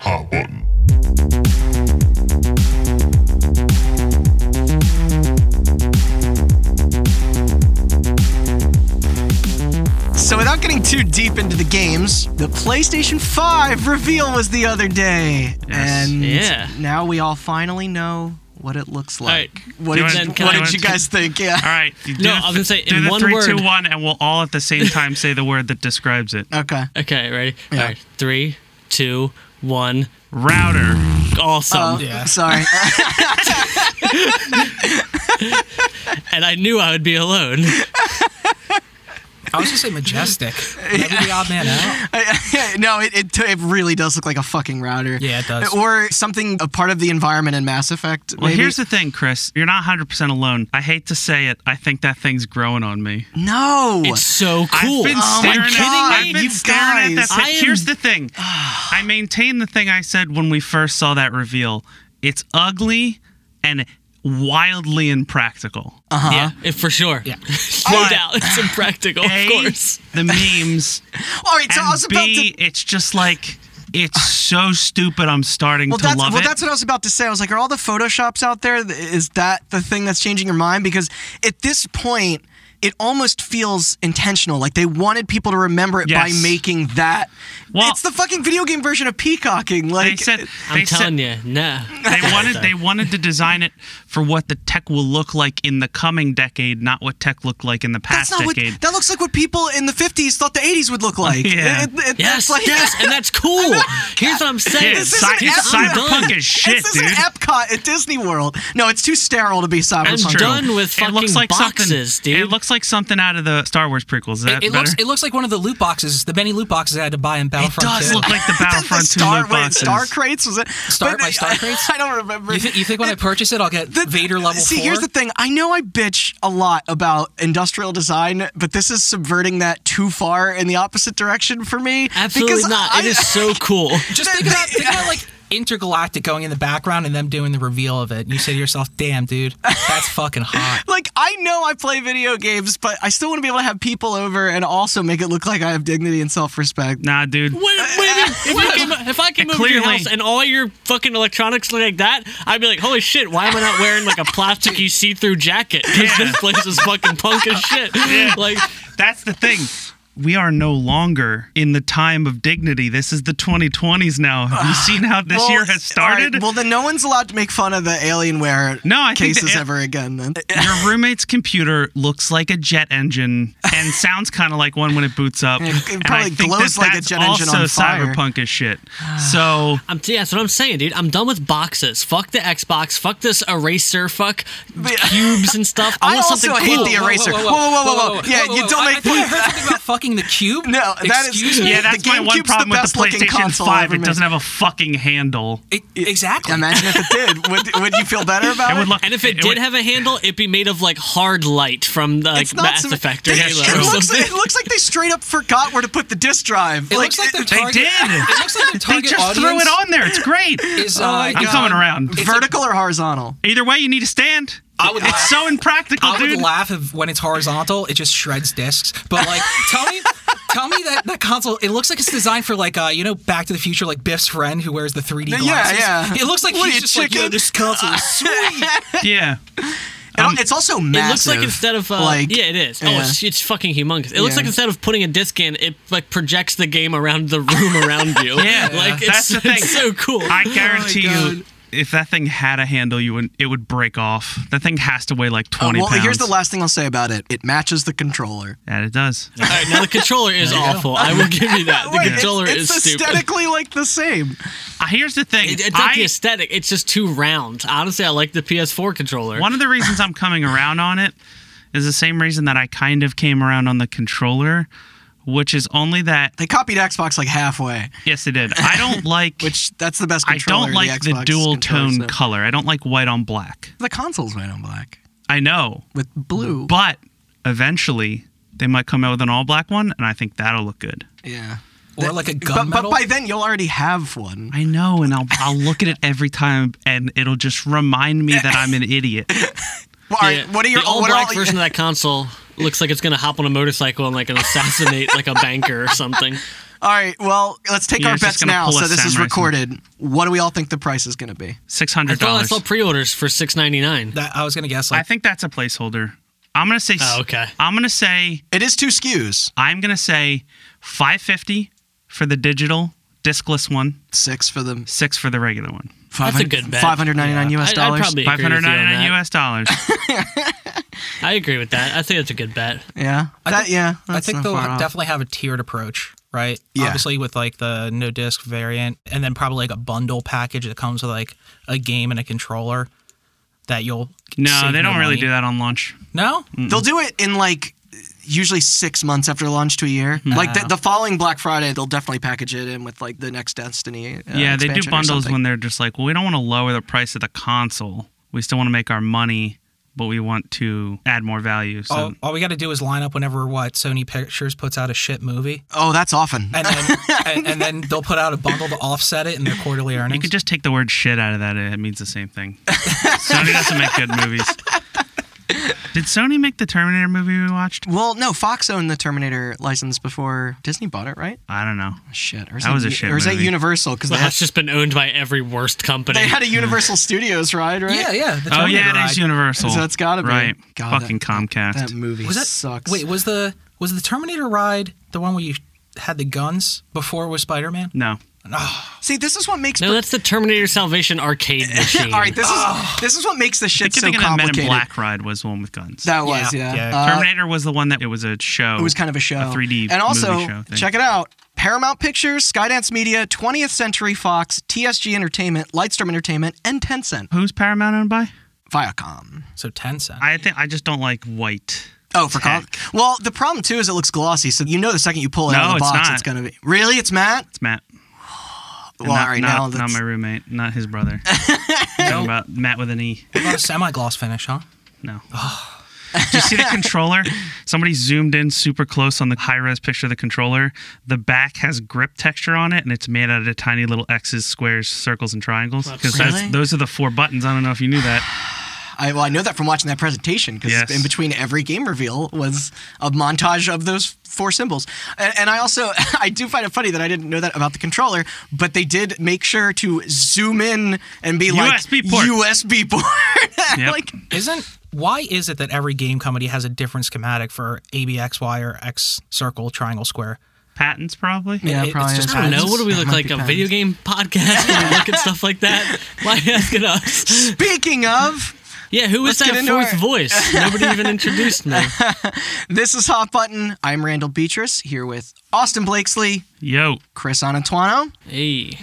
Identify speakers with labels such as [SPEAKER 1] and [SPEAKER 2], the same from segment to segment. [SPEAKER 1] stop button.
[SPEAKER 2] So, without getting too deep into the games, the PlayStation 5 reveal was the other day. And
[SPEAKER 3] Yeah.
[SPEAKER 2] now we all finally know what it looks like.
[SPEAKER 4] right.
[SPEAKER 2] What,
[SPEAKER 4] Do
[SPEAKER 2] did
[SPEAKER 4] you
[SPEAKER 2] you,
[SPEAKER 4] wanna-
[SPEAKER 2] what
[SPEAKER 4] do you
[SPEAKER 2] did
[SPEAKER 4] wanna
[SPEAKER 2] you guys think? Yeah.
[SPEAKER 4] All right. you do
[SPEAKER 3] No,
[SPEAKER 4] the
[SPEAKER 3] I
[SPEAKER 4] th-
[SPEAKER 3] was gonna say,
[SPEAKER 4] do
[SPEAKER 3] in
[SPEAKER 4] the
[SPEAKER 3] one
[SPEAKER 4] three, two,
[SPEAKER 3] word.
[SPEAKER 4] one, and we'll all at the same time say the word that describes it.
[SPEAKER 2] Okay.
[SPEAKER 3] Okay, ready?
[SPEAKER 2] Yeah.
[SPEAKER 3] All right, three, two, one.
[SPEAKER 4] Router.
[SPEAKER 3] Awesome.
[SPEAKER 2] Oh,
[SPEAKER 5] Um, Yeah.
[SPEAKER 2] Sorry.
[SPEAKER 3] And I knew I would be alone.
[SPEAKER 5] I was gonna say majestic. Would that be the odd man out.
[SPEAKER 2] no, it, it, t- it really does look like a fucking router.
[SPEAKER 5] Yeah, it does.
[SPEAKER 2] Or something, a part of the environment in Mass Effect.
[SPEAKER 4] Well,
[SPEAKER 2] maybe.
[SPEAKER 4] here's the thing, Chris. You're not 100% alone. I hate to say it. I think that thing's growing on me.
[SPEAKER 2] No.
[SPEAKER 3] It's so cool.
[SPEAKER 4] I've been
[SPEAKER 2] Oh my
[SPEAKER 4] staring, at,
[SPEAKER 2] God,
[SPEAKER 4] I've been
[SPEAKER 2] you
[SPEAKER 4] staring
[SPEAKER 2] guys.
[SPEAKER 4] at that. pic-
[SPEAKER 3] I am-
[SPEAKER 4] Here's the thing. I maintain the thing I said when we first saw that reveal. It's ugly and wildly impractical.
[SPEAKER 2] Uh-huh.
[SPEAKER 3] Yeah, it- for sure.
[SPEAKER 5] Yeah.
[SPEAKER 3] no doubt. It's impractical,
[SPEAKER 4] A,
[SPEAKER 3] of course.
[SPEAKER 4] the memes,
[SPEAKER 2] All right, so I was
[SPEAKER 4] and
[SPEAKER 2] about to
[SPEAKER 4] B, it's just like it's so stupid. I'm starting
[SPEAKER 2] Well,
[SPEAKER 4] to
[SPEAKER 2] that's,
[SPEAKER 4] love
[SPEAKER 2] well
[SPEAKER 4] it.
[SPEAKER 2] that's what I was about to say. I was like, are all the photoshops out there? Th- Is that the thing that's changing your mind? Because at this point, it almost feels intentional. Like they wanted people to remember it by
[SPEAKER 4] Yes.
[SPEAKER 2] making that.
[SPEAKER 4] Well-
[SPEAKER 2] it's the fucking video game version of peacocking.
[SPEAKER 4] they
[SPEAKER 2] Like, uh,
[SPEAKER 4] said
[SPEAKER 3] I'm
[SPEAKER 4] they said,
[SPEAKER 3] telling you, no.
[SPEAKER 4] they wanted they wanted to design it for what the tech will look like in the coming decade, not what tech looked like in the
[SPEAKER 2] that's
[SPEAKER 4] past
[SPEAKER 2] not what.
[SPEAKER 4] decade.
[SPEAKER 2] That looks like what people in the '50s thought the '80s would look like.
[SPEAKER 4] Yeah.
[SPEAKER 2] It- it-
[SPEAKER 3] Yes,
[SPEAKER 2] it's like,
[SPEAKER 3] yes, and that's cool. Here's what I'm saying.
[SPEAKER 4] Yeah,
[SPEAKER 2] This is an
[SPEAKER 4] cy-
[SPEAKER 2] app-
[SPEAKER 3] I'm done.
[SPEAKER 4] cyberpunk is shit,
[SPEAKER 2] this
[SPEAKER 4] dude.
[SPEAKER 2] is Epcot at Disney World. No, it's too sterile to be cyberpunk.
[SPEAKER 3] I'm done with
[SPEAKER 4] It
[SPEAKER 3] fucking
[SPEAKER 4] looks like
[SPEAKER 3] boxes,
[SPEAKER 4] something.
[SPEAKER 3] dude.
[SPEAKER 4] It looks like something out of the Star Wars prequels. Is that
[SPEAKER 5] It, it
[SPEAKER 4] better?
[SPEAKER 5] looks it looks like one of the loot boxes, the many loot boxes I had to buy in Battlefront.
[SPEAKER 2] does
[SPEAKER 5] 2.
[SPEAKER 4] look like the Battlefront
[SPEAKER 2] the star,
[SPEAKER 4] 2 loot boxes.
[SPEAKER 2] Star crates was it?
[SPEAKER 5] Star-
[SPEAKER 2] But
[SPEAKER 5] by Star
[SPEAKER 2] I-
[SPEAKER 5] Crates?
[SPEAKER 2] I don't remember.
[SPEAKER 5] you, thi- you think when I purchase it, I'll get
[SPEAKER 2] The-
[SPEAKER 5] Vader level
[SPEAKER 2] See,
[SPEAKER 5] four?
[SPEAKER 2] here's the thing. I know I bitch a lot about industrial design, but this is subverting that too far in the opposite direction for me.
[SPEAKER 3] Absolutely
[SPEAKER 2] because
[SPEAKER 3] not.
[SPEAKER 2] I,
[SPEAKER 3] it is so cool.
[SPEAKER 5] Just think about, think about like intergalactic going in the background and them doing the reveal of it. And you say to yourself, "Damn, dude, that's fucking hot."
[SPEAKER 2] Like I know I play video games, but I still want to be able to have people over and also make it look like I have dignity and self-respect.
[SPEAKER 4] nah, dude.
[SPEAKER 3] What, what do you mean? Uh, If I came, if I came over to your
[SPEAKER 4] Clearly.
[SPEAKER 3] house and all your fucking electronics look like that, I'd be like, holy shit, why am I not wearing like a plasticky see through jacket? Because this place is fucking punk as shit. Like,
[SPEAKER 4] That's the thing. We are no longer in the time of dignity. This is the 2020s now. Have you seen how this
[SPEAKER 2] Well,
[SPEAKER 4] year has started?
[SPEAKER 2] all right, well, then no one's allowed to make fun of the Alienware
[SPEAKER 4] No, I think the
[SPEAKER 2] cases
[SPEAKER 4] a-
[SPEAKER 2] ever again. Then
[SPEAKER 4] Your roommate's computer looks like a jet engine and sounds kind of like one when it boots up.
[SPEAKER 2] It- it
[SPEAKER 4] And
[SPEAKER 2] probably
[SPEAKER 4] I think
[SPEAKER 2] glows
[SPEAKER 4] that
[SPEAKER 2] like a
[SPEAKER 4] that's
[SPEAKER 2] jet engine on
[SPEAKER 4] also
[SPEAKER 2] fire.
[SPEAKER 4] cyberpunk as shit. So
[SPEAKER 3] I'm yeah, that's what I'm saying, dude. I'm done with boxes. Fuck the Xbox. Fuck this eraser. Fuck cubes and stuff. I,
[SPEAKER 2] I
[SPEAKER 3] want
[SPEAKER 2] also
[SPEAKER 3] something
[SPEAKER 2] hate
[SPEAKER 3] cool.
[SPEAKER 2] the eraser. Whoa, whoa, whoa, whoa, whoa. Yeah, you don't
[SPEAKER 5] I- I
[SPEAKER 2] make-
[SPEAKER 5] think I heard something about fucking the cube.
[SPEAKER 2] No, that is-
[SPEAKER 5] Excuse me.
[SPEAKER 4] yeah, that's
[SPEAKER 2] The
[SPEAKER 4] my one
[SPEAKER 2] GameCube's
[SPEAKER 4] problem
[SPEAKER 2] the
[SPEAKER 4] with
[SPEAKER 2] best
[SPEAKER 4] the
[SPEAKER 2] looking
[SPEAKER 4] PlayStation
[SPEAKER 2] console
[SPEAKER 4] 5.
[SPEAKER 2] ever
[SPEAKER 4] It
[SPEAKER 2] made.
[SPEAKER 4] doesn't have a fucking handle.
[SPEAKER 5] E- exactly.
[SPEAKER 2] Imagine if it did. Would, would you feel better about it?
[SPEAKER 5] Uh,
[SPEAKER 4] would look-
[SPEAKER 3] And if it, did
[SPEAKER 4] would-
[SPEAKER 3] have a handle, it'd be made of like hard light from the, like
[SPEAKER 2] It's not
[SPEAKER 3] Mass
[SPEAKER 2] some-
[SPEAKER 3] Effect or
[SPEAKER 2] They-
[SPEAKER 3] Halo.
[SPEAKER 2] It
[SPEAKER 3] or
[SPEAKER 2] looks,
[SPEAKER 3] something.
[SPEAKER 2] it looks like they straight up forgot where to put the disc drive.
[SPEAKER 5] It looks like their
[SPEAKER 2] it-
[SPEAKER 5] target.
[SPEAKER 4] did.
[SPEAKER 5] It looks like their
[SPEAKER 4] They
[SPEAKER 5] target
[SPEAKER 4] just
[SPEAKER 5] audience
[SPEAKER 4] threw it on there. It's great.
[SPEAKER 5] Is, uh,
[SPEAKER 4] I'm
[SPEAKER 2] Oh, God.
[SPEAKER 4] coming around.
[SPEAKER 2] vertical or horizontal.
[SPEAKER 4] Either way, you need a stand.
[SPEAKER 5] I would laugh.
[SPEAKER 4] it's so impractical,
[SPEAKER 2] Oh,
[SPEAKER 5] I
[SPEAKER 4] dude.
[SPEAKER 5] would laugh if when it's horizontal, it just shreds discs. But like, tell me, tell me that that console. It looks like it's designed for like, uh, you know, Back to the Future, like Biff's friend who wears the 3D
[SPEAKER 2] Yeah,
[SPEAKER 5] glasses.
[SPEAKER 2] yeah.
[SPEAKER 5] It looks like
[SPEAKER 2] What are
[SPEAKER 5] he's
[SPEAKER 2] you,
[SPEAKER 5] just like, yo,
[SPEAKER 2] chicken?
[SPEAKER 5] this console is sweet.
[SPEAKER 4] Yeah.
[SPEAKER 2] It al- it's also massive.
[SPEAKER 3] Um, It looks like instead of uh,
[SPEAKER 2] like
[SPEAKER 3] yeah, it is.
[SPEAKER 2] yeah.
[SPEAKER 3] Oh, it's, it's fucking humongous. It looks
[SPEAKER 2] Yeah.
[SPEAKER 3] like instead of putting a disc in, it like projects the game around the room around you.
[SPEAKER 4] Yeah,
[SPEAKER 3] like it's,
[SPEAKER 4] that's the thing.
[SPEAKER 3] it's so cool.
[SPEAKER 4] I guarantee you,
[SPEAKER 2] Oh God.
[SPEAKER 4] if that thing had a handle, you would it would break off. That thing has to weigh like
[SPEAKER 2] Uh,
[SPEAKER 4] 20
[SPEAKER 2] well,
[SPEAKER 4] pounds.
[SPEAKER 2] here's the last thing I'll say about it. It matches the controller.
[SPEAKER 4] That it does.
[SPEAKER 3] All right, now the controller is awful. I will give you that. The
[SPEAKER 2] Wait, it's-
[SPEAKER 3] controller
[SPEAKER 2] it's,
[SPEAKER 3] is stupid.
[SPEAKER 2] aesthetically like the same.
[SPEAKER 4] Uh, here's the thing.
[SPEAKER 3] It- it's not the
[SPEAKER 4] I,
[SPEAKER 3] aesthetic. It's just too round. Honestly, I like the PS4 controller.
[SPEAKER 4] one of the reasons I'm coming around on it is the same reason that I kind of came around on the controller, which is only that.
[SPEAKER 2] They copied Xbox like halfway,
[SPEAKER 4] Yes, it did. I don't like.
[SPEAKER 2] which that's the best
[SPEAKER 4] I
[SPEAKER 2] controller.
[SPEAKER 4] don't like
[SPEAKER 2] the,
[SPEAKER 4] the,
[SPEAKER 2] Xbox
[SPEAKER 4] dual
[SPEAKER 2] controller,
[SPEAKER 4] tone
[SPEAKER 2] so-
[SPEAKER 4] color. I don't like white on black.
[SPEAKER 2] The console's white on black
[SPEAKER 4] I know,
[SPEAKER 2] with blue.
[SPEAKER 4] but eventually they might come out with an all black one, and I think that'll look good.
[SPEAKER 2] yeah.
[SPEAKER 5] Or like a
[SPEAKER 2] But, but
[SPEAKER 5] gunmetal.
[SPEAKER 2] by then you'll already have one.
[SPEAKER 4] I know, and I'll I'll look at it every time, and it'll just remind me that I'm an idiot.
[SPEAKER 2] Well, all right,
[SPEAKER 3] Yeah.
[SPEAKER 2] what are your
[SPEAKER 3] the all
[SPEAKER 2] what are
[SPEAKER 3] black
[SPEAKER 2] all-
[SPEAKER 3] version of that console? Looks like it's gonna hop on a motorcycle and like assassinate like a banker or something.
[SPEAKER 2] All right, well, let's take
[SPEAKER 4] Yeah,
[SPEAKER 2] our
[SPEAKER 4] it's just
[SPEAKER 2] bets
[SPEAKER 4] gonna
[SPEAKER 2] now.
[SPEAKER 4] pull a
[SPEAKER 2] So this is
[SPEAKER 4] Samrise.
[SPEAKER 2] recorded. What do we all think the price is going to be?
[SPEAKER 4] Six
[SPEAKER 3] I
[SPEAKER 4] hundred
[SPEAKER 3] thought I
[SPEAKER 4] dollars.
[SPEAKER 3] saw pre-orders for six ninety nine.
[SPEAKER 5] That I was gonna guess.
[SPEAKER 4] I
[SPEAKER 5] Like,
[SPEAKER 4] think that's a placeholder. I'm gonna say. s-
[SPEAKER 3] Oh, okay.
[SPEAKER 4] I'm gonna say.
[SPEAKER 2] It is two SKUs.
[SPEAKER 4] I'm gonna say five fifty for the digital discless one,
[SPEAKER 2] Six for the
[SPEAKER 4] six for the regular one.
[SPEAKER 3] That's a good bet.
[SPEAKER 2] 599 US
[SPEAKER 3] I,
[SPEAKER 2] dollars.
[SPEAKER 3] I'd probably
[SPEAKER 4] Five
[SPEAKER 3] agree
[SPEAKER 4] hundred
[SPEAKER 3] with you on
[SPEAKER 4] ninety-nine
[SPEAKER 3] that.
[SPEAKER 4] U.S. dollars.
[SPEAKER 3] I agree with that. I think that's a good bet.
[SPEAKER 2] yeah. That, yeah.
[SPEAKER 5] I
[SPEAKER 2] that's
[SPEAKER 5] think
[SPEAKER 2] not
[SPEAKER 5] they'll
[SPEAKER 2] far off.
[SPEAKER 5] definitely have a tiered approach, right?
[SPEAKER 2] Yeah.
[SPEAKER 5] Obviously, with like the no disc variant, and then probably like a bundle package that comes with like a game and a controller that you'll.
[SPEAKER 4] No,
[SPEAKER 5] save
[SPEAKER 4] they don't really
[SPEAKER 5] money.
[SPEAKER 4] do that on launch.
[SPEAKER 5] No,
[SPEAKER 2] They'll do it in like usually six months after launch to a year. Like the, the following Black Friday, they'll definitely package it in with like the next Destiny. Uh,
[SPEAKER 4] yeah, they do
[SPEAKER 2] expansion or
[SPEAKER 4] bundles
[SPEAKER 2] something.
[SPEAKER 4] when they're just like, well, we don't want to lower the price of the console. We still want to make our money, but we want to add more value. So
[SPEAKER 5] all, all we got to do is line up whenever what Sony Pictures puts out a shit movie,
[SPEAKER 2] Oh, that's often.
[SPEAKER 5] and then and, and then they'll put out a bundle to offset it in their quarterly earnings.
[SPEAKER 4] you could just take the word shit out of that. It means the same thing. Sony doesn't make good movies. Did Sony make the Terminator movie we watched?
[SPEAKER 2] Well, no, Fox owned the Terminator license before Disney bought it, right?
[SPEAKER 4] I don't know.
[SPEAKER 2] Shit, or is
[SPEAKER 4] That was a
[SPEAKER 2] U-
[SPEAKER 4] shit
[SPEAKER 2] Or is that
[SPEAKER 4] movie.
[SPEAKER 2] Universal? Because
[SPEAKER 3] Well,
[SPEAKER 2] they, had-
[SPEAKER 3] that's just been owned by every worst company.
[SPEAKER 2] they had a Universal Studios ride, right?
[SPEAKER 5] yeah, yeah. the
[SPEAKER 4] Oh yeah,
[SPEAKER 5] Terminator
[SPEAKER 4] it
[SPEAKER 5] ride.
[SPEAKER 4] is Universal.
[SPEAKER 2] So it's gotta be.
[SPEAKER 4] right.
[SPEAKER 2] God, that-
[SPEAKER 4] Fucking Comcast.
[SPEAKER 2] That movie
[SPEAKER 5] Was that
[SPEAKER 2] sucks.
[SPEAKER 5] Wait, was the was the Terminator ride the one where you had the guns before it was Spider Man?
[SPEAKER 4] no,
[SPEAKER 2] see, this is what makes.
[SPEAKER 3] no, that's the Terminator Salvation arcade machine.
[SPEAKER 2] all right, this is this is what makes the
[SPEAKER 4] I
[SPEAKER 2] shit so
[SPEAKER 4] keep thinking the Men
[SPEAKER 2] complicated.
[SPEAKER 4] in Black ride was the one with guns.
[SPEAKER 2] That was
[SPEAKER 5] Yeah,
[SPEAKER 2] yeah.
[SPEAKER 5] yeah.
[SPEAKER 2] Uh,
[SPEAKER 4] Terminator was the one that it was a show.
[SPEAKER 2] it was kind of a show.
[SPEAKER 4] a 3D
[SPEAKER 2] And also,
[SPEAKER 4] movie show thing.
[SPEAKER 2] check it out. Paramount Pictures, Skydance Media, 20th Century Fox, TSG Entertainment, Lightstorm Entertainment, and Tencent.
[SPEAKER 4] Who's Paramount owned by?
[SPEAKER 2] Viacom.
[SPEAKER 5] So ten cents.
[SPEAKER 4] I think I just don't like white.
[SPEAKER 2] Oh, for
[SPEAKER 4] Tech.
[SPEAKER 2] Con- Well, the problem too is it looks glossy, so you know the second you pull it out
[SPEAKER 4] No,
[SPEAKER 2] of the
[SPEAKER 4] it's
[SPEAKER 2] box,
[SPEAKER 4] not.
[SPEAKER 2] it's gonna be really. It's Matt.
[SPEAKER 4] It's Matt.
[SPEAKER 2] Well,
[SPEAKER 4] not,
[SPEAKER 2] all right,
[SPEAKER 4] not-
[SPEAKER 2] now
[SPEAKER 4] not
[SPEAKER 2] that's
[SPEAKER 4] my roommate, not his brother. Talking about Matt with an E.
[SPEAKER 5] semi gloss finish, huh?
[SPEAKER 4] No. Did you see the controller? Somebody zoomed in super close on the high res picture of the controller. The back has grip texture on it, and it's made out of tiny little X's, squares, circles, and triangles. Because
[SPEAKER 2] Really?
[SPEAKER 4] those are the four buttons. I don't know if you knew that.
[SPEAKER 2] I, well, I know that from watching that presentation because
[SPEAKER 4] Yes.
[SPEAKER 2] in between every game reveal was a montage of those four symbols. And, and I also I do find it funny that I didn't know that about the controller, but they did make sure to zoom in and be like
[SPEAKER 4] USB port.
[SPEAKER 2] USB port.
[SPEAKER 4] Yep.
[SPEAKER 2] like
[SPEAKER 5] Isn't why is it that every game company has a different schematic for A B X Y or X circle triangle square?
[SPEAKER 4] Patents, probably.
[SPEAKER 5] Yeah,
[SPEAKER 2] it-
[SPEAKER 5] probably
[SPEAKER 2] just
[SPEAKER 5] is.
[SPEAKER 3] I don't know.
[SPEAKER 2] patents.
[SPEAKER 3] What do we
[SPEAKER 2] That
[SPEAKER 3] look
[SPEAKER 2] might
[SPEAKER 3] like?
[SPEAKER 2] be
[SPEAKER 3] A
[SPEAKER 2] patents.
[SPEAKER 3] video game podcast? when we look at stuff like that? Why are you asking us?
[SPEAKER 2] Speaking of.
[SPEAKER 3] Yeah, who was
[SPEAKER 2] Let's get
[SPEAKER 3] that
[SPEAKER 2] into
[SPEAKER 3] fourth
[SPEAKER 2] our-
[SPEAKER 3] voice? Nobody even introduced me.
[SPEAKER 2] This is Hot Button. I'm Randall Beatrice here with Austin Blakesley,
[SPEAKER 4] Yo,
[SPEAKER 2] Chris Anantuano,
[SPEAKER 3] Hey,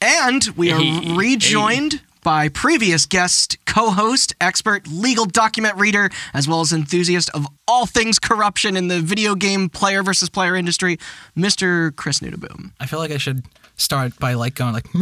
[SPEAKER 2] and we are
[SPEAKER 3] Hey,
[SPEAKER 2] rejoined by previous guest, co host, expert, legal document reader, as well as enthusiast of all things corruption in the video game player versus player industry, Mr. Chris Nudaboom.
[SPEAKER 5] I feel like I should start by like going like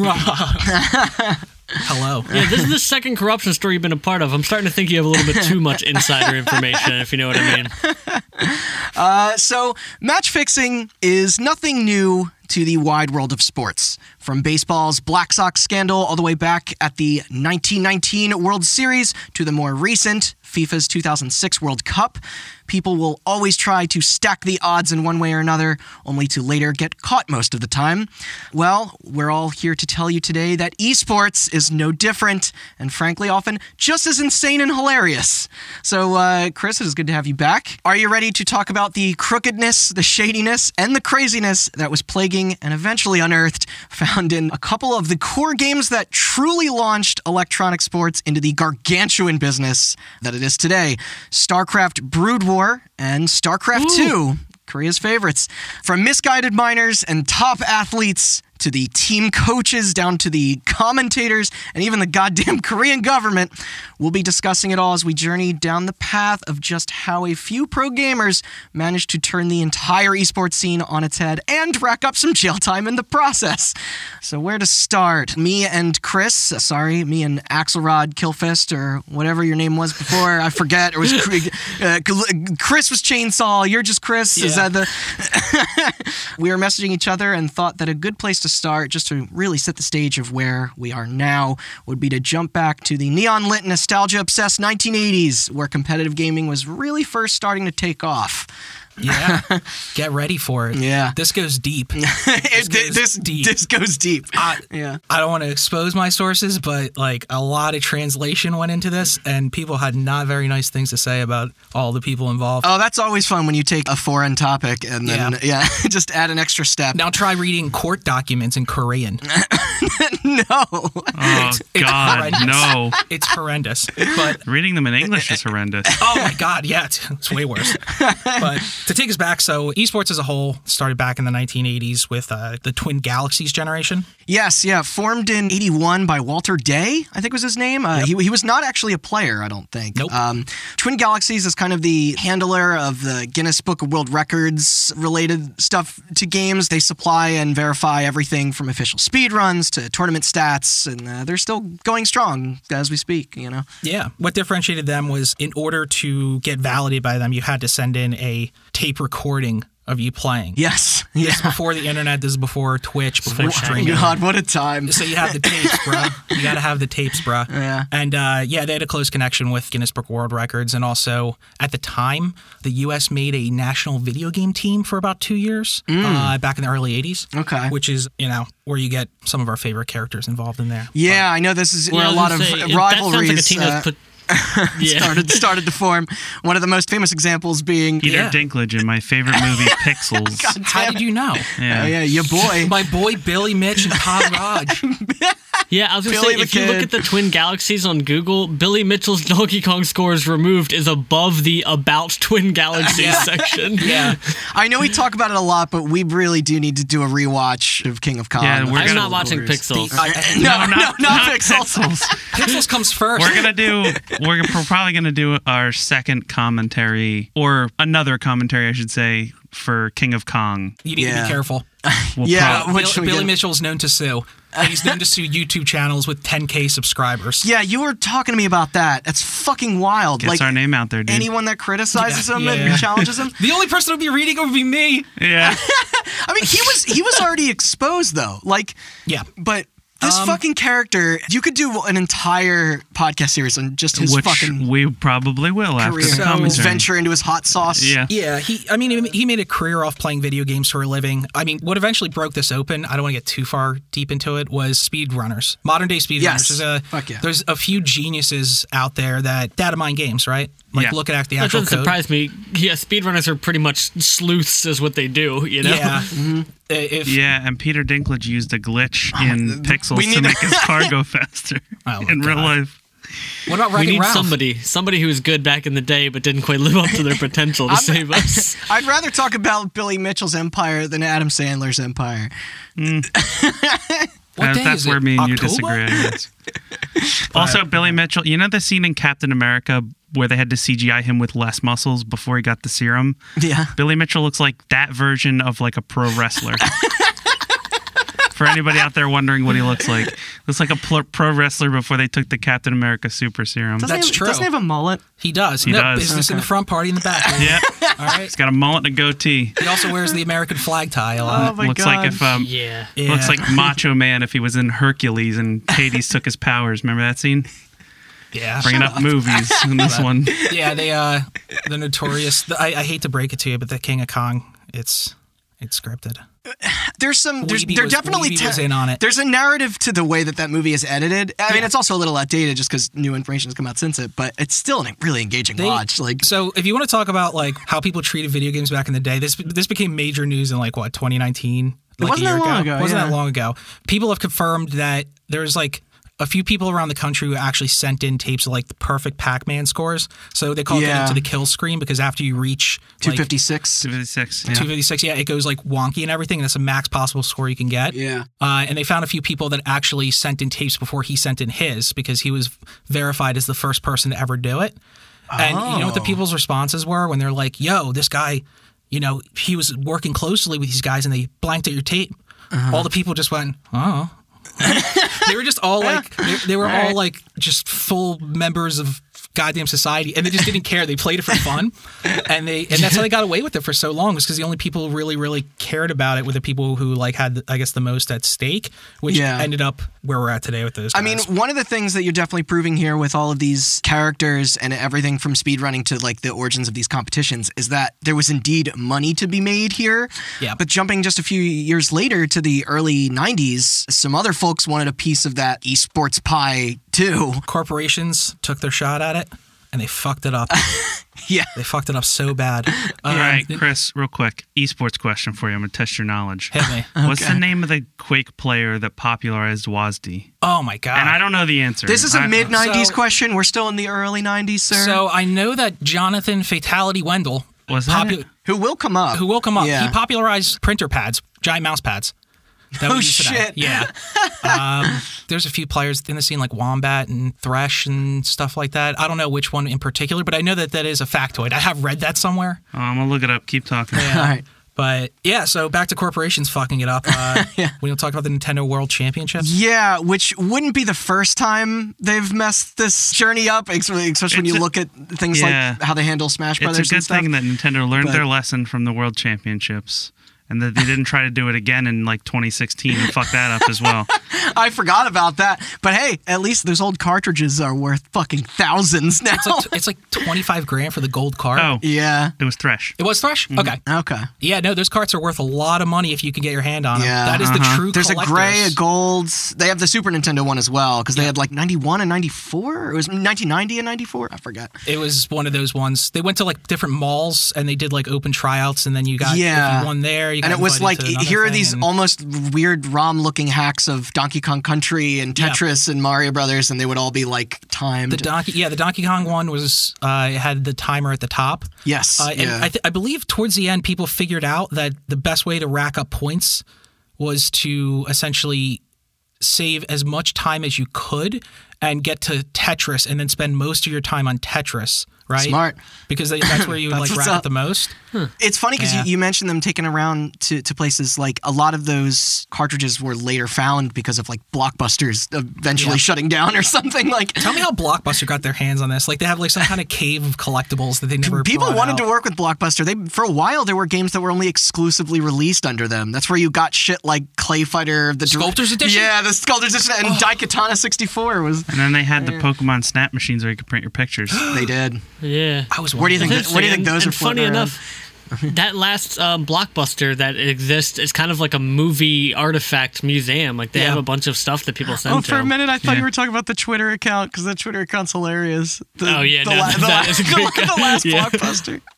[SPEAKER 5] Hello.
[SPEAKER 3] yeah, this is the second corruption story you've been a part of. I'm starting to think you have a little bit too much insider information, if you know what I mean.
[SPEAKER 2] Uh, So, match fixing is nothing new to the wide world of sports. From baseball's Black Sox scandal all the way back at the 1919 World Series to the more recent FIFA's 2006 World Cup, people will always try to stack the odds in one way or another, only to later get caught most of the time. Well, we're all here to tell you today that esports is no different, and frankly, often just as insane and hilarious. So, uh, Chris, it is good to have you back. Are you ready to talk about the crookedness, the shadiness, and the craziness that was plaguing and eventually unearthed, found in a couple of the core games that truly launched electronic sports into the gargantuan business that it is today? StarCraft Brood War and StarCraft II. Korea's favorites. From misguided minors and top athletes to the team coaches, down to the commentators, and even the goddamn Korean government, we'll be discussing it all as we journey down the path of just how a few pro gamers managed to turn the entire esports scene on its head and rack up some jail time in the process. So, where to start? Me and Chris, sorry, me and Axelrod Killfist, or whatever your name was before, I forget. It was uh, Chris was Chainsaw, you're just Chris. Is
[SPEAKER 5] Yeah.
[SPEAKER 2] that the we were messaging each other and thought that a good place to start, just to really set the stage of where we are now, would be to jump back to the neon lit, nostalgia obsessed 1980s, where competitive gaming was really first starting to take off.
[SPEAKER 5] Yeah. Get ready for it.
[SPEAKER 2] Yeah.
[SPEAKER 5] This goes deep.
[SPEAKER 2] It-
[SPEAKER 5] This goes
[SPEAKER 2] this,
[SPEAKER 5] deep.
[SPEAKER 2] this goes deep.
[SPEAKER 5] I,
[SPEAKER 2] Yeah.
[SPEAKER 5] I don't want to expose my sources, but like a lot of translation went into this, and people had not very nice things to say about all the people involved.
[SPEAKER 2] Oh, that's always fun when you take a foreign topic and then yeah, just add an extra step.
[SPEAKER 5] now try reading court documents in Korean.
[SPEAKER 2] No.
[SPEAKER 4] Oh
[SPEAKER 5] it's
[SPEAKER 4] God,
[SPEAKER 5] horrendous.
[SPEAKER 4] no!
[SPEAKER 5] It's horrendous. But
[SPEAKER 4] Reading them in English is horrendous.
[SPEAKER 5] oh my god, yeah, it's, it's way worse. But to take us back, so esports as a whole started back in the 1980s with uh, the Twin Galaxies generation.
[SPEAKER 2] Yes, yeah, formed in 81 by Walter Day, I think was his name. Uh, he, he was not actually a player, I don't think.
[SPEAKER 5] Nope.
[SPEAKER 2] Um, Twin Galaxies is kind of the handler of the Guinness Book of World Records related stuff to games. They supply and verify everything from official speedruns to tournament stats, and uh, they're still going strong as we speak, you know?
[SPEAKER 5] Yeah. What differentiated them was in order to get validated by them, you had to send in a tape recording of you playing.
[SPEAKER 2] Yes.
[SPEAKER 5] This is before the internet. This is before Twitch, before streaming.
[SPEAKER 2] Oh, God, what a time.
[SPEAKER 5] So you have the tapes, bruh. You got to have the tapes, bruh.
[SPEAKER 2] Yeah.
[SPEAKER 5] And uh, yeah, they had a close connection with Guinness Book of World Records. And also, at the time, the U.S. made a national video game team for about two years uh, back in the early 80s.
[SPEAKER 2] Mm. Okay.
[SPEAKER 5] Which is, you know, where you get some of our favorite characters involved in there.
[SPEAKER 2] Yeah, I know this is where a
[SPEAKER 3] Well, I
[SPEAKER 2] lot
[SPEAKER 3] was
[SPEAKER 2] of
[SPEAKER 3] gonna say, it- That
[SPEAKER 2] rivalries
[SPEAKER 3] sounds like a
[SPEAKER 2] uh,
[SPEAKER 3] team that's put. yeah.
[SPEAKER 2] started started to form. One of the most famous examples being
[SPEAKER 4] Peter
[SPEAKER 5] Yeah. Oh,
[SPEAKER 4] Dinklage in my favorite movie, Pixels.
[SPEAKER 5] How did you know?
[SPEAKER 2] Oh, yeah, your boy.
[SPEAKER 5] My boy Billy Mitch and Todd Raj.
[SPEAKER 3] Yeah, I was gonna
[SPEAKER 2] Billy
[SPEAKER 3] say if you
[SPEAKER 2] McCann.
[SPEAKER 3] look at the Twin Galaxies on Google, Billy Mitchell's Donkey Kong scores removed is above the about Twin Galaxies section.
[SPEAKER 5] Yeah.
[SPEAKER 2] I know we talk about it a lot, but we really do need to do a rewatch of King of Kong.
[SPEAKER 4] Yeah, we're
[SPEAKER 3] I'm
[SPEAKER 4] gonna-
[SPEAKER 3] not watching
[SPEAKER 5] The-
[SPEAKER 3] Pixels.
[SPEAKER 5] I-
[SPEAKER 2] no, no,
[SPEAKER 4] No,
[SPEAKER 2] not,
[SPEAKER 4] not- not
[SPEAKER 2] Pixels.
[SPEAKER 5] Pixels comes 1st
[SPEAKER 4] We're gonna do. We're pro- probably gonna do our second commentary or another commentary, I should say, for King of Kong.
[SPEAKER 5] you need to
[SPEAKER 2] Yeah.
[SPEAKER 5] be careful.
[SPEAKER 4] We'll
[SPEAKER 2] Yeah,
[SPEAKER 4] prob-
[SPEAKER 5] Bill,
[SPEAKER 2] which we
[SPEAKER 5] Billy
[SPEAKER 2] get-
[SPEAKER 5] Mitchell's known to sue. And he's known to sue YouTube channels with 10K subscribers.
[SPEAKER 2] Yeah, you were talking to me about that. That's fucking wild.
[SPEAKER 4] gets
[SPEAKER 2] like
[SPEAKER 4] our name out there, dude.
[SPEAKER 2] anyone that criticizes
[SPEAKER 5] Yeah,
[SPEAKER 2] him
[SPEAKER 5] yeah.
[SPEAKER 2] and challenges him.
[SPEAKER 5] The only person who would be reading it would be me.
[SPEAKER 4] yeah.
[SPEAKER 2] I mean, he was he was already exposed though. Like,
[SPEAKER 5] Yeah.
[SPEAKER 2] but. This
[SPEAKER 4] Um,
[SPEAKER 2] fucking character, you could do an entire podcast series on just his
[SPEAKER 4] Which
[SPEAKER 2] fucking
[SPEAKER 4] we probably will after
[SPEAKER 2] career.
[SPEAKER 4] the
[SPEAKER 5] So-
[SPEAKER 4] commentary.
[SPEAKER 2] venture into his hot sauce.
[SPEAKER 4] Yeah.
[SPEAKER 5] Yeah, he. I mean, he- he made a career off playing video games for a living. I mean, what eventually broke this open. I don't want to get too far deep into it. Was speedrunners, modern day speedrunners.
[SPEAKER 2] Yes.
[SPEAKER 5] There's a
[SPEAKER 2] Fuck yeah.
[SPEAKER 5] there's a few geniuses out there that data mine games, right? Like
[SPEAKER 4] Yeah.
[SPEAKER 5] looking at the
[SPEAKER 3] That
[SPEAKER 5] actual
[SPEAKER 3] doesn't
[SPEAKER 5] code.
[SPEAKER 3] surprise me. Yeah, speedrunners are pretty much sleuths, is what they do. You know.
[SPEAKER 5] Yeah. Uh, If
[SPEAKER 4] Yeah, and Peter Dinklage used a glitch in Pixels
[SPEAKER 2] Oh we need
[SPEAKER 4] to
[SPEAKER 2] to-
[SPEAKER 4] make his car go faster
[SPEAKER 5] Oh, my
[SPEAKER 4] in real
[SPEAKER 5] God.
[SPEAKER 4] life.
[SPEAKER 5] what about
[SPEAKER 3] We
[SPEAKER 5] Wrecking
[SPEAKER 3] need
[SPEAKER 5] Ralph?
[SPEAKER 3] somebody, somebody who was good back in the day but didn't quite live up to their potential to save us.
[SPEAKER 2] I'd rather talk about Billy Mitchell's empire than Adam Sandler's empire.
[SPEAKER 5] What
[SPEAKER 4] That-
[SPEAKER 5] day
[SPEAKER 4] that's
[SPEAKER 5] is
[SPEAKER 4] where
[SPEAKER 5] it?
[SPEAKER 4] me and you disagree.
[SPEAKER 5] October?
[SPEAKER 4] I guess. also, Billy Mitchell, you know the scene in Captain America where they had to CGI him with less muscles before he got the serum?
[SPEAKER 2] Yeah.
[SPEAKER 4] Billy Mitchell looks like that version of like a pro wrestler. For anybody out there wondering what he looks like, looks like a pl- pro wrestler before they took the Captain America super serum.
[SPEAKER 2] Doesn't
[SPEAKER 5] That's
[SPEAKER 2] he,
[SPEAKER 5] true.
[SPEAKER 2] Doesn't he have a mullet?
[SPEAKER 5] He does. no,
[SPEAKER 4] does.
[SPEAKER 5] business in the front, party in the back. baby.
[SPEAKER 4] yeah, he's
[SPEAKER 5] All right.
[SPEAKER 4] got a mullet and a goatee.
[SPEAKER 5] He also wears the American flag tie a lot.
[SPEAKER 2] Oh my
[SPEAKER 4] looks
[SPEAKER 2] God.
[SPEAKER 4] like if um,
[SPEAKER 3] Yeah.
[SPEAKER 5] Yeah.
[SPEAKER 4] Looks like Macho Man if he was in Hercules and Hades took his powers. Remember that scene?
[SPEAKER 5] yeah.
[SPEAKER 4] Bringing up movies in this one.
[SPEAKER 5] yeah, they uh, the notorious. The, I, I hate to break it to you, but the King of Kong, it's it's scripted.
[SPEAKER 2] There's some. There's,
[SPEAKER 5] Weeby
[SPEAKER 2] there
[SPEAKER 5] was-
[SPEAKER 2] definitely
[SPEAKER 5] Weeby was in on it.
[SPEAKER 2] There's a narrative to the way that that movie is edited. I mean, it's also a little outdated just because new information has come out since it, but it's still a really engaging
[SPEAKER 5] They-
[SPEAKER 2] watch. Oh, Like,
[SPEAKER 5] so if you want to talk about like how people treated video games back in the day, this this became major news in like what 2019. Like
[SPEAKER 2] wasn't
[SPEAKER 5] a year
[SPEAKER 2] that long ago,
[SPEAKER 5] Wasn't
[SPEAKER 2] yeah.
[SPEAKER 5] that long ago? People have confirmed that there's like a few people around the country who actually sent in tapes of like the perfect Pac-Man scores. So they call it
[SPEAKER 2] Yeah.
[SPEAKER 5] getting to the kill screen because after you reach like,
[SPEAKER 2] 256.
[SPEAKER 4] 56, yeah.
[SPEAKER 5] 256, yeah, it goes like wonky and everything. And that's the max possible score you can get.
[SPEAKER 2] yeah.
[SPEAKER 5] Uh, and they found a few people that actually sent in tapes before he sent in his because he was verified as the first person to ever do it. And you know what the people's responses were when they're like, yo, this guy, you know, he was working closely with these guys and they blanked at your tape. All the people just went, oh. they were just all like, they, they were all like just full members of goddamn society, and they just didn't care. They played it for fun, and they and that's how they got away with it for so long, was because the only people who really really cared about it were the people who like had I guess the most at stake, which
[SPEAKER 2] Yeah.
[SPEAKER 5] ended up where we're at today with those.
[SPEAKER 2] I mean,
[SPEAKER 5] guys.
[SPEAKER 2] one of the things that you're definitely proving here with all of these characters and everything from speedrunning to like the origins of these competitions is that there was indeed money to be made here.
[SPEAKER 5] Yeah.
[SPEAKER 2] But jumping just a few years later to the early 90s, some other folks wanted a piece of that esports pie too.
[SPEAKER 5] corporations took their shot at it, and they fucked it up.
[SPEAKER 2] Yeah.
[SPEAKER 5] They fucked it up so bad. Um,
[SPEAKER 4] All right, Chris, real quick, esports question for you. I'm gonna test your knowledge.
[SPEAKER 5] Hit me.
[SPEAKER 4] What's the name of the Quake player that popularized WASD?
[SPEAKER 5] Oh my god.
[SPEAKER 4] And I don't know the answer.
[SPEAKER 2] Ah. This is a
[SPEAKER 4] I-
[SPEAKER 2] mid 90s
[SPEAKER 5] So-
[SPEAKER 2] question. We're still in the early 90s, sir.
[SPEAKER 5] So I know that Jonathan Fatality Wendell
[SPEAKER 4] Was that it?
[SPEAKER 2] who will come up?
[SPEAKER 5] who woke him up.
[SPEAKER 2] Yeah.
[SPEAKER 5] He popularized printer pads, giant mouse pads. That
[SPEAKER 2] Oh,
[SPEAKER 5] we use today.
[SPEAKER 2] shit.
[SPEAKER 5] Yeah. um, there's a few players in the scene like Wombat and Thresh and stuff like that. I don't know which one in particular, but I know that that is a factoid. I have read that somewhere.
[SPEAKER 4] Oh, I'm gonna look it up. Keep talking.
[SPEAKER 2] all right.
[SPEAKER 5] But yeah, so back to corporations fucking it up. Uh, We don't talk about the Nintendo World Championships.
[SPEAKER 2] Yeah, which wouldn't be the first time they've messed this journey up, ex- especially when
[SPEAKER 4] It's
[SPEAKER 2] you
[SPEAKER 4] a-
[SPEAKER 2] look at things
[SPEAKER 4] Yeah.
[SPEAKER 2] like how they handle Smash
[SPEAKER 4] It's
[SPEAKER 2] Brothers
[SPEAKER 4] a good
[SPEAKER 2] and stuff.
[SPEAKER 4] thing that Nintendo learned
[SPEAKER 2] but-
[SPEAKER 4] their lesson from the World Championships, and that they didn't try to do it again in like 2016 and fuck that up as well.
[SPEAKER 2] I forgot about that. But hey, at least those old cartridges are worth fucking thousands now.
[SPEAKER 5] It's like, it's like 25 grand for the gold card.
[SPEAKER 4] Oh,
[SPEAKER 2] yeah.
[SPEAKER 4] it was Thresh.
[SPEAKER 5] It was Thresh? Okay.
[SPEAKER 2] Okay.
[SPEAKER 5] Yeah, no, those carts are worth a lot of money if you can get your hand on them.
[SPEAKER 2] Yeah.
[SPEAKER 5] Uh,
[SPEAKER 2] Uh-huh.
[SPEAKER 5] that is the true
[SPEAKER 2] There's a gray, a
[SPEAKER 5] collectors.
[SPEAKER 2] gold. They have the Super Nintendo one as well because they had like 91 and 94. It was 1990 and 94. I forgot.
[SPEAKER 5] It was one of those ones. They went to like different malls and they did like open tryouts, and then you got
[SPEAKER 2] Yeah.
[SPEAKER 5] if you won there. You got
[SPEAKER 2] And it was
[SPEAKER 5] invited
[SPEAKER 2] like
[SPEAKER 5] to another
[SPEAKER 2] here are
[SPEAKER 5] thing,
[SPEAKER 2] these
[SPEAKER 5] and-
[SPEAKER 2] almost weird ROM looking hacks of Donkey Kong Country and
[SPEAKER 5] Yeah.
[SPEAKER 2] Tetris and Mario Brothers, and they would all be like timed.
[SPEAKER 5] the Donkey. Yeah, the Donkey Kong one was uh, it had the timer at the top.
[SPEAKER 2] yes.
[SPEAKER 5] Uh, and
[SPEAKER 2] yeah.
[SPEAKER 5] I, th- I believe towards the end, people figured out that the best way to rack up points was to essentially save as much time as you could and get to Tetris, and then spend most of your time on Tetris. Right.
[SPEAKER 2] Smart.
[SPEAKER 5] Because they, that's where you would
[SPEAKER 2] That's
[SPEAKER 5] like
[SPEAKER 2] what's
[SPEAKER 5] rack up
[SPEAKER 2] up.
[SPEAKER 5] the most.
[SPEAKER 2] It's funny because
[SPEAKER 5] Yeah.
[SPEAKER 2] you, you mentioned them taken around to, to places like a lot of those cartridges were later found because of like blockbusters eventually
[SPEAKER 5] Yeah.
[SPEAKER 2] shutting down or something. Like
[SPEAKER 5] Tell me how Blockbuster got their hands on this. Like they have like some kind of cave of collectibles that they never.
[SPEAKER 2] people
[SPEAKER 5] brought
[SPEAKER 2] wanted
[SPEAKER 5] out.
[SPEAKER 2] to work with Blockbuster. They for a while there were games that were only exclusively released under them. That's where you got shit like Clay Fighter, the dir-
[SPEAKER 5] Sculptor's Edition? Oh.
[SPEAKER 2] Yeah, the Sculptor's Edition and Daikatana 64 was
[SPEAKER 4] And then they had the Pokemon Snap machines where you could print your pictures.
[SPEAKER 2] they did.
[SPEAKER 3] Yeah.
[SPEAKER 5] I was.
[SPEAKER 2] Where do you
[SPEAKER 5] wondering.
[SPEAKER 2] think what do you think
[SPEAKER 3] And-
[SPEAKER 2] those
[SPEAKER 3] and
[SPEAKER 2] are
[SPEAKER 3] funny
[SPEAKER 2] floating around?
[SPEAKER 3] enough, that last um, blockbuster that exists is kind of like a movie artifact museum. Like they
[SPEAKER 5] Yeah.
[SPEAKER 3] have a bunch of stuff that people send
[SPEAKER 2] Oh,
[SPEAKER 3] to.
[SPEAKER 2] for a minute, I thought
[SPEAKER 4] Yeah.
[SPEAKER 2] you were talking about the Twitter account because the Twitter account's hilarious. The,
[SPEAKER 3] Oh, yeah,
[SPEAKER 2] the,
[SPEAKER 3] no,
[SPEAKER 2] la- the,
[SPEAKER 3] that
[SPEAKER 2] la-
[SPEAKER 3] is a great
[SPEAKER 2] the, the last
[SPEAKER 3] Yeah.
[SPEAKER 2] blockbuster.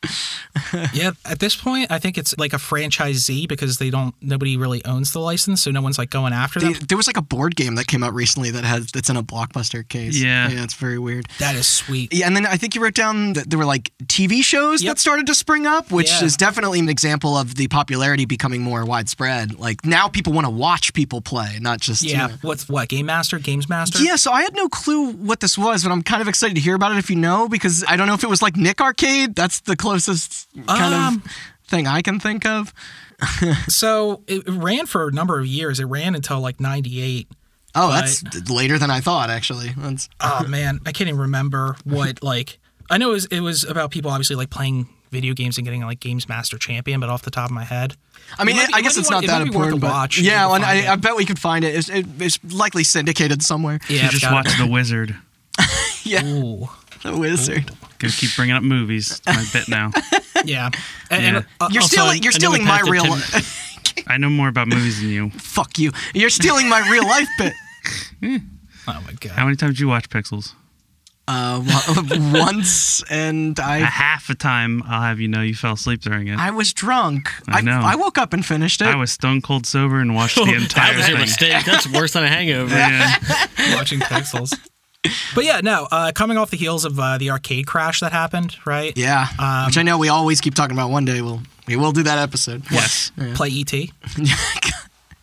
[SPEAKER 5] Yeah. At this point, I think it's like a franchisee because they don't. Nobody really owns the license, so no one's like going after
[SPEAKER 2] The-
[SPEAKER 5] them.
[SPEAKER 2] there was like a board game that came out recently that has that's in a blockbuster case.
[SPEAKER 4] Yeah.
[SPEAKER 2] yeah, it's very weird.
[SPEAKER 5] That is sweet.
[SPEAKER 2] Yeah, and then I think you wrote down that there were like TV shows
[SPEAKER 5] Yep.
[SPEAKER 2] that started to spring up, which
[SPEAKER 5] Yeah.
[SPEAKER 2] is definitely an example of the popularity becoming more widespread. Like now people want to watch people play, not just you
[SPEAKER 5] Yeah.
[SPEAKER 2] know.
[SPEAKER 5] What's what? Game Master, Games Master.
[SPEAKER 2] Yeah, so I had no clue what this was, but I'm kind of excited to hear about it if you know, because I don't know if it was like Nick Arcade. That's the closest kind
[SPEAKER 5] Um,
[SPEAKER 2] of thing I can think of.
[SPEAKER 5] So it it ran for a number of years. It ran until like '98.
[SPEAKER 2] Oh, that's later than I thought, actually. That's,
[SPEAKER 5] oh man, I can't even remember what like I know it was, it was about people obviously like playing video games and getting like Games Master Champion, but off the top of my head,
[SPEAKER 2] I mean,
[SPEAKER 5] might be-
[SPEAKER 2] I
[SPEAKER 5] it
[SPEAKER 2] guess
[SPEAKER 5] might
[SPEAKER 2] it's
[SPEAKER 5] be
[SPEAKER 2] not
[SPEAKER 5] worth- it might
[SPEAKER 2] that
[SPEAKER 5] be worth
[SPEAKER 2] important.
[SPEAKER 5] a
[SPEAKER 2] but-
[SPEAKER 5] watch if you
[SPEAKER 2] yeah,
[SPEAKER 5] can
[SPEAKER 2] and
[SPEAKER 5] find
[SPEAKER 2] I, I
[SPEAKER 5] it.
[SPEAKER 2] bet we could find it. It's, it, it's likely syndicated somewhere.
[SPEAKER 5] yeah,
[SPEAKER 4] You just
[SPEAKER 5] got it.
[SPEAKER 4] watch The Wizard.
[SPEAKER 2] Yeah,
[SPEAKER 5] Ooh.
[SPEAKER 2] the wizard.
[SPEAKER 4] Gonna keep bringing up movies. It's my bit now.
[SPEAKER 5] Yeah, and, and, uh,
[SPEAKER 2] You're
[SPEAKER 3] Also,
[SPEAKER 2] stealing. You're
[SPEAKER 3] I know
[SPEAKER 2] stealing
[SPEAKER 3] we
[SPEAKER 2] my
[SPEAKER 3] passed it
[SPEAKER 2] real.
[SPEAKER 3] ten-
[SPEAKER 2] Li-
[SPEAKER 4] I know more about movies than you.
[SPEAKER 2] fuck you. You're stealing my real life bit.
[SPEAKER 5] oh my god.
[SPEAKER 4] How many times did you watch Pixels?
[SPEAKER 2] Uh, wa- once, and
[SPEAKER 4] A
[SPEAKER 2] I.
[SPEAKER 4] half a time, I'll have you know, you fell asleep during it. I,
[SPEAKER 2] I was drunk.
[SPEAKER 4] I know.
[SPEAKER 2] I woke up and finished it.
[SPEAKER 4] was stone cold sober and watched the
[SPEAKER 3] that
[SPEAKER 4] entire
[SPEAKER 3] was your
[SPEAKER 4] thing.
[SPEAKER 3] mistake. That's worse than a hangover.
[SPEAKER 4] Yeah.
[SPEAKER 5] watching pixels. But yeah, no. Uh, coming off the heels of uh, the arcade crash that happened, right?
[SPEAKER 2] yeah,
[SPEAKER 5] Um,
[SPEAKER 2] which I know we always keep talking about. One day we'll we will do that episode.
[SPEAKER 4] Yes.
[SPEAKER 5] Play ET.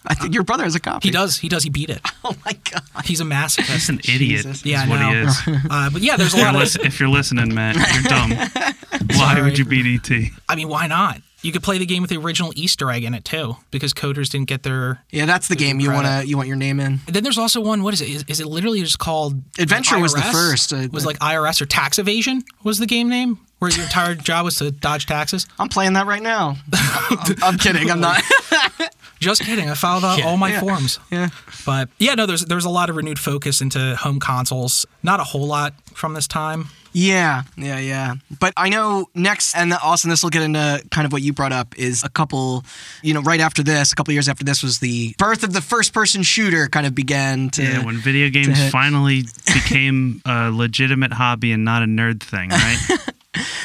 [SPEAKER 2] I think your brother has a copy.
[SPEAKER 5] He does. He does. He beat it.
[SPEAKER 2] Oh my god.
[SPEAKER 5] He's a
[SPEAKER 4] He's
[SPEAKER 5] masochist.
[SPEAKER 4] an idiot.
[SPEAKER 2] Jesus.
[SPEAKER 5] Yeah,
[SPEAKER 4] is
[SPEAKER 5] I
[SPEAKER 4] what he
[SPEAKER 5] know.
[SPEAKER 4] is.
[SPEAKER 5] Uh, but yeah, there's a
[SPEAKER 4] If you're,
[SPEAKER 5] lot of.
[SPEAKER 4] listen- if you're listening, Matt, you're dumb. Why
[SPEAKER 5] Sorry.
[SPEAKER 4] would you beat ET?
[SPEAKER 5] I mean, why not? You could play the game with the original Easter egg in it too, because coders didn't get their.
[SPEAKER 2] Yeah, that's the game you
[SPEAKER 5] credit.
[SPEAKER 2] wanna you want your name in.
[SPEAKER 5] Then there's also one. What is it? Is, is it literally just called
[SPEAKER 2] Adventure was the
[SPEAKER 5] IRS?
[SPEAKER 2] first, uh,
[SPEAKER 5] was like IRS or tax evasion was the game name, where your entire job was to dodge taxes.
[SPEAKER 2] I'm playing that right now. I'm, I'm kidding. I'm not.
[SPEAKER 5] Just kidding. I filed out all my
[SPEAKER 2] Yeah.
[SPEAKER 5] forms.
[SPEAKER 2] yeah.
[SPEAKER 5] But yeah, no, there's there's a lot of renewed focus into home consoles. Not a whole lot from this time.
[SPEAKER 2] Yeah, yeah, yeah. But I know next, and Austin, this will get into kind of what you brought up is a couple, you know, right after this, a couple years after this was the birth of the first person shooter kind of began to.
[SPEAKER 4] Yeah, when video games finally became a legitimate hobby and not a nerd thing, right?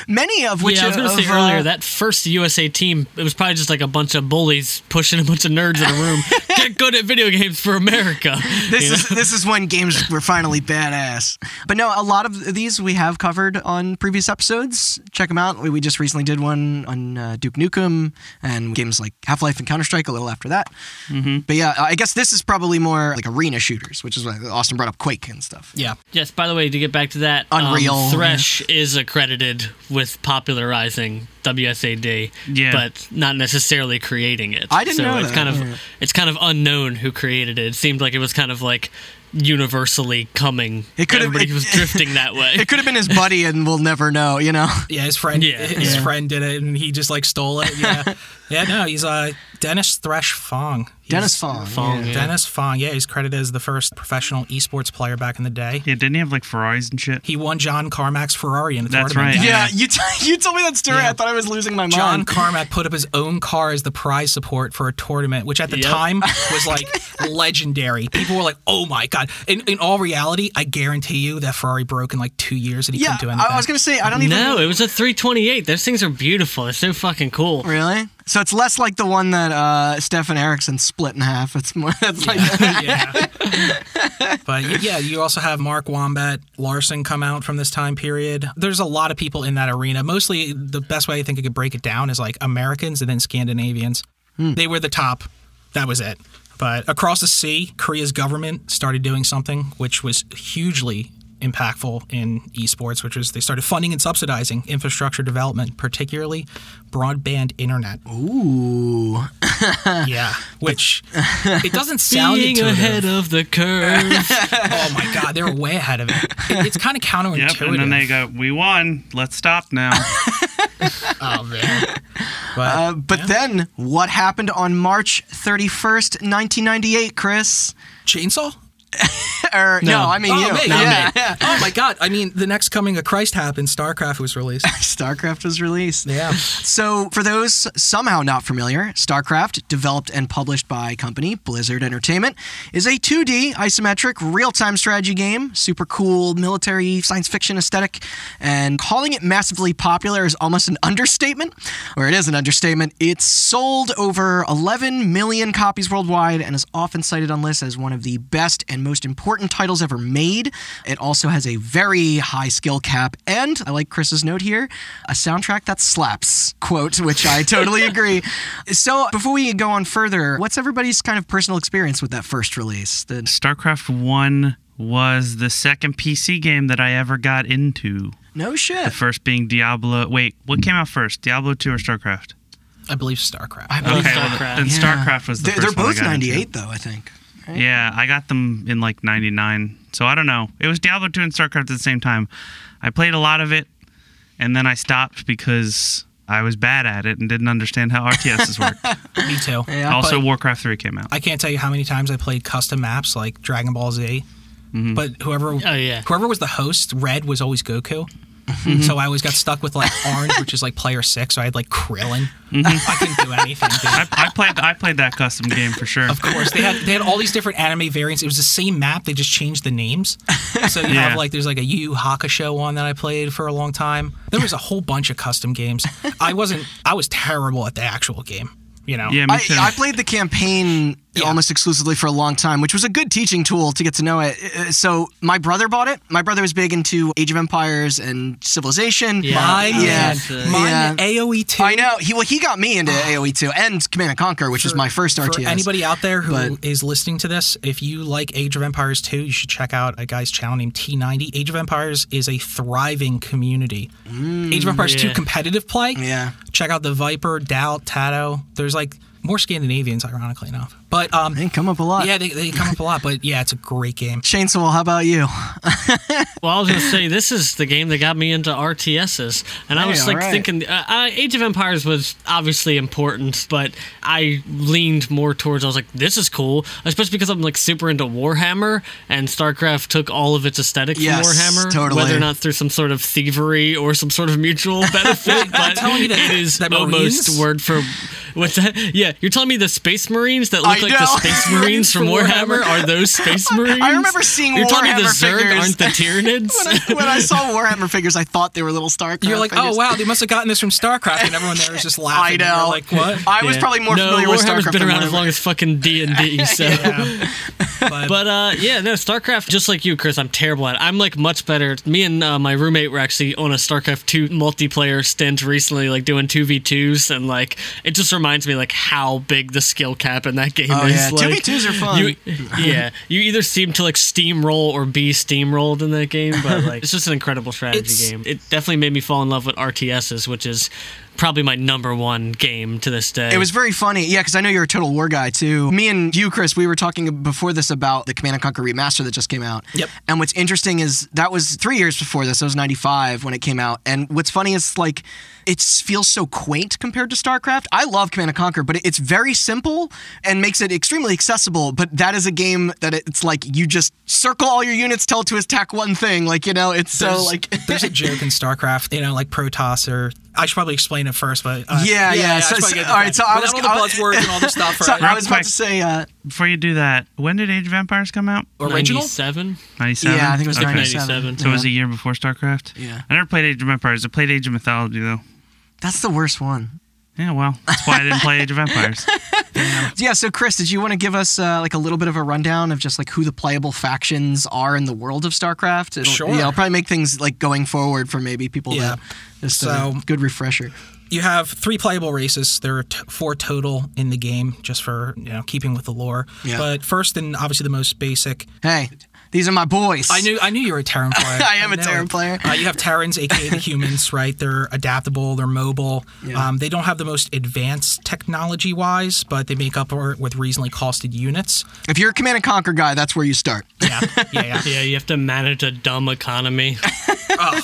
[SPEAKER 2] many of which
[SPEAKER 3] yeah, I was going
[SPEAKER 2] of,
[SPEAKER 3] to say
[SPEAKER 2] uh,
[SPEAKER 3] earlier that first USA team, it was probably just like a bunch of bullies pushing a bunch of nerds in a room. Get good at video games for America.
[SPEAKER 2] This is this is when games were finally badass. But no, a lot of these we have covered on previous episodes. Check them out. We, we just recently did one on uh, Duke Nukem and games like Half Life and Counter Strike a little after that. But yeah, I guess this is probably more like arena shooters, which is why Austin brought up Quake and stuff.
[SPEAKER 5] Yeah.
[SPEAKER 3] Yes, by the way, to get back to that, um,
[SPEAKER 2] Unreal,
[SPEAKER 3] Thresh is accredited with popularizing WSAD,
[SPEAKER 4] Yeah.
[SPEAKER 3] but not necessarily creating it.
[SPEAKER 2] I didn't
[SPEAKER 3] so
[SPEAKER 2] know
[SPEAKER 3] it's
[SPEAKER 2] that,
[SPEAKER 3] kind of
[SPEAKER 2] yeah.
[SPEAKER 3] it's kind of unknown who created it. It seemed like it was kind of like universally coming.
[SPEAKER 2] It could have-
[SPEAKER 3] everybody
[SPEAKER 2] it-
[SPEAKER 3] was drifting that way.
[SPEAKER 2] It could have been his buddy, and we'll never know. You know.
[SPEAKER 5] Yeah, his friend.
[SPEAKER 3] Yeah.
[SPEAKER 5] his friend did it, and he just like stole it. Yeah, yeah. No, he's uh Dennis Thresh Fong. He's-
[SPEAKER 2] Dennis Fong.
[SPEAKER 3] Fong, yeah.
[SPEAKER 5] Dennis Fong. Yeah, he's credited as the first professional esports player back in the day.
[SPEAKER 4] Yeah, didn't he have like Ferraris and shit?
[SPEAKER 5] He won John Carmack's Ferrari in the
[SPEAKER 4] That's
[SPEAKER 5] tournament.
[SPEAKER 4] right.
[SPEAKER 2] Yeah, you t- you told me that story. I thought I was losing my
[SPEAKER 5] John
[SPEAKER 2] mind.
[SPEAKER 5] Carmack put up his own car as the prize support for a tournament, which at the
[SPEAKER 3] Yep.
[SPEAKER 5] time was like legendary. People were like, "Oh my god!" In, in all reality, I guarantee you that Ferrari broke in like two years, and he
[SPEAKER 2] Yeah,
[SPEAKER 5] couldn't do anything.
[SPEAKER 2] I was gonna say I don't even.
[SPEAKER 3] no, it was a 328. Those things are beautiful. They're so fucking cool.
[SPEAKER 2] Really? So it's less like the one that uh, Stefan Erickson split in half. It's more. It's like
[SPEAKER 5] yeah. but y- yeah, you also have Mark Wombat, Larson come out from this time period. There's a lot of people in that arena. Mostly, the best way I think I could break it down is like Americans and then Scandinavians. They were the top. That was it. But across the sea, Korea's government started doing something which was hugely impactful in esports, which was they started funding and subsidizing infrastructure development, particularly broadband internet.
[SPEAKER 2] ooh.
[SPEAKER 5] Yeah, which it doesn't sound
[SPEAKER 3] Being
[SPEAKER 5] intuitive.
[SPEAKER 3] ahead of the curve.
[SPEAKER 5] oh my god, they're way ahead of it. It- it's kind of
[SPEAKER 4] Yep,
[SPEAKER 5] counterintuitive.
[SPEAKER 4] and then they go, "We won. Let's stop now."
[SPEAKER 5] oh man. But
[SPEAKER 2] Uh, but then what happened on March 31st, 1998, Chris?
[SPEAKER 5] chainsaw?
[SPEAKER 2] Or no, I mean
[SPEAKER 5] oh,
[SPEAKER 2] you.
[SPEAKER 5] man,
[SPEAKER 2] yeah.
[SPEAKER 5] yeah. oh my god! I mean, the next coming of Christ happened. StarCraft was released.
[SPEAKER 2] StarCraft was released.
[SPEAKER 5] Yeah.
[SPEAKER 2] So, for those somehow not familiar, StarCraft, developed and published by company Blizzard Entertainment, is a 2D isometric real time strategy game, super cool military science fiction aesthetic, and calling it massively popular is almost an understatement, or it is an understatement. It's sold over 11 million copies worldwide and is often cited on lists as one of the best and most important titles ever made. It also has a very high skill cap, and I like Chris's note here a soundtrack that slaps, quote, which I totally agree. So before we go on further, what's everybody's kind of personal experience with that first release? The-
[SPEAKER 4] StarCraft One was the second PC game that I ever got into.
[SPEAKER 2] no shit.
[SPEAKER 4] First being Diablo. Wait, what came out first, Diablo Two or StarCraft?
[SPEAKER 5] I believe StarCraft.
[SPEAKER 4] Okay,
[SPEAKER 3] StarCraft.
[SPEAKER 4] Well, then StarCraft was the
[SPEAKER 2] They- They're
[SPEAKER 4] first one I
[SPEAKER 2] both
[SPEAKER 4] got into.
[SPEAKER 2] 98, though, I think.
[SPEAKER 4] Yeah, I got them in like '99. So I don't know. It was Diablo 2 and StarCraft at the same time. I played a lot of it, and then I stopped because I was bad at it and didn't understand how RTSs work.
[SPEAKER 5] Me too.
[SPEAKER 2] Yeah.
[SPEAKER 4] also,
[SPEAKER 5] but-
[SPEAKER 4] Warcraft 3 came out.
[SPEAKER 5] I can't tell you how many times I played custom maps like Dragon Ball Z.
[SPEAKER 4] Mm-hmm.
[SPEAKER 5] But whoever,
[SPEAKER 2] Oh,
[SPEAKER 3] yeah.
[SPEAKER 5] whoever was the host, red was always Goku.
[SPEAKER 2] Mm-hmm.
[SPEAKER 5] So I always got stuck with like orange, which is like player six. So I had like Krillin.
[SPEAKER 4] Mm-hmm.
[SPEAKER 5] I couldn't do anything. Dude.
[SPEAKER 4] I, I played. I played that custom game for sure.
[SPEAKER 5] Of course, they had they had all these different anime variants. It was the same map. They just changed the names. So you
[SPEAKER 4] Yeah.
[SPEAKER 5] have like there's like a Yu Yu Hakusho one that I played for a long time. There was a whole bunch of custom games. I wasn't. I was terrible at the actual game. You know.
[SPEAKER 4] Yeah, me
[SPEAKER 2] I,
[SPEAKER 4] too.
[SPEAKER 2] I played the campaign almost exclusively for a long time, which was a good teaching tool to get to know it. Uh, So my brother bought it. My brother was big into Age of Empires and Civilization.
[SPEAKER 3] Yeah.
[SPEAKER 5] Mine,
[SPEAKER 2] Yeah.
[SPEAKER 5] yeah. mine
[SPEAKER 2] Yeah.
[SPEAKER 5] AOE E two.
[SPEAKER 2] I know. He well, he got me into AOE two and Command and Conquer, which was my first
[SPEAKER 5] For
[SPEAKER 2] RTS.
[SPEAKER 5] anybody out there who is listening to this, if you like Age of Empires 2, you should check out a guy's channel named T90. Age of Empires is a thriving community. Age of Empires 2
[SPEAKER 3] Yeah.
[SPEAKER 5] competitive play.
[SPEAKER 2] Mm, Yeah.
[SPEAKER 5] Check out the Viper, Doubt, Tato. There's like more Scandinavians, ironically enough. But um,
[SPEAKER 2] They come up a lot.
[SPEAKER 5] yeah, they, they come up a lot. But yeah, it's a great game.
[SPEAKER 2] Chainsaw, how about you?
[SPEAKER 3] Well, I was gonna say this is the game that got me into RTSs, and I
[SPEAKER 2] Hey,
[SPEAKER 3] was like
[SPEAKER 2] alright.
[SPEAKER 3] thinking uh, uh, Age of Empires was obviously important, but I leaned more towards I was like, this is cool, especially because I'm like super into Warhammer, and StarCraft took all of its aesthetic from
[SPEAKER 2] Yes,
[SPEAKER 3] Warhammer,
[SPEAKER 2] totally.
[SPEAKER 3] whether or not through some sort of thievery or some sort of mutual benefit, but
[SPEAKER 5] telling me that-
[SPEAKER 3] it is
[SPEAKER 5] that
[SPEAKER 3] almost
[SPEAKER 5] Marines?
[SPEAKER 3] word for what's that? Yeah, you're telling me the Space Marines that
[SPEAKER 2] I
[SPEAKER 3] look like the
[SPEAKER 2] know.
[SPEAKER 3] Space Marines from
[SPEAKER 5] From
[SPEAKER 3] Warhammer
[SPEAKER 5] Warhammer.
[SPEAKER 3] are those Space Marines?
[SPEAKER 2] remember seeing
[SPEAKER 3] you're telling me the
[SPEAKER 2] Warhammer
[SPEAKER 3] Zerg
[SPEAKER 2] figures.
[SPEAKER 3] aren't the Tyranids.
[SPEAKER 2] when, I, when I saw Warhammer figures, I thought they were little StarCraft.
[SPEAKER 5] You're like,
[SPEAKER 2] figures.
[SPEAKER 5] oh wow, they must have gotten this from StarCraft, and everyone there is just
[SPEAKER 2] I
[SPEAKER 5] laughing. And
[SPEAKER 2] know.
[SPEAKER 5] they're Like what?
[SPEAKER 2] I was
[SPEAKER 3] Yeah.
[SPEAKER 2] probably more
[SPEAKER 3] no,
[SPEAKER 2] familiar with
[SPEAKER 3] Warhammer's
[SPEAKER 2] StarCraft
[SPEAKER 3] been
[SPEAKER 2] than
[SPEAKER 3] around as
[SPEAKER 2] Warhammer.
[SPEAKER 3] long as fucking D and D. So,
[SPEAKER 5] But,
[SPEAKER 3] but uh, yeah, no, StarCraft. Just like you, Chris, I'm terrible at. it. I'm like much better. Me and uh, my roommate were actually on a StarCraft two multiplayer stint recently, like doing two v twos, and like it just reminds me like how big the skill cap in that game
[SPEAKER 2] Oh,
[SPEAKER 3] is.
[SPEAKER 2] yeah.
[SPEAKER 3] Like,
[SPEAKER 2] 2v2s are fun.
[SPEAKER 3] You, yeah, you either seem to like steamroll or be steamrolled in that game, but like it's just an incredible strategy
[SPEAKER 5] It's-
[SPEAKER 3] game. It definitely made me fall in love with RTSs, which is probably my number one game to this day.
[SPEAKER 2] It was very funny, yeah, because I know you're a total war guy too. Me and you, Chris, we were talking before this about the Command and Conquer remaster that just came out.
[SPEAKER 5] Yep.
[SPEAKER 2] And what's interesting is that was three years before this. It was '95 when it came out. And what's funny is like it feels so quaint compared to StarCraft. I love Command and Conquer, but it's very simple and makes it extremely accessible. But that is a game that it's like you just circle all your units, tell it to attack one thing. Like you know, it's so
[SPEAKER 5] there's,
[SPEAKER 2] like
[SPEAKER 5] there's a joke in StarCraft, you know, like Protoss or I should probably explain it first, but uh,
[SPEAKER 2] Yeah, yeah,
[SPEAKER 5] I
[SPEAKER 2] so-
[SPEAKER 5] should probably
[SPEAKER 2] so-
[SPEAKER 5] get to
[SPEAKER 2] all right,
[SPEAKER 5] that.
[SPEAKER 2] so I
[SPEAKER 5] Without
[SPEAKER 2] was-
[SPEAKER 5] all
[SPEAKER 2] I was-
[SPEAKER 5] the buzzwords and all the stuff.
[SPEAKER 2] So
[SPEAKER 5] Right?
[SPEAKER 2] I was about
[SPEAKER 4] quick.
[SPEAKER 2] to say, uh,
[SPEAKER 4] Before you do that, when did Age of Empires come out?
[SPEAKER 5] original.
[SPEAKER 3] 97?
[SPEAKER 4] 97?
[SPEAKER 2] yeah, I think it was
[SPEAKER 3] Okay.
[SPEAKER 2] 97.
[SPEAKER 3] 97.
[SPEAKER 4] So it was
[SPEAKER 2] Yeah.
[SPEAKER 4] a year before StarCraft?
[SPEAKER 2] Yeah.
[SPEAKER 4] I never played Age of Empires. I played Age of Mythology, though.
[SPEAKER 2] That's the worst one.
[SPEAKER 4] Yeah, well, that's why I didn't play Age of Empires.
[SPEAKER 2] Yeah, so Chris, did you want to give us uh, like a little bit of a rundown of just like who the playable factions are in the world of StarCraft? It'll,
[SPEAKER 5] Sure.
[SPEAKER 2] Yeah, it'll probably make things like going forward for maybe people.
[SPEAKER 5] Yeah.
[SPEAKER 2] That, just so
[SPEAKER 5] So-
[SPEAKER 2] good refresher.
[SPEAKER 5] You have three playable races. There are t- four total in the game, just for you know keeping with the lore.
[SPEAKER 2] Yeah.
[SPEAKER 5] But first and obviously the most basic.
[SPEAKER 2] Hey, these are my boys.
[SPEAKER 5] I knew I knew you were a Terran player.
[SPEAKER 2] I am a
[SPEAKER 5] know
[SPEAKER 2] Terran
[SPEAKER 5] it.
[SPEAKER 2] player.
[SPEAKER 5] Uh, you have Terrans, aka the humans, right? They're adaptable. They're mobile. Um, they don't have the most advanced technology wise, but they make up for it with reasonably costed units.
[SPEAKER 2] If you're a Command and Conquer guy, that's where you start.
[SPEAKER 5] Yeah, yeah, yeah.
[SPEAKER 3] Yeah, you have to manage a dumb economy.
[SPEAKER 5] Oh,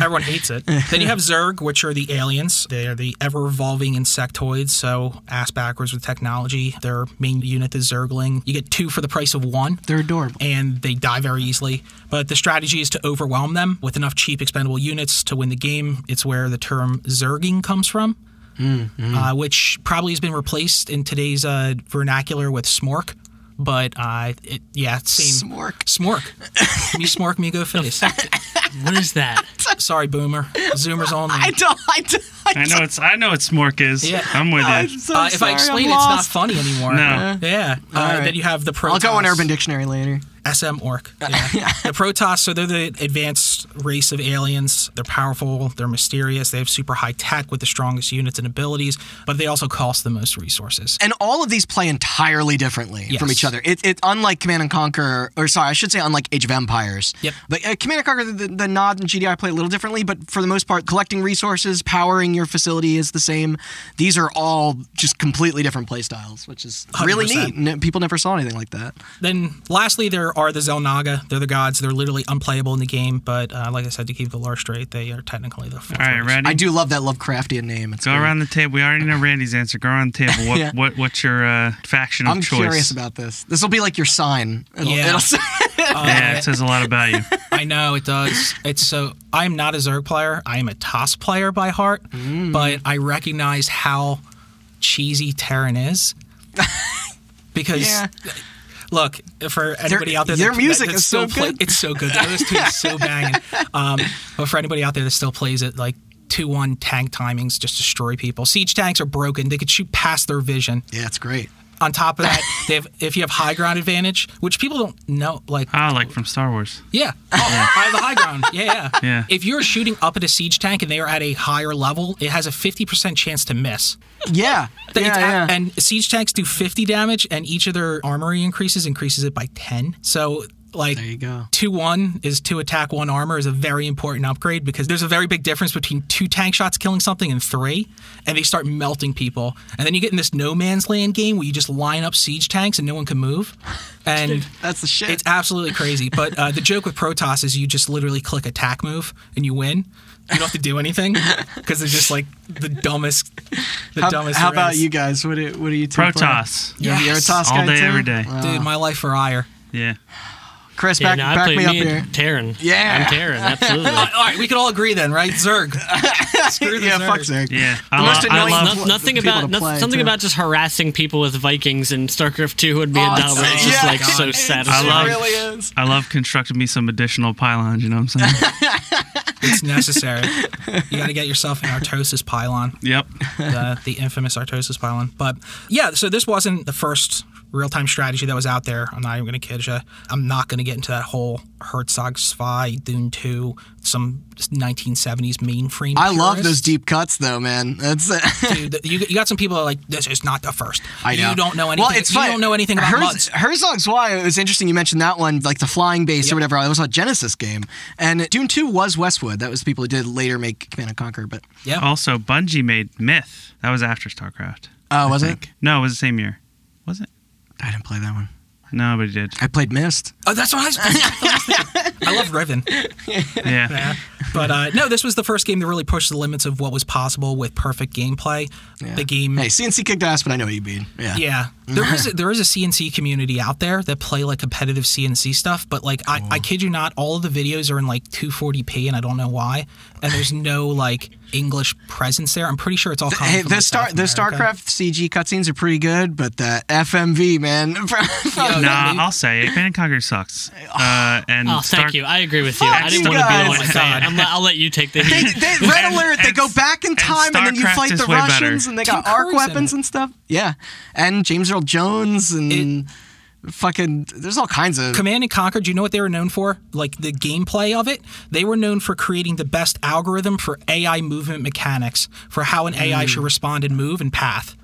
[SPEAKER 5] everyone hates it. Then you have Zerg, which are the aliens. They are the ever evolving insectoids, so ass backwards with technology. Their main unit is Zergling. You get two for the price of one.
[SPEAKER 2] They're adorable.
[SPEAKER 5] And they die very easily. But the strategy is to overwhelm them with enough cheap, expendable units to win the game. It's where the term Zerging comes from, uh, which probably has been replaced in today's uh, vernacular with Smork. But uh, it, yeah, same.
[SPEAKER 2] Smork.
[SPEAKER 5] Smork. me smork, me go face.
[SPEAKER 3] what is that?
[SPEAKER 5] Sorry, Boomer. Zoomers only.
[SPEAKER 2] I don't. I don't. I
[SPEAKER 4] I know it's I know it's Smork is.
[SPEAKER 5] Yeah.
[SPEAKER 4] I'm with
[SPEAKER 2] am
[SPEAKER 4] you.
[SPEAKER 2] so
[SPEAKER 5] uh, if
[SPEAKER 2] sorry,
[SPEAKER 5] I explain it,
[SPEAKER 2] I'm
[SPEAKER 5] it's not
[SPEAKER 2] lost.
[SPEAKER 5] funny anymore.
[SPEAKER 4] No.
[SPEAKER 5] Yeah. Uh,
[SPEAKER 2] right.
[SPEAKER 5] Then you have the Protoss.
[SPEAKER 2] I'll go on Urban Dictionary later.
[SPEAKER 5] SM Orc. Yeah. the Protoss, so they're the advanced race of aliens. They're powerful, they're mysterious, they have super high tech with the strongest units and abilities, but they also cost the most resources.
[SPEAKER 2] and all of these play entirely differently from
[SPEAKER 5] Yes.
[SPEAKER 2] each other. It, it unlike Command and Conquer, or sorry, I should say unlike Age of Empires.
[SPEAKER 5] Yep.
[SPEAKER 2] But uh, Command and Conquer, the, the Nod and GDI play a little differently, but for the most part, collecting resources, powering your facility is the same. These are all just completely different play styles, which is really
[SPEAKER 5] 100%.
[SPEAKER 2] neat. N- people never saw anything like that.
[SPEAKER 5] Then, lastly, there are the Zelnaga. They're the gods. They're literally unplayable in the game, but uh, like I said, to keep the lore straight, they are technically the fourth
[SPEAKER 4] All right,
[SPEAKER 5] race.
[SPEAKER 4] ready?
[SPEAKER 2] I do love that Lovecraftian name. It's
[SPEAKER 4] Go
[SPEAKER 2] great.
[SPEAKER 4] around the table. We already know Randy's answer. Go around the table. What,
[SPEAKER 2] Yeah.
[SPEAKER 4] what what's your uh, faction of
[SPEAKER 2] I'm
[SPEAKER 4] choice?
[SPEAKER 2] curious about this. This will be like your sign. It'll,
[SPEAKER 5] Yeah.
[SPEAKER 2] it'll say-
[SPEAKER 4] yeah, it says a lot about you.
[SPEAKER 5] I know it does. It's so I'm not a Zerg player. I am a Toss player by heart,
[SPEAKER 2] Mm.
[SPEAKER 5] but I recognize how cheesy Terran is because.
[SPEAKER 2] Yeah.
[SPEAKER 5] Look for anybody out there.
[SPEAKER 2] their
[SPEAKER 5] that,
[SPEAKER 2] music
[SPEAKER 5] that,
[SPEAKER 2] is
[SPEAKER 5] still
[SPEAKER 2] so
[SPEAKER 5] play-
[SPEAKER 2] good.
[SPEAKER 5] it's so good. Those two is so banging. Um, but for anybody out there that still plays it, like two one tank timings just destroy people. Siege tanks are broken. They could shoot past their vision.
[SPEAKER 2] yeah, it's great.
[SPEAKER 5] On top of that, they have if you have high ground advantage, which people don't know, like
[SPEAKER 4] Ah, like from Star Wars.
[SPEAKER 5] yeah, oh, I have the high ground. Yeah, yeah,
[SPEAKER 4] Yeah.
[SPEAKER 5] If you're shooting up at a siege tank and they are at a higher level, it has a fifty percent chance to miss.
[SPEAKER 2] Yeah.
[SPEAKER 5] It's
[SPEAKER 2] yeah,
[SPEAKER 5] a-
[SPEAKER 2] yeah.
[SPEAKER 5] And siege tanks do 50 damage, and each of their armory increases increases it by 10. So, like,
[SPEAKER 2] there you go.
[SPEAKER 5] two one is two attack, one armor is a very important upgrade because there's a very big difference between two tank shots killing something and three, and they start melting people. And then you get in this no man's land game where you just line up siege tanks and no one can move. And.
[SPEAKER 2] That's the shit.
[SPEAKER 5] It's absolutely crazy, but uh, the joke with Protoss is you just literally click attack move and you win. You don't have to do anything because they're just like the dumbest, the
[SPEAKER 2] how
[SPEAKER 5] dumbest.
[SPEAKER 2] how
[SPEAKER 5] there
[SPEAKER 2] about
[SPEAKER 5] is.
[SPEAKER 2] you guys? What do, what do you two play?
[SPEAKER 4] Protoss.
[SPEAKER 2] You're the
[SPEAKER 5] Yes.
[SPEAKER 2] Airtoss
[SPEAKER 4] All
[SPEAKER 2] guy
[SPEAKER 4] day,
[SPEAKER 2] too?
[SPEAKER 4] every day.
[SPEAKER 2] Wow.
[SPEAKER 5] Dude, my life for ire.
[SPEAKER 4] Yeah.
[SPEAKER 2] Chris,
[SPEAKER 3] Yeah,
[SPEAKER 2] back,
[SPEAKER 3] no, I
[SPEAKER 2] back
[SPEAKER 3] played
[SPEAKER 2] me
[SPEAKER 3] me,
[SPEAKER 2] up here.
[SPEAKER 3] and Taryn.
[SPEAKER 2] Yeah.
[SPEAKER 3] I'm Taryn. Absolutely.
[SPEAKER 5] All right, we can all agree then, right? Zerg. Screw the
[SPEAKER 2] yeah,
[SPEAKER 5] Zerg.
[SPEAKER 2] fuck Zerg.
[SPEAKER 4] Yeah. I
[SPEAKER 2] The most
[SPEAKER 4] love- I
[SPEAKER 2] annoying
[SPEAKER 4] love-
[SPEAKER 3] No-
[SPEAKER 2] pl-
[SPEAKER 3] nothing
[SPEAKER 2] people
[SPEAKER 3] about
[SPEAKER 2] to
[SPEAKER 3] noth-
[SPEAKER 2] play,
[SPEAKER 3] something
[SPEAKER 2] too.
[SPEAKER 3] about just harassing people with Vikings in StarCraft 2 would be
[SPEAKER 2] Oh,
[SPEAKER 3] a dollar. It's just
[SPEAKER 2] yeah.
[SPEAKER 3] like so
[SPEAKER 2] It
[SPEAKER 3] satisfying.
[SPEAKER 4] love-
[SPEAKER 2] It really is.
[SPEAKER 4] I love constructing me some additional pylons, you know what I'm saying?
[SPEAKER 5] It's necessary. You got to get yourself an Artosis pylon,
[SPEAKER 4] yep.
[SPEAKER 5] the, the infamous Artosis pylon. But yeah, so this wasn't the first real time strategy that was out there. I'm not even going to kid you. I'm not going to get into that whole Herzog Spy, Dune 2, some 1970s mainframe.
[SPEAKER 2] I love
[SPEAKER 5] purist.
[SPEAKER 2] those deep cuts, though, man. That's
[SPEAKER 5] Dude, you, you got some people that are like, this is not the first.
[SPEAKER 2] I know.
[SPEAKER 5] You don't know anything.
[SPEAKER 2] Well, it's
[SPEAKER 5] you
[SPEAKER 2] fun.
[SPEAKER 5] don't know anything about
[SPEAKER 2] Herz-
[SPEAKER 5] MUDs.
[SPEAKER 2] Herzog's Why. It was interesting you mentioned that one, like the flying base or
[SPEAKER 5] Yep.
[SPEAKER 2] whatever. I was a Genesis game, and Dune Two was Westwood. That was the people who did later make Command and Conquer, but
[SPEAKER 5] Yeah.
[SPEAKER 4] Also, Bungie made Myth. That was after StarCraft.
[SPEAKER 2] oh, was it?
[SPEAKER 4] No, it was the same year. Was it?
[SPEAKER 2] I didn't play that one.
[SPEAKER 4] No, but he did.
[SPEAKER 2] I played Mist.
[SPEAKER 5] Oh, that's what I was. I love Riven.
[SPEAKER 4] Yeah.
[SPEAKER 5] Yeah. But uh, no, this was the first game that really pushed the limits of what was possible with perfect gameplay. The game.
[SPEAKER 2] Hey, CNC kicked ass, but I know what you mean. Yeah.
[SPEAKER 5] Yeah, there is a, there is a CNC community out there that play like competitive CNC stuff, but like I, I kid you not, all of the videos are in like 240p, and I don't know why. And there's no like English presence there. I'm pretty sure it's all coming
[SPEAKER 2] Hey,
[SPEAKER 5] from
[SPEAKER 2] the
[SPEAKER 5] like,
[SPEAKER 2] Star
[SPEAKER 5] South
[SPEAKER 2] the
[SPEAKER 5] America.
[SPEAKER 2] StarCraft CG cutscenes are pretty good, but the FMV man,
[SPEAKER 5] Yo,
[SPEAKER 4] Nah,
[SPEAKER 5] dude.
[SPEAKER 4] I'll say it. Command and Conquer sucks. Uh, and
[SPEAKER 3] Oh,
[SPEAKER 4] Star-
[SPEAKER 3] thank you. I agree with you.
[SPEAKER 2] Fuck
[SPEAKER 3] I didn't
[SPEAKER 2] you
[SPEAKER 3] want to be the one
[SPEAKER 2] guys.
[SPEAKER 3] to say it. I'm, I'll let you take the
[SPEAKER 2] they,
[SPEAKER 3] heat.
[SPEAKER 2] they, Red
[SPEAKER 4] And-
[SPEAKER 2] Alert, they
[SPEAKER 4] and
[SPEAKER 2] go
[SPEAKER 4] s-
[SPEAKER 2] back in
[SPEAKER 4] and
[SPEAKER 2] time, and, then you
[SPEAKER 4] StarCraft
[SPEAKER 2] fight
[SPEAKER 4] is
[SPEAKER 2] the
[SPEAKER 4] way better.
[SPEAKER 2] Russians, and they got
[SPEAKER 5] Tim
[SPEAKER 2] arc
[SPEAKER 5] Curry's in
[SPEAKER 2] weapons
[SPEAKER 5] it.
[SPEAKER 2] and stuff. Yeah, and James Earl Jones and fucking. There's all kinds of.
[SPEAKER 5] Command and Conquer, do you know what they were known for? Like the gameplay of it? They were known for creating the best algorithm for AI movement mechanics, for how an AI
[SPEAKER 2] Mm.
[SPEAKER 5] should respond and move and path,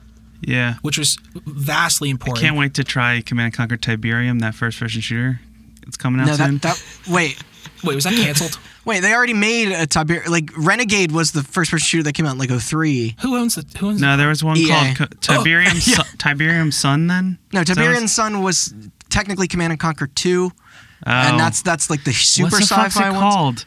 [SPEAKER 4] Yeah.
[SPEAKER 5] which was vastly important.
[SPEAKER 4] Can't wait to try Command and Conquer Tiberium, that first person shooter. It's coming out
[SPEAKER 2] no,
[SPEAKER 4] soon.
[SPEAKER 2] that, that wait.
[SPEAKER 5] Wait, was that canceled?
[SPEAKER 2] Wait, they already made a Tiber like Renegade was the first person shooter that came out in like 03.
[SPEAKER 5] who owns the who owns
[SPEAKER 4] no, there was one
[SPEAKER 2] EA.
[SPEAKER 4] called Co- Tiberium, Su- Tiberium Sun. Then
[SPEAKER 2] Oh, No,
[SPEAKER 4] Is that what
[SPEAKER 2] Tiberian
[SPEAKER 4] it's-
[SPEAKER 2] Sun was technically Command and Conquer 2,
[SPEAKER 4] Oh.
[SPEAKER 2] and that's that's like the super
[SPEAKER 4] What's the
[SPEAKER 2] sci-fi
[SPEAKER 4] fuck's it
[SPEAKER 2] ones.
[SPEAKER 4] called?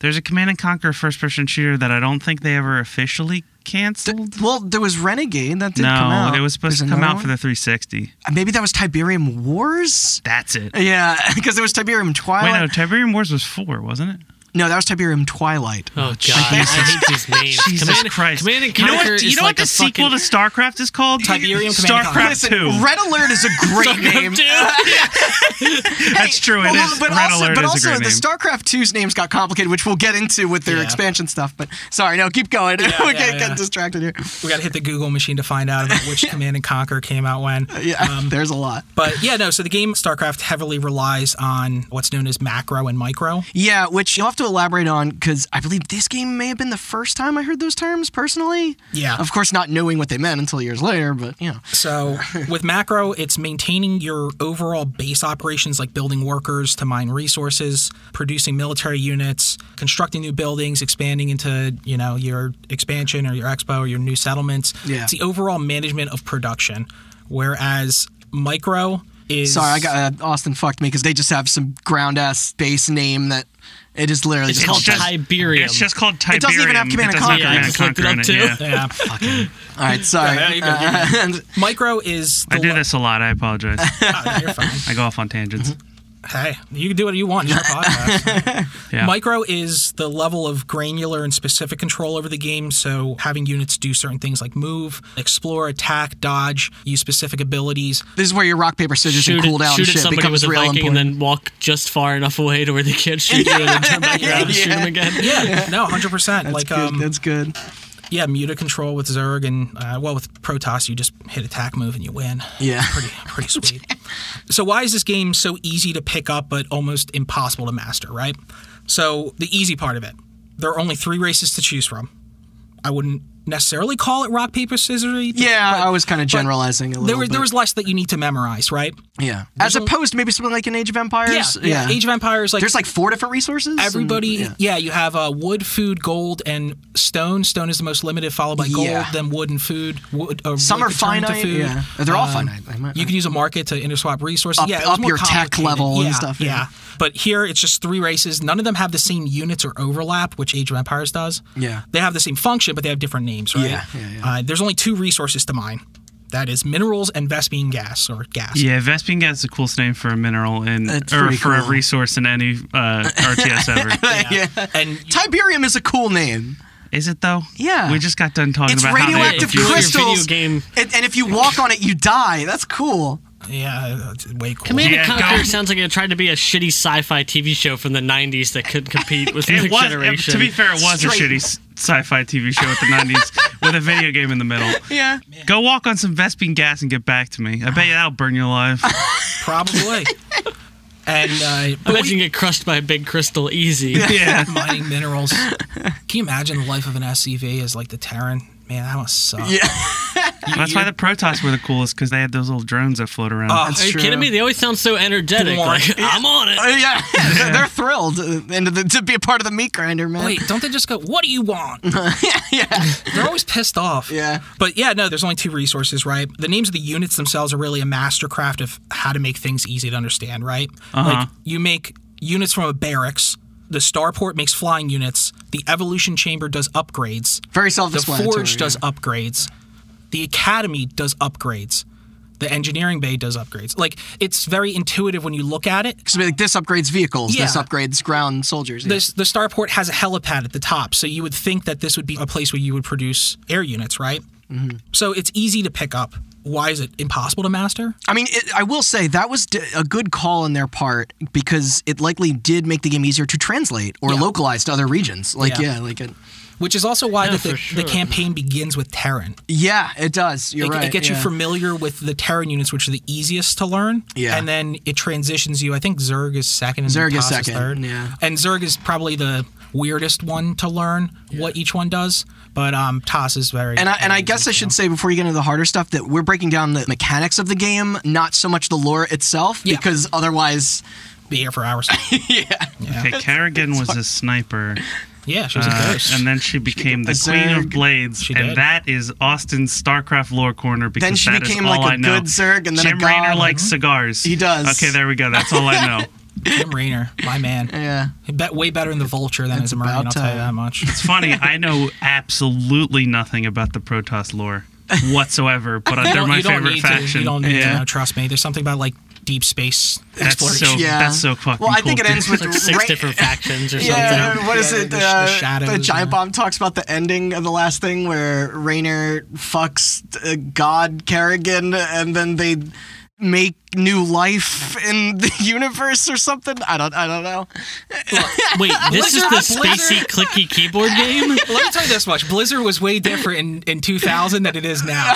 [SPEAKER 4] There's a Command and Conquer first-person shooter that I don't think they ever officially canceled.
[SPEAKER 2] Well, there was Renegade that did
[SPEAKER 4] no,
[SPEAKER 2] come out.
[SPEAKER 4] it was supposed
[SPEAKER 2] There's
[SPEAKER 4] to come
[SPEAKER 2] another
[SPEAKER 4] out for
[SPEAKER 2] one? Uh,
[SPEAKER 4] the 360.
[SPEAKER 2] Maybe that was Tiberium Wars.
[SPEAKER 4] That's it.
[SPEAKER 2] Yeah, because there was Tiberium Twilight.
[SPEAKER 4] Wait, no, Tiberium Wars was four, wasn't it?
[SPEAKER 2] No, that was Tiberium Twilight.
[SPEAKER 3] Oh god, I hate these names.
[SPEAKER 4] Jesus
[SPEAKER 3] Command,
[SPEAKER 4] Christ!
[SPEAKER 3] Command and
[SPEAKER 4] you know
[SPEAKER 3] Conquer
[SPEAKER 4] what? You
[SPEAKER 3] is
[SPEAKER 4] know
[SPEAKER 3] like
[SPEAKER 4] what the
[SPEAKER 3] a
[SPEAKER 4] sequel
[SPEAKER 3] fucking
[SPEAKER 4] to StarCraft is called?
[SPEAKER 5] Tiberium Command and Conquer.
[SPEAKER 4] StarCraft
[SPEAKER 2] Listen,
[SPEAKER 4] Two.
[SPEAKER 2] Red Alert is a great name.
[SPEAKER 4] That's true. It is.
[SPEAKER 2] Well, But
[SPEAKER 4] Red
[SPEAKER 2] also,
[SPEAKER 4] Alert
[SPEAKER 2] but
[SPEAKER 4] is
[SPEAKER 2] also
[SPEAKER 4] a great
[SPEAKER 2] the
[SPEAKER 4] name.
[SPEAKER 2] StarCraft 2's names got complicated, which we'll get into with their
[SPEAKER 5] Yeah.
[SPEAKER 2] expansion stuff. But sorry, no, keep going. We're
[SPEAKER 5] yeah,
[SPEAKER 2] getting
[SPEAKER 5] yeah.
[SPEAKER 2] distracted here.
[SPEAKER 5] We got to hit the Google machine to find out about which Command and Conquer came out when.
[SPEAKER 2] Uh, Yeah,
[SPEAKER 4] Um,
[SPEAKER 2] there's a lot.
[SPEAKER 5] But yeah, no, so the game StarCraft heavily relies on what's known as macro and micro.
[SPEAKER 2] Yeah, which you'll have to elaborate on because I believe this game may have been the first time I heard those terms personally.
[SPEAKER 5] Yeah.
[SPEAKER 2] Of course, not knowing what they meant until years later, but you know.
[SPEAKER 5] So with macro, it's maintaining your overall base operations like building workers to mine resources, producing military units, constructing new buildings, expanding into, you know, your expansion or your expo or your new settlements.
[SPEAKER 2] Yeah.
[SPEAKER 5] It's the overall management of production. Whereas micro is
[SPEAKER 2] Sorry, I got uh, Austin fucked me because they just have some ground ass base name that it is literally
[SPEAKER 3] It's
[SPEAKER 2] just
[SPEAKER 3] called
[SPEAKER 2] just-
[SPEAKER 3] Tiberium.
[SPEAKER 4] It's just called Tiberium.
[SPEAKER 2] It doesn't even have Command
[SPEAKER 4] It
[SPEAKER 2] and
[SPEAKER 4] doesn't have
[SPEAKER 2] Conquer.
[SPEAKER 3] Yeah, I just looked it
[SPEAKER 4] Command and
[SPEAKER 3] up
[SPEAKER 4] Conquer in it,
[SPEAKER 3] too.
[SPEAKER 4] yeah.
[SPEAKER 5] yeah.
[SPEAKER 2] All right, sorry.
[SPEAKER 5] Yeah, you go, you
[SPEAKER 2] Uh, and-
[SPEAKER 5] micro is the
[SPEAKER 4] I do
[SPEAKER 5] lo-
[SPEAKER 4] this a lot. I apologize.
[SPEAKER 5] Oh, no, you're fine.
[SPEAKER 4] I go off on tangents.
[SPEAKER 5] Hey, you can do what you want. It's your podcast.
[SPEAKER 4] Yeah.
[SPEAKER 5] Micro is the level of granular and specific control over the game. So having units do certain things like move, explore, attack, dodge, use specific abilities.
[SPEAKER 2] This is where your rock paper scissors
[SPEAKER 3] shoot,
[SPEAKER 2] and cool down
[SPEAKER 3] shoot at
[SPEAKER 2] shit
[SPEAKER 3] somebody
[SPEAKER 2] becomes
[SPEAKER 3] with a
[SPEAKER 2] real
[SPEAKER 3] Viking
[SPEAKER 2] important.
[SPEAKER 3] and then walk just far enough away to where they can't shoot you and then turn back around and shoot
[SPEAKER 2] Yeah.
[SPEAKER 3] them again.
[SPEAKER 5] Yeah, no, hundred percent. Like,
[SPEAKER 2] Good,
[SPEAKER 5] um,
[SPEAKER 2] that's good.
[SPEAKER 5] Yeah, muta control with Zerg and uh, well with Protoss, you just hit attack move and you win.
[SPEAKER 2] Yeah.
[SPEAKER 5] pretty pretty sweet. so why is this game so easy to pick up but almost impossible to master? Right. So the easy part of it, there are only three races to choose from. I wouldn't necessarily call it rock paper scissors.
[SPEAKER 2] Yeah, I was kind of generalizing a little
[SPEAKER 5] There was
[SPEAKER 2] bit.
[SPEAKER 5] there was less that you need to memorize, right?
[SPEAKER 2] yeah. As opposed to maybe something like an Age of Empires.
[SPEAKER 5] Age of Empires, like
[SPEAKER 2] There's like four different resources. and-
[SPEAKER 5] everybody
[SPEAKER 2] yeah.
[SPEAKER 5] yeah. you have uh, wood food gold and stone stone is the most limited followed by gold
[SPEAKER 2] Yeah.
[SPEAKER 5] then wood and food wood, uh,
[SPEAKER 2] Some
[SPEAKER 5] wood
[SPEAKER 2] are
[SPEAKER 5] could turn into
[SPEAKER 2] finite,
[SPEAKER 5] food. Um,
[SPEAKER 2] yeah. They're all finite. They might-
[SPEAKER 5] you can use a market to interswap resources
[SPEAKER 2] Up-
[SPEAKER 5] yeah it was
[SPEAKER 2] up
[SPEAKER 5] more
[SPEAKER 2] your tech
[SPEAKER 5] complicated.
[SPEAKER 2] level and
[SPEAKER 5] Yeah,
[SPEAKER 2] stuff, yeah.
[SPEAKER 5] yeah. but here it's just three races none of them have the same units or overlap which age of empires does
[SPEAKER 2] Yeah.
[SPEAKER 5] they have the same function but they have different names right
[SPEAKER 2] Yeah, yeah, yeah.
[SPEAKER 5] Uh, there's only two resources to mine that is minerals and vespine gas or gas
[SPEAKER 4] Yeah, Vespin gas is the coolest name for a mineral in
[SPEAKER 2] That's
[SPEAKER 4] or
[SPEAKER 2] pretty
[SPEAKER 4] for
[SPEAKER 2] cool.
[SPEAKER 4] a resource in any uh, RTS ever.
[SPEAKER 2] yeah.
[SPEAKER 5] and
[SPEAKER 2] Tiberium is a cool name.
[SPEAKER 4] Is it though?
[SPEAKER 2] Yeah.
[SPEAKER 4] We just got done talking
[SPEAKER 2] It's
[SPEAKER 4] about how they
[SPEAKER 2] radioactive
[SPEAKER 3] If you want your
[SPEAKER 4] confuse-
[SPEAKER 2] crystal.
[SPEAKER 3] video
[SPEAKER 2] crystals.
[SPEAKER 3] game
[SPEAKER 2] And, and if you walk on it, you die. That's cool.
[SPEAKER 5] yeah it's way cool
[SPEAKER 3] Command
[SPEAKER 4] Yeah,
[SPEAKER 3] and Conquer
[SPEAKER 4] don't-
[SPEAKER 3] sounds like it tried to be a shitty sci-fi TV show from the '90s that could compete with the
[SPEAKER 4] It was,
[SPEAKER 3] generation.
[SPEAKER 4] to be fair, it was
[SPEAKER 2] Straight-
[SPEAKER 4] a shitty s- sci-fi TV show at the '90s with a video game in the middle.
[SPEAKER 2] Yeah.
[SPEAKER 4] Go walk on some Vespin gas and get back to me. I bet you that'll burn you alive.
[SPEAKER 5] probably and uh,
[SPEAKER 3] I
[SPEAKER 5] but
[SPEAKER 3] bet
[SPEAKER 5] we-
[SPEAKER 3] you can get crushed by a big crystal easy.
[SPEAKER 4] yeah.
[SPEAKER 5] mining minerals. Can you imagine the life of an SCV as like the Terran? Man, that must suck.
[SPEAKER 2] Yeah.
[SPEAKER 4] That's why the Protoss were the coolest because they had those little drones that float around.
[SPEAKER 5] Oh,
[SPEAKER 3] Are you
[SPEAKER 2] True.
[SPEAKER 3] kidding me? They always sound so energetic.
[SPEAKER 5] Born.
[SPEAKER 3] Like, I'm on it.
[SPEAKER 2] Uh, yeah. They're- They're thrilled uh, and to, to be a part of the meat grinder, man.
[SPEAKER 5] Wait, don't they just go, what do you want? They're always pissed off.
[SPEAKER 2] Yeah.
[SPEAKER 5] But yeah, no, there's only two resources, right? The names of the units themselves are really a mastercraft of how to make things easy to understand, right? Like you make units from a barracks, the starport makes flying units, the evolution chamber does upgrades.
[SPEAKER 2] Very
[SPEAKER 5] The
[SPEAKER 2] self-explanatory.
[SPEAKER 5] Forge does
[SPEAKER 2] yeah.
[SPEAKER 5] upgrades. The Academy does upgrades. The Engineering Bay does upgrades. Like, it's very intuitive when you look at it.
[SPEAKER 2] 'Cause, like this upgrades vehicles. This
[SPEAKER 5] Yeah.
[SPEAKER 2] upgrades ground soldiers. yeah.
[SPEAKER 5] This, the starport has a helipad at the top, so you would think that this would be a place where you would produce air units, right?
[SPEAKER 2] Mm-hmm.
[SPEAKER 5] So it's easy to pick up. Why is it impossible to master?
[SPEAKER 2] I mean, it, I will say that was d- a good call on their part because it likely did make the game easier to translate or localize to other regions. Like, yeah,
[SPEAKER 5] Yeah.
[SPEAKER 2] like it.
[SPEAKER 5] Which is also why that the,
[SPEAKER 3] for sure.
[SPEAKER 5] the campaign begins with Terran.
[SPEAKER 2] Yeah, it does. You're
[SPEAKER 5] It,
[SPEAKER 2] right.
[SPEAKER 5] it gets
[SPEAKER 2] yeah.
[SPEAKER 5] you familiar with the Terran units, which are the easiest to learn.
[SPEAKER 2] Yeah.
[SPEAKER 5] And then it transitions you. I think Zerg is second and
[SPEAKER 2] Zerg is
[SPEAKER 5] Tass
[SPEAKER 2] second,
[SPEAKER 5] third.
[SPEAKER 2] yeah.
[SPEAKER 5] And Zerg is probably the weirdest one to learn what each one does. But um, Toss is very.
[SPEAKER 2] And I, and I guess I should say before you get into the harder stuff that we're breaking down the mechanics of the game, not so much the lore itself,
[SPEAKER 5] Yeah.
[SPEAKER 2] because otherwise,
[SPEAKER 5] be here for hours.
[SPEAKER 4] okay, Kerrigan was a sniper,
[SPEAKER 5] yeah, she was a
[SPEAKER 4] uh,
[SPEAKER 5] ghost.
[SPEAKER 4] and then she became the
[SPEAKER 2] a
[SPEAKER 4] Queen of
[SPEAKER 2] Zerg.
[SPEAKER 4] Blades,
[SPEAKER 5] She
[SPEAKER 4] and
[SPEAKER 5] did.
[SPEAKER 4] that is Austin's StarCraft lore corner because
[SPEAKER 2] Then she
[SPEAKER 4] that is
[SPEAKER 2] became,
[SPEAKER 4] all
[SPEAKER 2] like, a
[SPEAKER 4] I know.
[SPEAKER 2] good Zerg and then a
[SPEAKER 4] Jim Raynor
[SPEAKER 2] god.
[SPEAKER 5] Mm-hmm.
[SPEAKER 4] likes cigars.
[SPEAKER 2] He does.
[SPEAKER 4] Okay, there we go. That's all I know.
[SPEAKER 5] Jim Raynor, my man.
[SPEAKER 2] yeah.
[SPEAKER 5] He bet way better in the Vulture than as a Marine.
[SPEAKER 2] about
[SPEAKER 5] I'll tell
[SPEAKER 2] time.
[SPEAKER 5] you that much.
[SPEAKER 4] It's funny. I know absolutely nothing about the Protoss lore whatsoever, but they're
[SPEAKER 5] Well,
[SPEAKER 4] my
[SPEAKER 5] you don't
[SPEAKER 4] favorite
[SPEAKER 5] need To,
[SPEAKER 4] faction.
[SPEAKER 5] you don't need
[SPEAKER 4] yeah.
[SPEAKER 5] to know. Trust me. There's something about like deep space
[SPEAKER 4] That's
[SPEAKER 5] exploration.
[SPEAKER 4] so.
[SPEAKER 2] Yeah.
[SPEAKER 4] That's so fucking.
[SPEAKER 2] Well, I think
[SPEAKER 4] cool,
[SPEAKER 2] it ends with
[SPEAKER 4] dude.
[SPEAKER 3] Like six
[SPEAKER 2] Ra-
[SPEAKER 3] different factions or
[SPEAKER 2] Yeah,
[SPEAKER 3] something.
[SPEAKER 2] what is
[SPEAKER 5] Yeah,
[SPEAKER 2] it? The,
[SPEAKER 5] the sh- the
[SPEAKER 2] uh,
[SPEAKER 5] shadows
[SPEAKER 2] the
[SPEAKER 5] and
[SPEAKER 2] giant
[SPEAKER 5] that.
[SPEAKER 2] bomb talks about the ending of the last thing where Raynor fucks uh, God Kerrigan, and then they make new life in the universe or something. I don't. I don't know.
[SPEAKER 3] Wait, this is the
[SPEAKER 5] Blizzard.
[SPEAKER 3] spacey clicky keyboard game?
[SPEAKER 5] Let me tell you this much: Blizzard was way different in, in 2000 than it is now.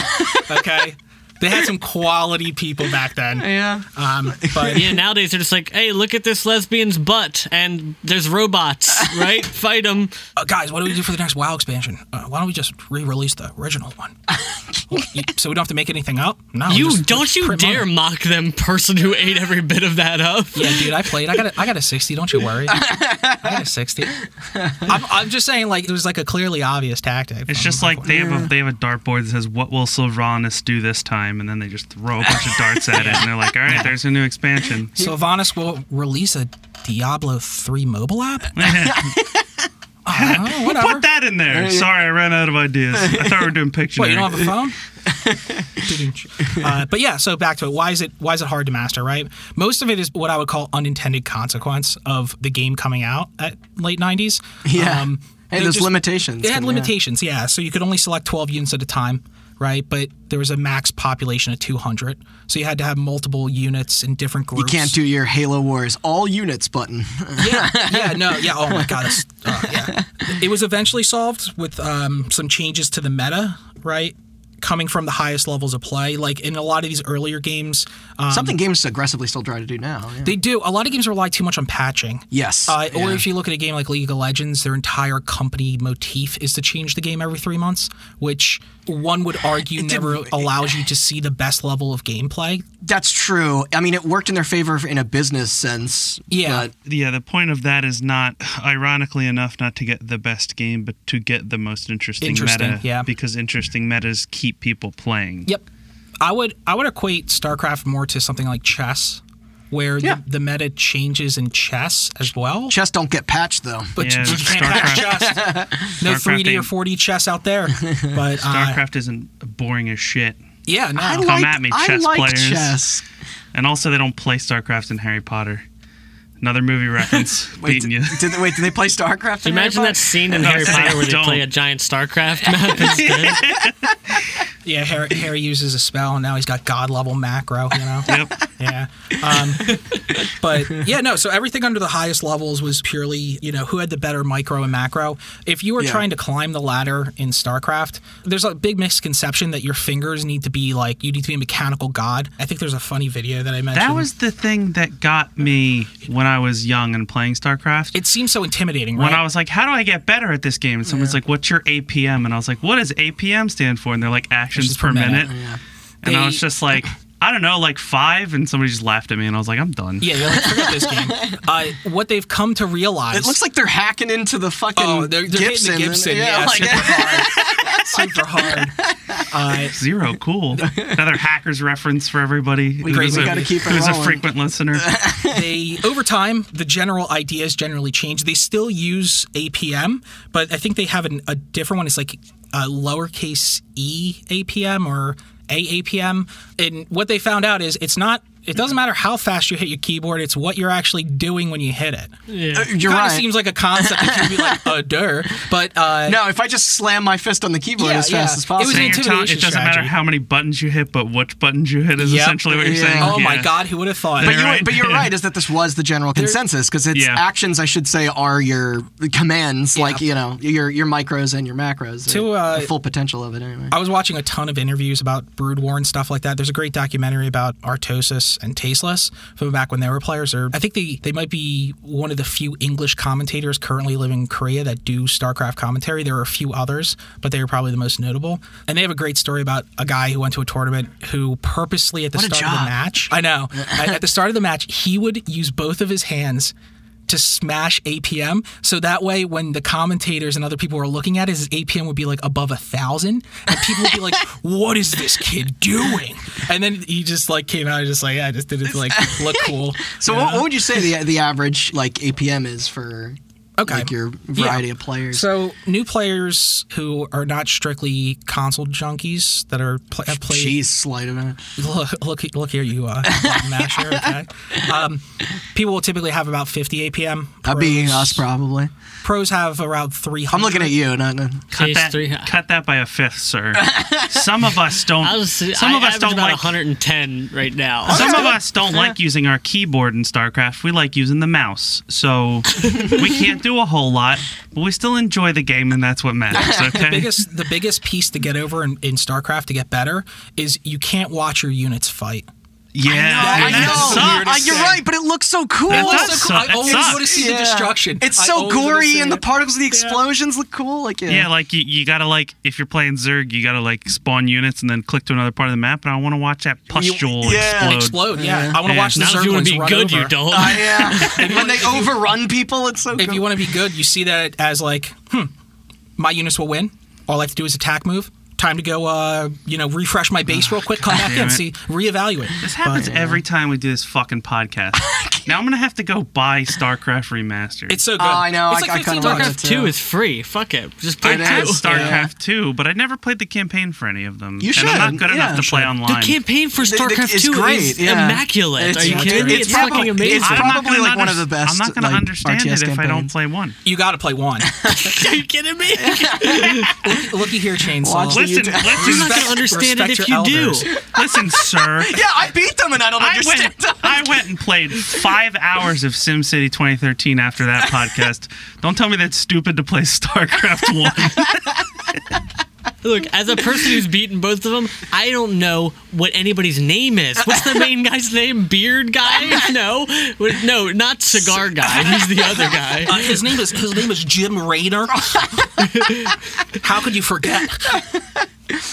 [SPEAKER 5] Okay, they had some quality people back then.
[SPEAKER 2] Yeah.
[SPEAKER 5] Um, but
[SPEAKER 3] Yeah, nowadays they're just like, hey, look at this lesbian's butt, and there's robots, right? Fight them.
[SPEAKER 5] uh, guys, what do we do for the next WoW expansion? Uh, why don't we just re-release the original one? Well, you- so we don't have to make anything up. No,
[SPEAKER 3] You
[SPEAKER 5] just-
[SPEAKER 3] don't
[SPEAKER 5] just
[SPEAKER 3] you
[SPEAKER 5] print
[SPEAKER 3] dare
[SPEAKER 5] money.
[SPEAKER 3] mock them, person who ate every bit of that up.
[SPEAKER 5] Yeah, dude, I played. I got a, I got a 60. Don't you worry. I got a 60. I'm, I'm just saying, like it was like a clearly obvious tactic.
[SPEAKER 4] It's just like they have a they have a dartboard that says what will Sylvanas do this time, and then they just throw a bunch of darts at it, and they're like, all right, there's a new expansion.
[SPEAKER 5] Sylvanas will release a Diablo 3 mobile app.
[SPEAKER 4] Put
[SPEAKER 5] Oh, whatever.
[SPEAKER 4] that in there. Sorry, I ran out of ideas. I thought we were doing Pictionary.
[SPEAKER 5] What, you don't have a phone? Didn't you? uh, but yeah, so back to it. Why is it why is it hard to master? Right, most of it is what I would call unintended consequence of the game coming out at late '90s.
[SPEAKER 2] Yeah. hey,
[SPEAKER 5] they
[SPEAKER 2] there's
[SPEAKER 5] just-
[SPEAKER 2] limitations.
[SPEAKER 5] It had
[SPEAKER 2] yeah.
[SPEAKER 5] limitations, yeah. So you could only select 12 units at a time. right? But there was a max population of 200. So you had to have multiple units in different groups.
[SPEAKER 2] You can't do your Halo Wars all units button.
[SPEAKER 5] yeah, yeah, no, yeah. Oh my god, that's, uh, yeah. It was eventually solved with um, some changes to the meta, right? Coming from the highest levels of play, like in a lot of these earlier games, um,
[SPEAKER 2] Something games aggressively still try to do now. yeah.
[SPEAKER 5] they do. A lot of games rely too much on patching.
[SPEAKER 2] yes.
[SPEAKER 5] Uh,
[SPEAKER 2] yeah.
[SPEAKER 5] Or if you look at a game like League of Legends, their entire company motif is to change the game every three months, which one would argue never allows you to see the best level of gameplay.
[SPEAKER 2] That's true. I mean, it worked in their favor in a business sense.
[SPEAKER 5] Yeah.
[SPEAKER 2] But
[SPEAKER 4] Yeah, the point of that is not, ironically enough, not to get the best game, but to get the most interesting,
[SPEAKER 5] Interesting,
[SPEAKER 4] meta.
[SPEAKER 5] yeah.
[SPEAKER 4] Because interesting metas keep people playing.
[SPEAKER 5] Yep. I would I would equate StarCraft more to something like chess, where
[SPEAKER 2] Yeah.
[SPEAKER 5] the, the meta changes in chess as well.
[SPEAKER 2] chess don't get patched, though.
[SPEAKER 5] But
[SPEAKER 4] Yeah,
[SPEAKER 5] you can't have chess. No
[SPEAKER 4] StarCraft
[SPEAKER 5] 3D or
[SPEAKER 4] ain't-
[SPEAKER 5] 4D chess out there. But uh,
[SPEAKER 4] StarCraft isn't boring as shit.
[SPEAKER 5] yeah, no.
[SPEAKER 2] I
[SPEAKER 4] Come
[SPEAKER 2] liked-
[SPEAKER 4] at me,
[SPEAKER 2] I
[SPEAKER 4] chess
[SPEAKER 2] like
[SPEAKER 4] players.
[SPEAKER 2] chess.
[SPEAKER 4] And also, they don't play StarCraft in Harry Potter. Another movie reference.
[SPEAKER 2] Wait,
[SPEAKER 4] beating
[SPEAKER 2] did,
[SPEAKER 4] you.
[SPEAKER 2] did they, wait, did they play StarCraft? in
[SPEAKER 3] Imagine
[SPEAKER 2] Harry
[SPEAKER 3] that
[SPEAKER 2] Potter?
[SPEAKER 3] scene in Harry Potter where they
[SPEAKER 4] Don't.
[SPEAKER 3] play a giant StarCraft map instead.
[SPEAKER 5] yeah, Harry, Harry uses a spell and now he's got god level macro, you know?
[SPEAKER 4] yep.
[SPEAKER 5] Yeah. Um, but yeah, no. So everything under the highest levels was purely, you know, who had the better micro and macro. If you were
[SPEAKER 2] Yeah.
[SPEAKER 5] trying to climb the ladder in StarCraft, there's a big misconception that your fingers need to be like, you need to be a mechanical god. I think there's a funny video that I mentioned.
[SPEAKER 4] That was the thing that got me when I was young and playing StarCraft.
[SPEAKER 5] It seems so intimidating, right?
[SPEAKER 4] when I was like, "How do I get better at this game?" And someone's like, "What's your APM?" And I was like, "What does APM stand for?" And they're like, "Actions
[SPEAKER 5] Actions per
[SPEAKER 4] per minute."
[SPEAKER 5] minute.
[SPEAKER 4] And
[SPEAKER 5] They-
[SPEAKER 4] I was just like, "I don't know, like five? And somebody just laughed at me, and I was like, "I'm done."
[SPEAKER 5] yeah, you're like, forget this game. Uh, what they've come to realize.
[SPEAKER 2] It looks like they're hacking into the fucking
[SPEAKER 5] Oh, they're, they're
[SPEAKER 2] Gibson.
[SPEAKER 5] hitting the Gibson. Yeah,
[SPEAKER 2] like-
[SPEAKER 5] super hard. super hard. Uh,
[SPEAKER 4] Zero, cool. Another hackers reference for everybody. We,
[SPEAKER 5] we gotta
[SPEAKER 2] keep it
[SPEAKER 4] Who's a
[SPEAKER 2] rolling.
[SPEAKER 4] frequent listener?
[SPEAKER 5] they over time the general ideas generally change they still use apm but i think they have an, a different one it's like a lowercase e apm or aapm and what they found out is it's not it doesn't matter how fast you hit your keyboard it's what you're actually doing when you hit it
[SPEAKER 2] Uh, You're
[SPEAKER 5] kind
[SPEAKER 2] right.
[SPEAKER 5] of seems like a concept that you'd be like a dur but uh
[SPEAKER 2] no, if I just slam my fist on the keyboard
[SPEAKER 5] Yeah,
[SPEAKER 2] as fast
[SPEAKER 5] yeah.
[SPEAKER 2] as
[SPEAKER 5] It was
[SPEAKER 2] possible.
[SPEAKER 4] So you're telling- it
[SPEAKER 5] intimidation
[SPEAKER 4] doesn't matter
[SPEAKER 5] strategy.
[SPEAKER 4] how many buttons you hit, but which buttons you hit is
[SPEAKER 5] Yep.
[SPEAKER 4] essentially what you're
[SPEAKER 2] Yeah.
[SPEAKER 4] saying.
[SPEAKER 5] oh my
[SPEAKER 4] Yeah.
[SPEAKER 5] god who would have thought
[SPEAKER 2] but, you,
[SPEAKER 4] right.
[SPEAKER 2] but you're right, is that this was the general consensus because it's
[SPEAKER 4] Yeah.
[SPEAKER 2] actions, I should say, are your commands, like, you know, your your micros and your macros.
[SPEAKER 5] To, uh,
[SPEAKER 2] the full potential of it, anyway.
[SPEAKER 5] I was watching a ton of interviews about Brood War and stuff like that. There's a great documentary about Artosis and Tasteless from back when they were players. Or I think they, they might be one of the few English commentators currently living in Korea that do StarCraft commentary. There are a few others, but they are probably the most notable. And they have a great story about a guy who went to a tournament who purposely at the
[SPEAKER 2] What a
[SPEAKER 5] start of the
[SPEAKER 2] job.
[SPEAKER 5] match. I know. at at the start of the match, he would use both of his hands to smash APM. So that way, when the commentators and other people were looking at it, his APM would be like above a thousand, and people would be like, "What is this kid doing?" And then he just like came out and just like, "Yeah, I just did it to like look cool."
[SPEAKER 2] so, what, what would you say the, the average, like, APM is for,
[SPEAKER 5] Okay.
[SPEAKER 2] like, your variety of players?
[SPEAKER 5] So new players who are not strictly console junkies that are pl- have played
[SPEAKER 2] Jeez, slight of it.
[SPEAKER 5] look, look, look here, you uh, button masher. Okay, um, people will typically have about 50 APM.
[SPEAKER 2] That'd be
[SPEAKER 5] Pros-
[SPEAKER 2] us, probably.
[SPEAKER 5] Pros have around 300.
[SPEAKER 2] I'm looking at you, not. not-
[SPEAKER 4] Cut
[SPEAKER 3] Case
[SPEAKER 4] that,
[SPEAKER 3] three-
[SPEAKER 4] cut that by a fifth, sir. Some of us don't.
[SPEAKER 3] I was,
[SPEAKER 4] some
[SPEAKER 3] I
[SPEAKER 4] of us
[SPEAKER 3] average
[SPEAKER 4] don't
[SPEAKER 3] about
[SPEAKER 4] like
[SPEAKER 3] 110 right now.
[SPEAKER 4] Some of us don't like using our keyboard in StarCraft. We like using the mouse. So we can't do a whole lot, but we still enjoy the game, and that's what matters, okay?
[SPEAKER 5] biggest the biggest piece to get over in, in StarCraft to get better is you can't watch your units fight.
[SPEAKER 4] yeah,
[SPEAKER 5] I
[SPEAKER 4] and that
[SPEAKER 5] know.
[SPEAKER 4] sucks.
[SPEAKER 5] weirdest
[SPEAKER 2] Uh, you're
[SPEAKER 5] thing.
[SPEAKER 2] right, but it looks so cool.
[SPEAKER 4] That does suck.
[SPEAKER 5] So cool. I
[SPEAKER 4] That
[SPEAKER 5] always
[SPEAKER 4] sucks.
[SPEAKER 5] want to see the
[SPEAKER 2] Yeah.
[SPEAKER 5] destruction.
[SPEAKER 2] It's
[SPEAKER 5] I
[SPEAKER 2] so
[SPEAKER 5] always wanna
[SPEAKER 2] gory,
[SPEAKER 5] see
[SPEAKER 2] and the
[SPEAKER 5] it.
[SPEAKER 2] particles of the explosions look cool. Like yeah,
[SPEAKER 4] Yeah, like you, you gotta like if you're playing Zerg, you gotta like spawn units and then click to another part of the map. And I want to watch that pustule
[SPEAKER 2] yeah.
[SPEAKER 4] explode.
[SPEAKER 5] explode. Yeah, I want to
[SPEAKER 4] Yeah.
[SPEAKER 5] watch the
[SPEAKER 3] Not if you
[SPEAKER 5] Zerglings
[SPEAKER 3] want to be
[SPEAKER 5] run
[SPEAKER 3] good,
[SPEAKER 5] over.
[SPEAKER 3] you don't.
[SPEAKER 2] Uh, yeah. when they overrun people, it's so.
[SPEAKER 5] If
[SPEAKER 2] cool.
[SPEAKER 5] you want to be good, you see that as like, hmm, my units will win. All I have to do is attack move. Time to go, uh, you know, refresh
[SPEAKER 2] Ah,
[SPEAKER 5] my base real quick, come back
[SPEAKER 4] Damn
[SPEAKER 5] in,
[SPEAKER 4] it.
[SPEAKER 5] see, reevaluate.
[SPEAKER 4] This happens every time we do this fucking podcast. Now I'm gonna have to go buy StarCraft Remastered.
[SPEAKER 5] It's so good.
[SPEAKER 2] Oh, I know.
[SPEAKER 5] It's
[SPEAKER 2] I-
[SPEAKER 5] like
[SPEAKER 2] I kinda
[SPEAKER 5] fifteen
[SPEAKER 2] wanna-
[SPEAKER 5] dollars.
[SPEAKER 3] StarCraft Two is free. Fuck it. Just play
[SPEAKER 4] I
[SPEAKER 2] It
[SPEAKER 4] had
[SPEAKER 3] Two.
[SPEAKER 2] is.
[SPEAKER 4] StarCraft 2, but I never played the campaign for any of them.
[SPEAKER 2] You
[SPEAKER 4] and I'm
[SPEAKER 2] should.
[SPEAKER 4] not good
[SPEAKER 2] Yeah,
[SPEAKER 4] enough to
[SPEAKER 2] you
[SPEAKER 4] play
[SPEAKER 2] should.
[SPEAKER 4] online.
[SPEAKER 3] The campaign for
[SPEAKER 2] The- the-
[SPEAKER 3] StarCraft
[SPEAKER 2] it's
[SPEAKER 3] Two
[SPEAKER 2] great,
[SPEAKER 3] is
[SPEAKER 2] yeah.
[SPEAKER 3] immaculate.
[SPEAKER 2] It's-
[SPEAKER 3] Are you
[SPEAKER 2] it-
[SPEAKER 3] kidding me?
[SPEAKER 2] it's
[SPEAKER 3] It's,
[SPEAKER 2] probably-
[SPEAKER 3] fucking amazing.
[SPEAKER 2] it's
[SPEAKER 4] I'm not
[SPEAKER 2] probably,
[SPEAKER 4] gonna
[SPEAKER 2] like, one of
[SPEAKER 4] underst-
[SPEAKER 2] the best,
[SPEAKER 4] I'm not gonna
[SPEAKER 2] like,
[SPEAKER 4] understand
[SPEAKER 2] RTS
[SPEAKER 4] it if I don't
[SPEAKER 2] campaigns.
[SPEAKER 4] play one.
[SPEAKER 5] You got to play one.
[SPEAKER 3] Are you kidding me?
[SPEAKER 5] Looky here, chainsaw.
[SPEAKER 2] Watch it.
[SPEAKER 4] Listen,
[SPEAKER 2] do-
[SPEAKER 4] listen,
[SPEAKER 3] You're not gonna
[SPEAKER 5] Respect-
[SPEAKER 3] understand it
[SPEAKER 5] respect
[SPEAKER 3] if you
[SPEAKER 5] your elders.
[SPEAKER 3] do.
[SPEAKER 4] listen, sir.
[SPEAKER 2] Yeah, I beat them and I don't
[SPEAKER 4] I
[SPEAKER 2] understand.
[SPEAKER 4] went, I went and played five hours of SimCity 2013 after that podcast. Don't tell me that's stupid to play StarCraft 1.
[SPEAKER 3] Look, as a person who's beaten both of them, I don't know what anybody's name is. What's the main guy's name? Beard guy? No, Wait, no, not cigar guy. He's the other
[SPEAKER 2] Oh,
[SPEAKER 3] guy.
[SPEAKER 5] Uh, his name is his name is Jim Raynor. How could you forget?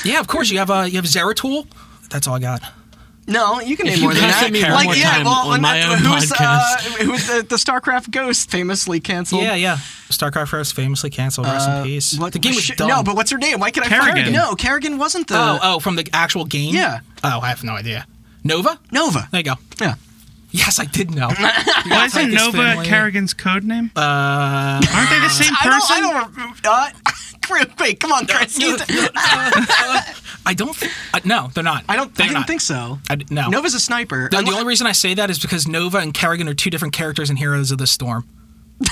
[SPEAKER 5] yeah, of course you have uh, you have Zeratul. That's all I got.
[SPEAKER 2] No, you can name
[SPEAKER 3] you
[SPEAKER 2] more than
[SPEAKER 3] cuss
[SPEAKER 2] that.
[SPEAKER 3] at me one more time on
[SPEAKER 2] when-
[SPEAKER 3] my own
[SPEAKER 2] who's, Uh,
[SPEAKER 3] podcast.
[SPEAKER 2] who's the, the StarCraft Ghost famously canceled? Uh,
[SPEAKER 5] Yeah, yeah. StarCraft Rose famously canceled. Rest in peace.
[SPEAKER 2] What,
[SPEAKER 5] the game was
[SPEAKER 2] shit-
[SPEAKER 5] dumb.
[SPEAKER 2] No, but what's her name? Why can I find
[SPEAKER 4] Kerrigan.
[SPEAKER 2] No, Kerrigan wasn't the
[SPEAKER 5] oh, oh, from the actual game.
[SPEAKER 2] Yeah.
[SPEAKER 5] Oh, I have no idea. Nova.
[SPEAKER 2] Nova.
[SPEAKER 5] There you go.
[SPEAKER 2] Yeah.
[SPEAKER 5] Yes, I did know.
[SPEAKER 4] Why isn't
[SPEAKER 5] Titan's
[SPEAKER 4] Nova
[SPEAKER 5] family.
[SPEAKER 4] Kerrigan's code name? Uh, Aren't they the same
[SPEAKER 2] I
[SPEAKER 4] person?
[SPEAKER 2] don't. I don't. Uh, Chris, wait, come on, Chris. you-
[SPEAKER 5] I don't. Th- uh, no, they're not.
[SPEAKER 2] I don't.
[SPEAKER 5] They're
[SPEAKER 2] I didn't
[SPEAKER 5] not.
[SPEAKER 2] think so.
[SPEAKER 5] I d- no.
[SPEAKER 2] Nova's a sniper.
[SPEAKER 5] The, the
[SPEAKER 2] Unless-
[SPEAKER 5] only reason I say that is because Nova and Kerrigan are two different characters in Heroes of the Storm,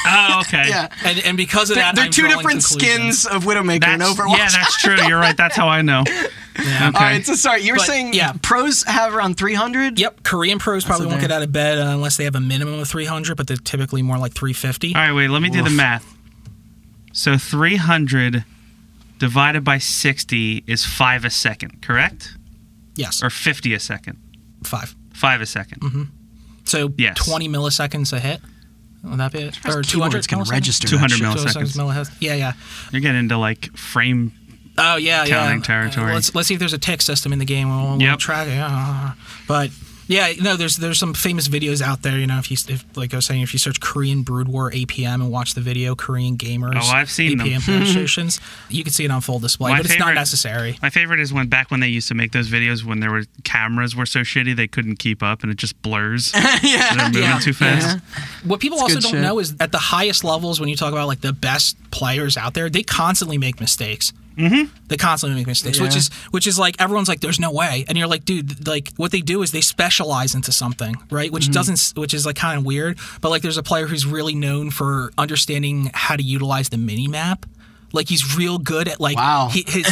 [SPEAKER 4] Oh, okay.
[SPEAKER 2] yeah.
[SPEAKER 5] and and because of
[SPEAKER 2] They're,
[SPEAKER 5] that,
[SPEAKER 2] they're
[SPEAKER 5] I'm
[SPEAKER 2] two
[SPEAKER 5] drawing
[SPEAKER 2] different
[SPEAKER 5] conclusions.
[SPEAKER 2] skins of Widowmaker and
[SPEAKER 4] That's,
[SPEAKER 2] Overwatch.
[SPEAKER 4] yeah, that's true. You're right. That's how I know. Okay.
[SPEAKER 2] All right, so sorry, you were
[SPEAKER 5] But,
[SPEAKER 2] saying
[SPEAKER 5] yeah.
[SPEAKER 2] pros have around 300?
[SPEAKER 5] Yep, Korean pros probably won't
[SPEAKER 2] there.
[SPEAKER 5] get out of bed uh, unless they have a minimum of 300, but they're typically more like 350.
[SPEAKER 4] All right, wait, let me do the math. So 300 divided by 60 is 5 a second, correct?
[SPEAKER 5] Yes,
[SPEAKER 4] Or 50 a second?
[SPEAKER 5] five.
[SPEAKER 4] 5 a 2nd
[SPEAKER 5] Mm-hmm. So
[SPEAKER 4] Yes.
[SPEAKER 5] 20 milliseconds a hit. Would that be it? Or 200
[SPEAKER 2] Keyboard's gonna
[SPEAKER 5] milliseconds?
[SPEAKER 2] register. that
[SPEAKER 4] 200
[SPEAKER 2] shit.
[SPEAKER 4] mil.
[SPEAKER 5] 200
[SPEAKER 4] Milliseconds.
[SPEAKER 5] milliseconds. Yeah, yeah.
[SPEAKER 4] You're getting into like frame.
[SPEAKER 5] Oh yeah, yeah.
[SPEAKER 4] Counting territory.
[SPEAKER 5] Uh, Let's, let's see if there's a tick system in the game. We'll, we'll
[SPEAKER 4] Yep.
[SPEAKER 5] track it. Yeah. But yeah, no, there's there's some famous videos out there. You know, if you if, like I was saying, if you search Korean Brood War APM and watch the video, Korean gamers.
[SPEAKER 4] Oh, I've seen them.
[SPEAKER 5] APM demonstrations. you can see it on full display,
[SPEAKER 4] My
[SPEAKER 5] but it's not
[SPEAKER 4] favorite-
[SPEAKER 5] necessary.
[SPEAKER 4] My favorite is when back when they used to make those videos when there were cameras were so shitty they couldn't keep up and it just blurs. yeah. They're moving
[SPEAKER 5] Yeah.
[SPEAKER 4] too fast.
[SPEAKER 5] What people also
[SPEAKER 2] good
[SPEAKER 5] don't
[SPEAKER 2] shit.
[SPEAKER 5] know is at the highest levels, when you talk about like the best players out there, they constantly make mistakes. Mm-hmm. They constantly make mistakes, which
[SPEAKER 2] Yeah.
[SPEAKER 5] is which is like everyone's like, "There's no way," and you're like, "Dude, th- like what they do is they specialize into something, right?"
[SPEAKER 2] Mm-hmm.
[SPEAKER 5] Which doesn't, s- which is like kind of weird. But like, there's a player who's really known for understanding how to utilize the mini map. Like he's real good at like
[SPEAKER 2] Wow.
[SPEAKER 5] he- his,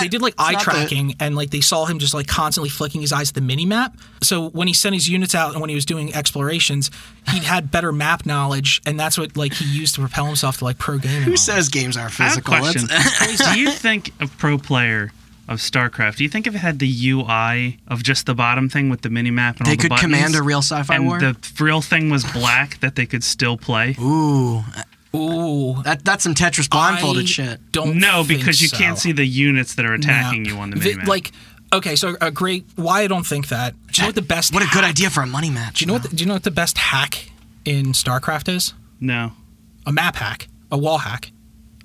[SPEAKER 5] they did like eye
[SPEAKER 2] not the-
[SPEAKER 5] tracking and like they saw him just like constantly flicking his eyes at the mini map. So when he sent his units out and when he was doing explorations, he'd had better map knowledge and that's what like he used to propel himself to like pro gaming.
[SPEAKER 2] Who says games are
[SPEAKER 4] I have a
[SPEAKER 2] physical?
[SPEAKER 4] question.
[SPEAKER 2] That's-
[SPEAKER 4] do you think a pro player of StarCraft, do you think if it had the UI of just the bottom thing with the mini map and all
[SPEAKER 2] They
[SPEAKER 4] the
[SPEAKER 2] could
[SPEAKER 4] buttons,
[SPEAKER 2] command a real sci-fi
[SPEAKER 4] and
[SPEAKER 2] war?
[SPEAKER 4] the real thing was black that they could still play?
[SPEAKER 2] Ooh,
[SPEAKER 5] Ooh.
[SPEAKER 2] that, that's some Tetris
[SPEAKER 5] I
[SPEAKER 2] blindfolded shit.
[SPEAKER 5] Don't
[SPEAKER 4] No,
[SPEAKER 5] think
[SPEAKER 4] because you
[SPEAKER 5] so.
[SPEAKER 4] can't see the units that are attacking
[SPEAKER 5] No.
[SPEAKER 4] you on the
[SPEAKER 5] Vi-
[SPEAKER 4] mini map.
[SPEAKER 5] Like okay, so a great why I don't think that. Do you know what the best
[SPEAKER 2] What a good
[SPEAKER 5] hack-
[SPEAKER 2] idea for a money match.
[SPEAKER 5] Do you know what the, do you know what the best hack in StarCraft is?
[SPEAKER 4] no.
[SPEAKER 5] A map hack, a wall hack.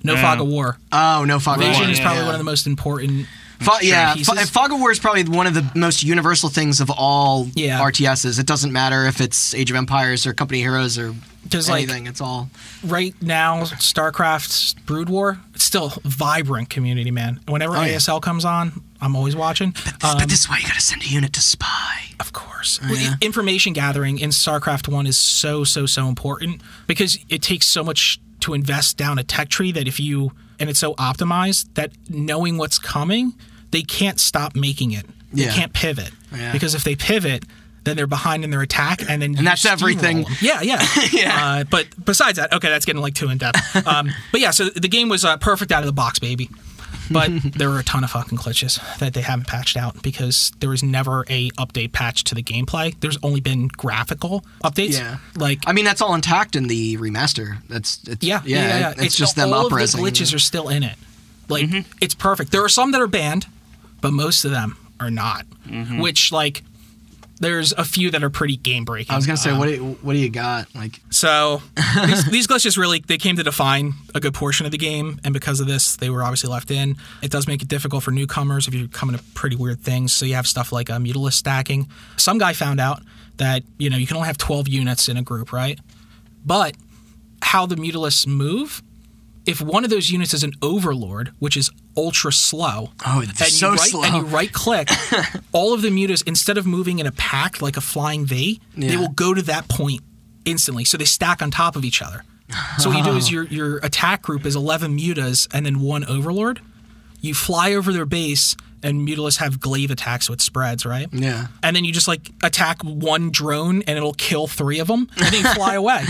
[SPEAKER 5] No
[SPEAKER 4] Yeah.
[SPEAKER 5] fog of war.
[SPEAKER 2] Oh, no, Fog of War.
[SPEAKER 5] Invasion is
[SPEAKER 2] Yeah,
[SPEAKER 5] probably
[SPEAKER 2] yeah.
[SPEAKER 5] one of the most important
[SPEAKER 2] Fo- yeah,
[SPEAKER 5] pieces.
[SPEAKER 2] Fo- Fog of War is probably one of the most universal things of all
[SPEAKER 5] Yeah.
[SPEAKER 2] RTSs. It doesn't matter if it's Age of Empires or Company of Heroes or
[SPEAKER 5] Just like-
[SPEAKER 2] anything. it's all
[SPEAKER 5] right now, StarCraft's Brood War, it's still a vibrant community, man. Whenever
[SPEAKER 2] yeah.
[SPEAKER 5] ASL comes on, I'm always watching.
[SPEAKER 2] This-
[SPEAKER 5] Um,
[SPEAKER 2] but this is why you gotta send a unit to spy.
[SPEAKER 5] of course.
[SPEAKER 2] Oh,
[SPEAKER 5] I- Information gathering in StarCraft 1 is so, so, so important because it takes so much to invest down a tech tree that if you, and it's so optimized that knowing what's coming, they can't stop making it. They
[SPEAKER 2] Yeah.
[SPEAKER 5] can't pivot.
[SPEAKER 2] Yeah.
[SPEAKER 5] Because if they pivot, then they're behind in their attack, and then you
[SPEAKER 2] that's
[SPEAKER 5] steamroll
[SPEAKER 2] everything.
[SPEAKER 5] them. Yeah, yeah. yeah. Uh, but besides that, okay, that's getting like too in depth. Um, but yeah, so the game was uh, perfect out of the box, baby. But there were a ton of fucking glitches that they haven't patched out because there was never a update patch to the gameplay. There's only been graphical updates.
[SPEAKER 2] Yeah.
[SPEAKER 5] Like
[SPEAKER 2] I mean, that's all intact in the remaster. That's it's,
[SPEAKER 5] yeah, yeah, yeah.
[SPEAKER 2] It's, just them Mm-hmm.
[SPEAKER 5] all
[SPEAKER 2] up
[SPEAKER 5] of the glitches are still in it. Like it's
[SPEAKER 2] Mm-hmm.
[SPEAKER 5] perfect. There are some that are banned, but most of them are not. Which like there's a few that are pretty game breaking.
[SPEAKER 2] I was gonna say, what do you, what do you got? Like,
[SPEAKER 5] So these, these glitches really they came to define a good portion of the game, and because of this, they were obviously left in. It does make it difficult for newcomers if you're coming to pretty weird things. So you have stuff like uh, mutilist stacking. Some guy found out that you know you can only have 12 units in a group, right? But how the mutilists move, if one of those units is an overlord, which is ultra slow,
[SPEAKER 2] Oh, it's
[SPEAKER 5] and
[SPEAKER 2] so
[SPEAKER 5] you right,
[SPEAKER 2] slow.
[SPEAKER 5] and you right click, all of the mutas instead of moving in a pack like a flying V, they
[SPEAKER 2] Yeah.
[SPEAKER 5] will go to that point instantly. So they stack on top of each other. So what you do is your your attack group is eleven mutas and then one overlord. You fly over their base and mutilists have glaive attacks with spreads, right?
[SPEAKER 2] yeah,
[SPEAKER 5] And then you just like attack one drone and it'll kill three of them and then you fly away.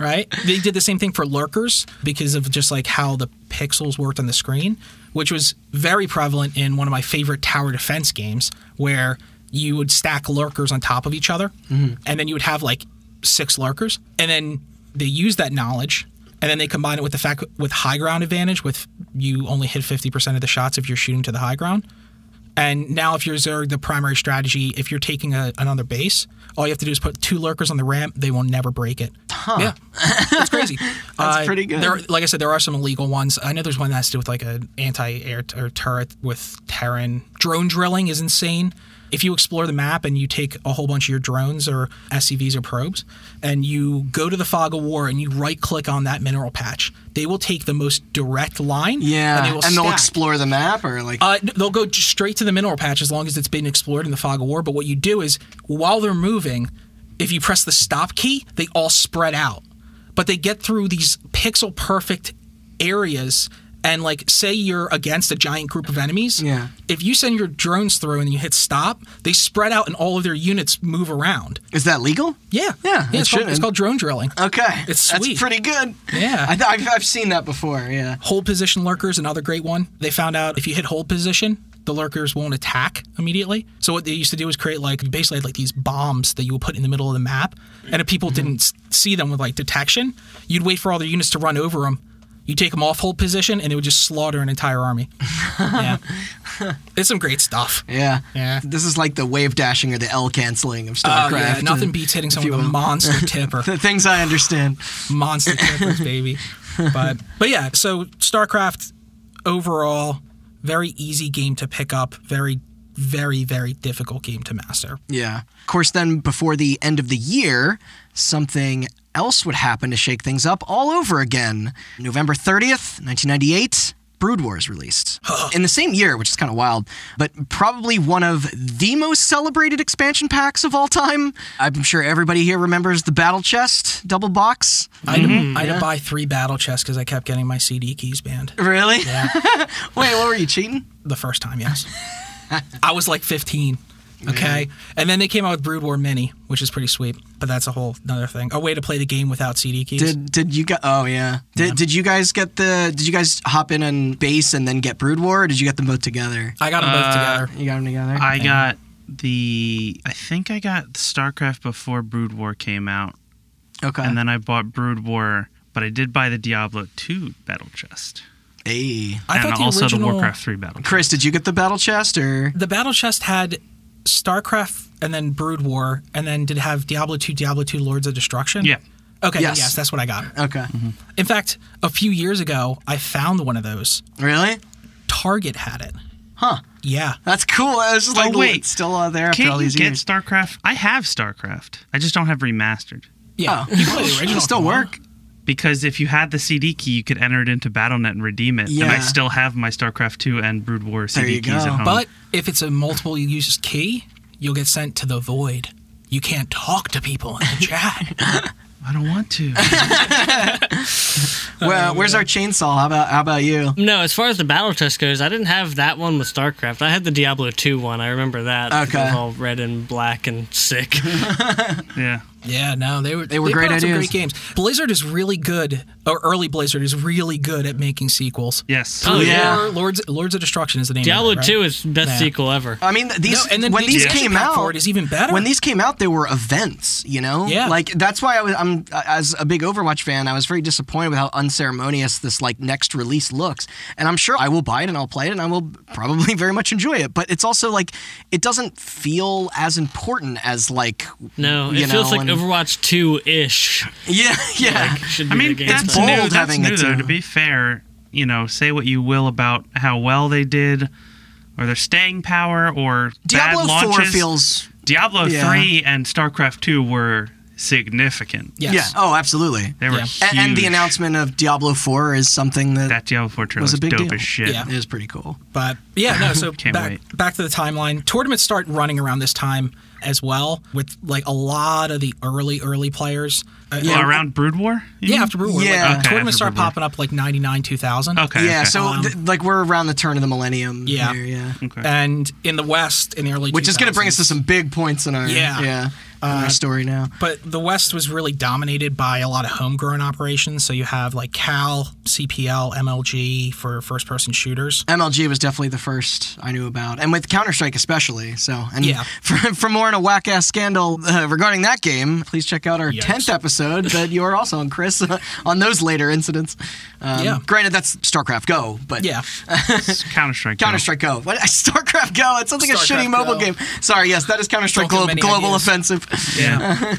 [SPEAKER 5] Right? They did the same thing for lurkers because of just like how the pixels worked on the screen, which was very prevalent in one of my favorite tower defense games where you would stack lurkers on top of each other and then you would have like six lurkers and then they use that knowledge and then they combine it with the fact with high ground advantage with you only hit 50% of the shots if you're shooting to the high ground and now, if you're Zerg, the primary strategy, if you're taking a, another base, all you have to do is put two lurkers on the ramp. They will never break it. Yeah, it's crazy. That's
[SPEAKER 2] pretty good.
[SPEAKER 5] There, like I said, there are some illegal ones. I know there's one that has to do with like an anti-air t- or turret with Terran. Drone drilling is insane. If you explore the map and you take a whole bunch of your drones or SCVs or probes, and you go to the fog of war and you right-click on that mineral patch, they will take the most direct line.
[SPEAKER 2] yeah,
[SPEAKER 5] and they
[SPEAKER 2] and,
[SPEAKER 5] will
[SPEAKER 2] they'll
[SPEAKER 5] stack.
[SPEAKER 2] explore the map or like,
[SPEAKER 5] Uh, n- they'll go j- straight to the mineral patch as long as it's been explored in the fog of war. But what you do is, while they're moving, if you press the stop key, they all spread out. But they get through these pixel perfect areas. And like, say you're against a giant group of enemies.
[SPEAKER 2] Yeah.
[SPEAKER 5] If you send your drones through and you hit stop, they spread out and all of their units move around.
[SPEAKER 2] is that legal?
[SPEAKER 5] Yeah.
[SPEAKER 2] Yeah, it
[SPEAKER 5] it's, called, it's
[SPEAKER 2] shouldn't.
[SPEAKER 5] called drone drilling.
[SPEAKER 2] Okay,
[SPEAKER 5] It's sweet.
[SPEAKER 2] that's pretty good.
[SPEAKER 5] Yeah.
[SPEAKER 2] I th- I've, I've seen that before. Yeah,
[SPEAKER 5] Hold position lurkers, another great one. They found out if you hit hold position, the lurkers won't attack immediately. So what they used to do was create like basically had like these bombs that you would put in the middle of the map, and if people
[SPEAKER 2] Mm-hmm.
[SPEAKER 5] didn't s- see them with like detection, you'd wait for all their units to run over them. You take them off hold position, and it would just slaughter an entire army. yeah, it's some great stuff.
[SPEAKER 2] yeah,
[SPEAKER 5] Yeah.
[SPEAKER 2] This is like the wave dashing or the L canceling of
[SPEAKER 5] Oh,
[SPEAKER 2] Starcraft.
[SPEAKER 5] yeah, nothing
[SPEAKER 2] and
[SPEAKER 5] beats hitting
[SPEAKER 2] you
[SPEAKER 5] someone with a
[SPEAKER 2] will.
[SPEAKER 5] monster tipper.
[SPEAKER 2] the things I understand.
[SPEAKER 5] monster characters, baby. But but yeah, so StarCraft overall, very easy game to pick up, very very very difficult game to master.
[SPEAKER 2] Yeah. Of course, then before the end of the year, something else would happen to shake things up all over again. November 30th, 1998. Brood Wars released in the same year, which is kind of wild, but probably one of the most celebrated expansion packs of all time. I'm sure everybody here remembers the Battle Chest double box.
[SPEAKER 5] I had, to,
[SPEAKER 4] Mm-hmm.
[SPEAKER 5] I had to buy three battle chests because I kept getting my CD keys banned
[SPEAKER 2] Really? Wait, what were you cheating?
[SPEAKER 5] the first time. Yes, I was like 15. Okay, and then they came out with Brood War Mini, which is pretty sweet, but that's a whole another thing. A way to play the game without CD keys.
[SPEAKER 2] Did did you get? Oh yeah. Did did you guys get the? Did you guys hop in and base and then get Brood War? Or did you get them both together?
[SPEAKER 5] I got them
[SPEAKER 4] uh,
[SPEAKER 5] both together.
[SPEAKER 2] You got them together.
[SPEAKER 4] I got the. I think I got StarCraft before Brood War came out,
[SPEAKER 2] okay.
[SPEAKER 4] and then I bought Brood War, but I did buy the Diablo 2 battle chest.
[SPEAKER 2] Hey.
[SPEAKER 5] I
[SPEAKER 4] and
[SPEAKER 5] thought the
[SPEAKER 4] also
[SPEAKER 5] original
[SPEAKER 4] the Warcraft 3 battle chest.
[SPEAKER 2] Chris, did you get the battle chest or
[SPEAKER 5] the battle chest had starcraft and then brood war and then did it have diablo 2 diablo 2 lords of destruction
[SPEAKER 4] Yeah.
[SPEAKER 5] okay yes.
[SPEAKER 2] Yes.
[SPEAKER 5] that's what i got
[SPEAKER 2] Okay.
[SPEAKER 5] in fact a few years ago i found one of those
[SPEAKER 2] Really?
[SPEAKER 5] target had it
[SPEAKER 2] Huh.
[SPEAKER 5] yeah
[SPEAKER 2] That's cool. I was just like,
[SPEAKER 4] Oh, wait.
[SPEAKER 2] it's still out there after all
[SPEAKER 4] Can't you
[SPEAKER 2] these
[SPEAKER 4] get
[SPEAKER 2] years.
[SPEAKER 4] StarCraft? I have StarCraft. I just don't have remastered.
[SPEAKER 5] yeah
[SPEAKER 2] Oh.
[SPEAKER 5] you play the original
[SPEAKER 2] It'll still
[SPEAKER 5] if you want.
[SPEAKER 2] work.
[SPEAKER 4] Because if you had the CD key, you could enter it into BattleNet and redeem it. And I
[SPEAKER 2] Yeah.
[SPEAKER 4] still have my StarCraft 2 and Brood War CD
[SPEAKER 2] you
[SPEAKER 4] keys
[SPEAKER 2] go.
[SPEAKER 4] at home.
[SPEAKER 5] but if it's a multiple use key you'll get sent to the void you can't talk to people in the chat
[SPEAKER 4] I don't want to.
[SPEAKER 2] Well, where's our chainsaw? How about how about you?
[SPEAKER 3] No, as far as the battle test goes, I didn't have that one with StarCraft. I had the Diablo 2 one. I remember that. It
[SPEAKER 2] Okay.
[SPEAKER 3] was all red and black and sick.
[SPEAKER 4] yeah.
[SPEAKER 5] Yeah, no, they were
[SPEAKER 2] They were great
[SPEAKER 5] put out some
[SPEAKER 2] ideas.
[SPEAKER 5] great games. Blizzard is really good, or early Blizzard is really good at making sequels.
[SPEAKER 4] Yes.
[SPEAKER 3] Oh, yeah.
[SPEAKER 5] Lord- Lords Lords of Destruction is the name.
[SPEAKER 3] Diablo
[SPEAKER 5] of it, right?
[SPEAKER 3] 2 is best
[SPEAKER 5] Yeah.
[SPEAKER 3] sequel ever.
[SPEAKER 2] I mean, th- these
[SPEAKER 5] No, and then
[SPEAKER 2] when
[SPEAKER 5] the
[SPEAKER 2] these
[SPEAKER 5] expansion
[SPEAKER 2] came
[SPEAKER 5] pack
[SPEAKER 2] out,
[SPEAKER 5] for it is even better.
[SPEAKER 2] When these came out, they were events, you know.
[SPEAKER 5] Yeah.
[SPEAKER 2] Like that's why I was. I'm as a big Overwatch fan, I was very disappointed with how unceremonious this like next release looks. And I'm sure I will buy it and I'll play it and I will probably very much enjoy it. But it's also like it doesn't feel as important as like
[SPEAKER 3] No,
[SPEAKER 2] you
[SPEAKER 3] it feels
[SPEAKER 2] know,
[SPEAKER 3] like
[SPEAKER 2] and-
[SPEAKER 3] Overwatch 2 ish.
[SPEAKER 2] yeah yeah.
[SPEAKER 3] Should be
[SPEAKER 4] I
[SPEAKER 3] the
[SPEAKER 4] mean,
[SPEAKER 3] game
[SPEAKER 4] that's
[SPEAKER 3] plan.
[SPEAKER 2] bold
[SPEAKER 4] new. That's
[SPEAKER 2] having a
[SPEAKER 4] new, though.
[SPEAKER 2] team.
[SPEAKER 4] To be fair, you know, say what you will about how well they did, or their staying power, or
[SPEAKER 2] Diablo
[SPEAKER 4] bad
[SPEAKER 2] Four
[SPEAKER 4] launches.
[SPEAKER 2] feels
[SPEAKER 4] Diablo
[SPEAKER 2] Yeah.
[SPEAKER 4] three and StarCraft two were significant.
[SPEAKER 5] Yes.
[SPEAKER 2] yeah oh absolutely.
[SPEAKER 4] They were
[SPEAKER 5] Yeah.
[SPEAKER 4] huge.
[SPEAKER 2] A- and the announcement of Diablo Four is something that
[SPEAKER 4] that Diablo four trailer
[SPEAKER 2] was a big
[SPEAKER 4] dope
[SPEAKER 2] deal.
[SPEAKER 4] as shit.
[SPEAKER 5] Yeah.
[SPEAKER 2] is pretty cool.
[SPEAKER 5] But yeah, no. So
[SPEAKER 4] Can't
[SPEAKER 5] back
[SPEAKER 4] wait.
[SPEAKER 5] back to the timeline. Tournaments start running around this time as well, with like a lot of the early early players. Uh,
[SPEAKER 4] Well, around Brood War. you
[SPEAKER 5] yeah,
[SPEAKER 4] mean?
[SPEAKER 5] after Brew War,
[SPEAKER 2] Yeah.
[SPEAKER 5] like,
[SPEAKER 2] Okay,
[SPEAKER 5] tournaments
[SPEAKER 4] after
[SPEAKER 5] start
[SPEAKER 4] Brew War.
[SPEAKER 5] popping up like ninety nine two thousand.
[SPEAKER 4] Okay.
[SPEAKER 2] Yeah,
[SPEAKER 4] okay.
[SPEAKER 2] so th- like we're around the turn of the millennium.
[SPEAKER 5] Um, Yeah.
[SPEAKER 2] here, yeah.
[SPEAKER 4] Okay.
[SPEAKER 5] And in the West, in the early
[SPEAKER 2] Which is going to bring
[SPEAKER 5] 2000s.
[SPEAKER 2] us to some big points in our
[SPEAKER 5] Yeah.
[SPEAKER 2] yeah in our story now.
[SPEAKER 5] But the West was really dominated by a lot of homegrown operations. So you have like Cal, CPL, MLG for first person shooters.
[SPEAKER 2] MLG was definitely the first I knew about, and with Counter Strike especially. So, and
[SPEAKER 5] Yeah.
[SPEAKER 2] for, for more on a whack ass scandal uh, regarding that game, please check out our
[SPEAKER 5] Yikes.
[SPEAKER 2] tenth episode that you are also on, Chris, on those later incidents. Um,
[SPEAKER 5] Yeah.
[SPEAKER 2] Granted, that's StarCraft Go, but
[SPEAKER 5] Yeah.
[SPEAKER 4] Counter Strike.
[SPEAKER 2] Counter Strike Go. What? StarCraft Go. It sounds like a
[SPEAKER 5] StarCraft
[SPEAKER 2] shitty mobile
[SPEAKER 5] Go.
[SPEAKER 2] game. Sorry. Yes, that is Counter Strike
[SPEAKER 5] Don't
[SPEAKER 2] Glo-
[SPEAKER 5] give many
[SPEAKER 2] Global
[SPEAKER 5] ideas.
[SPEAKER 2] Offensive.
[SPEAKER 4] Yeah.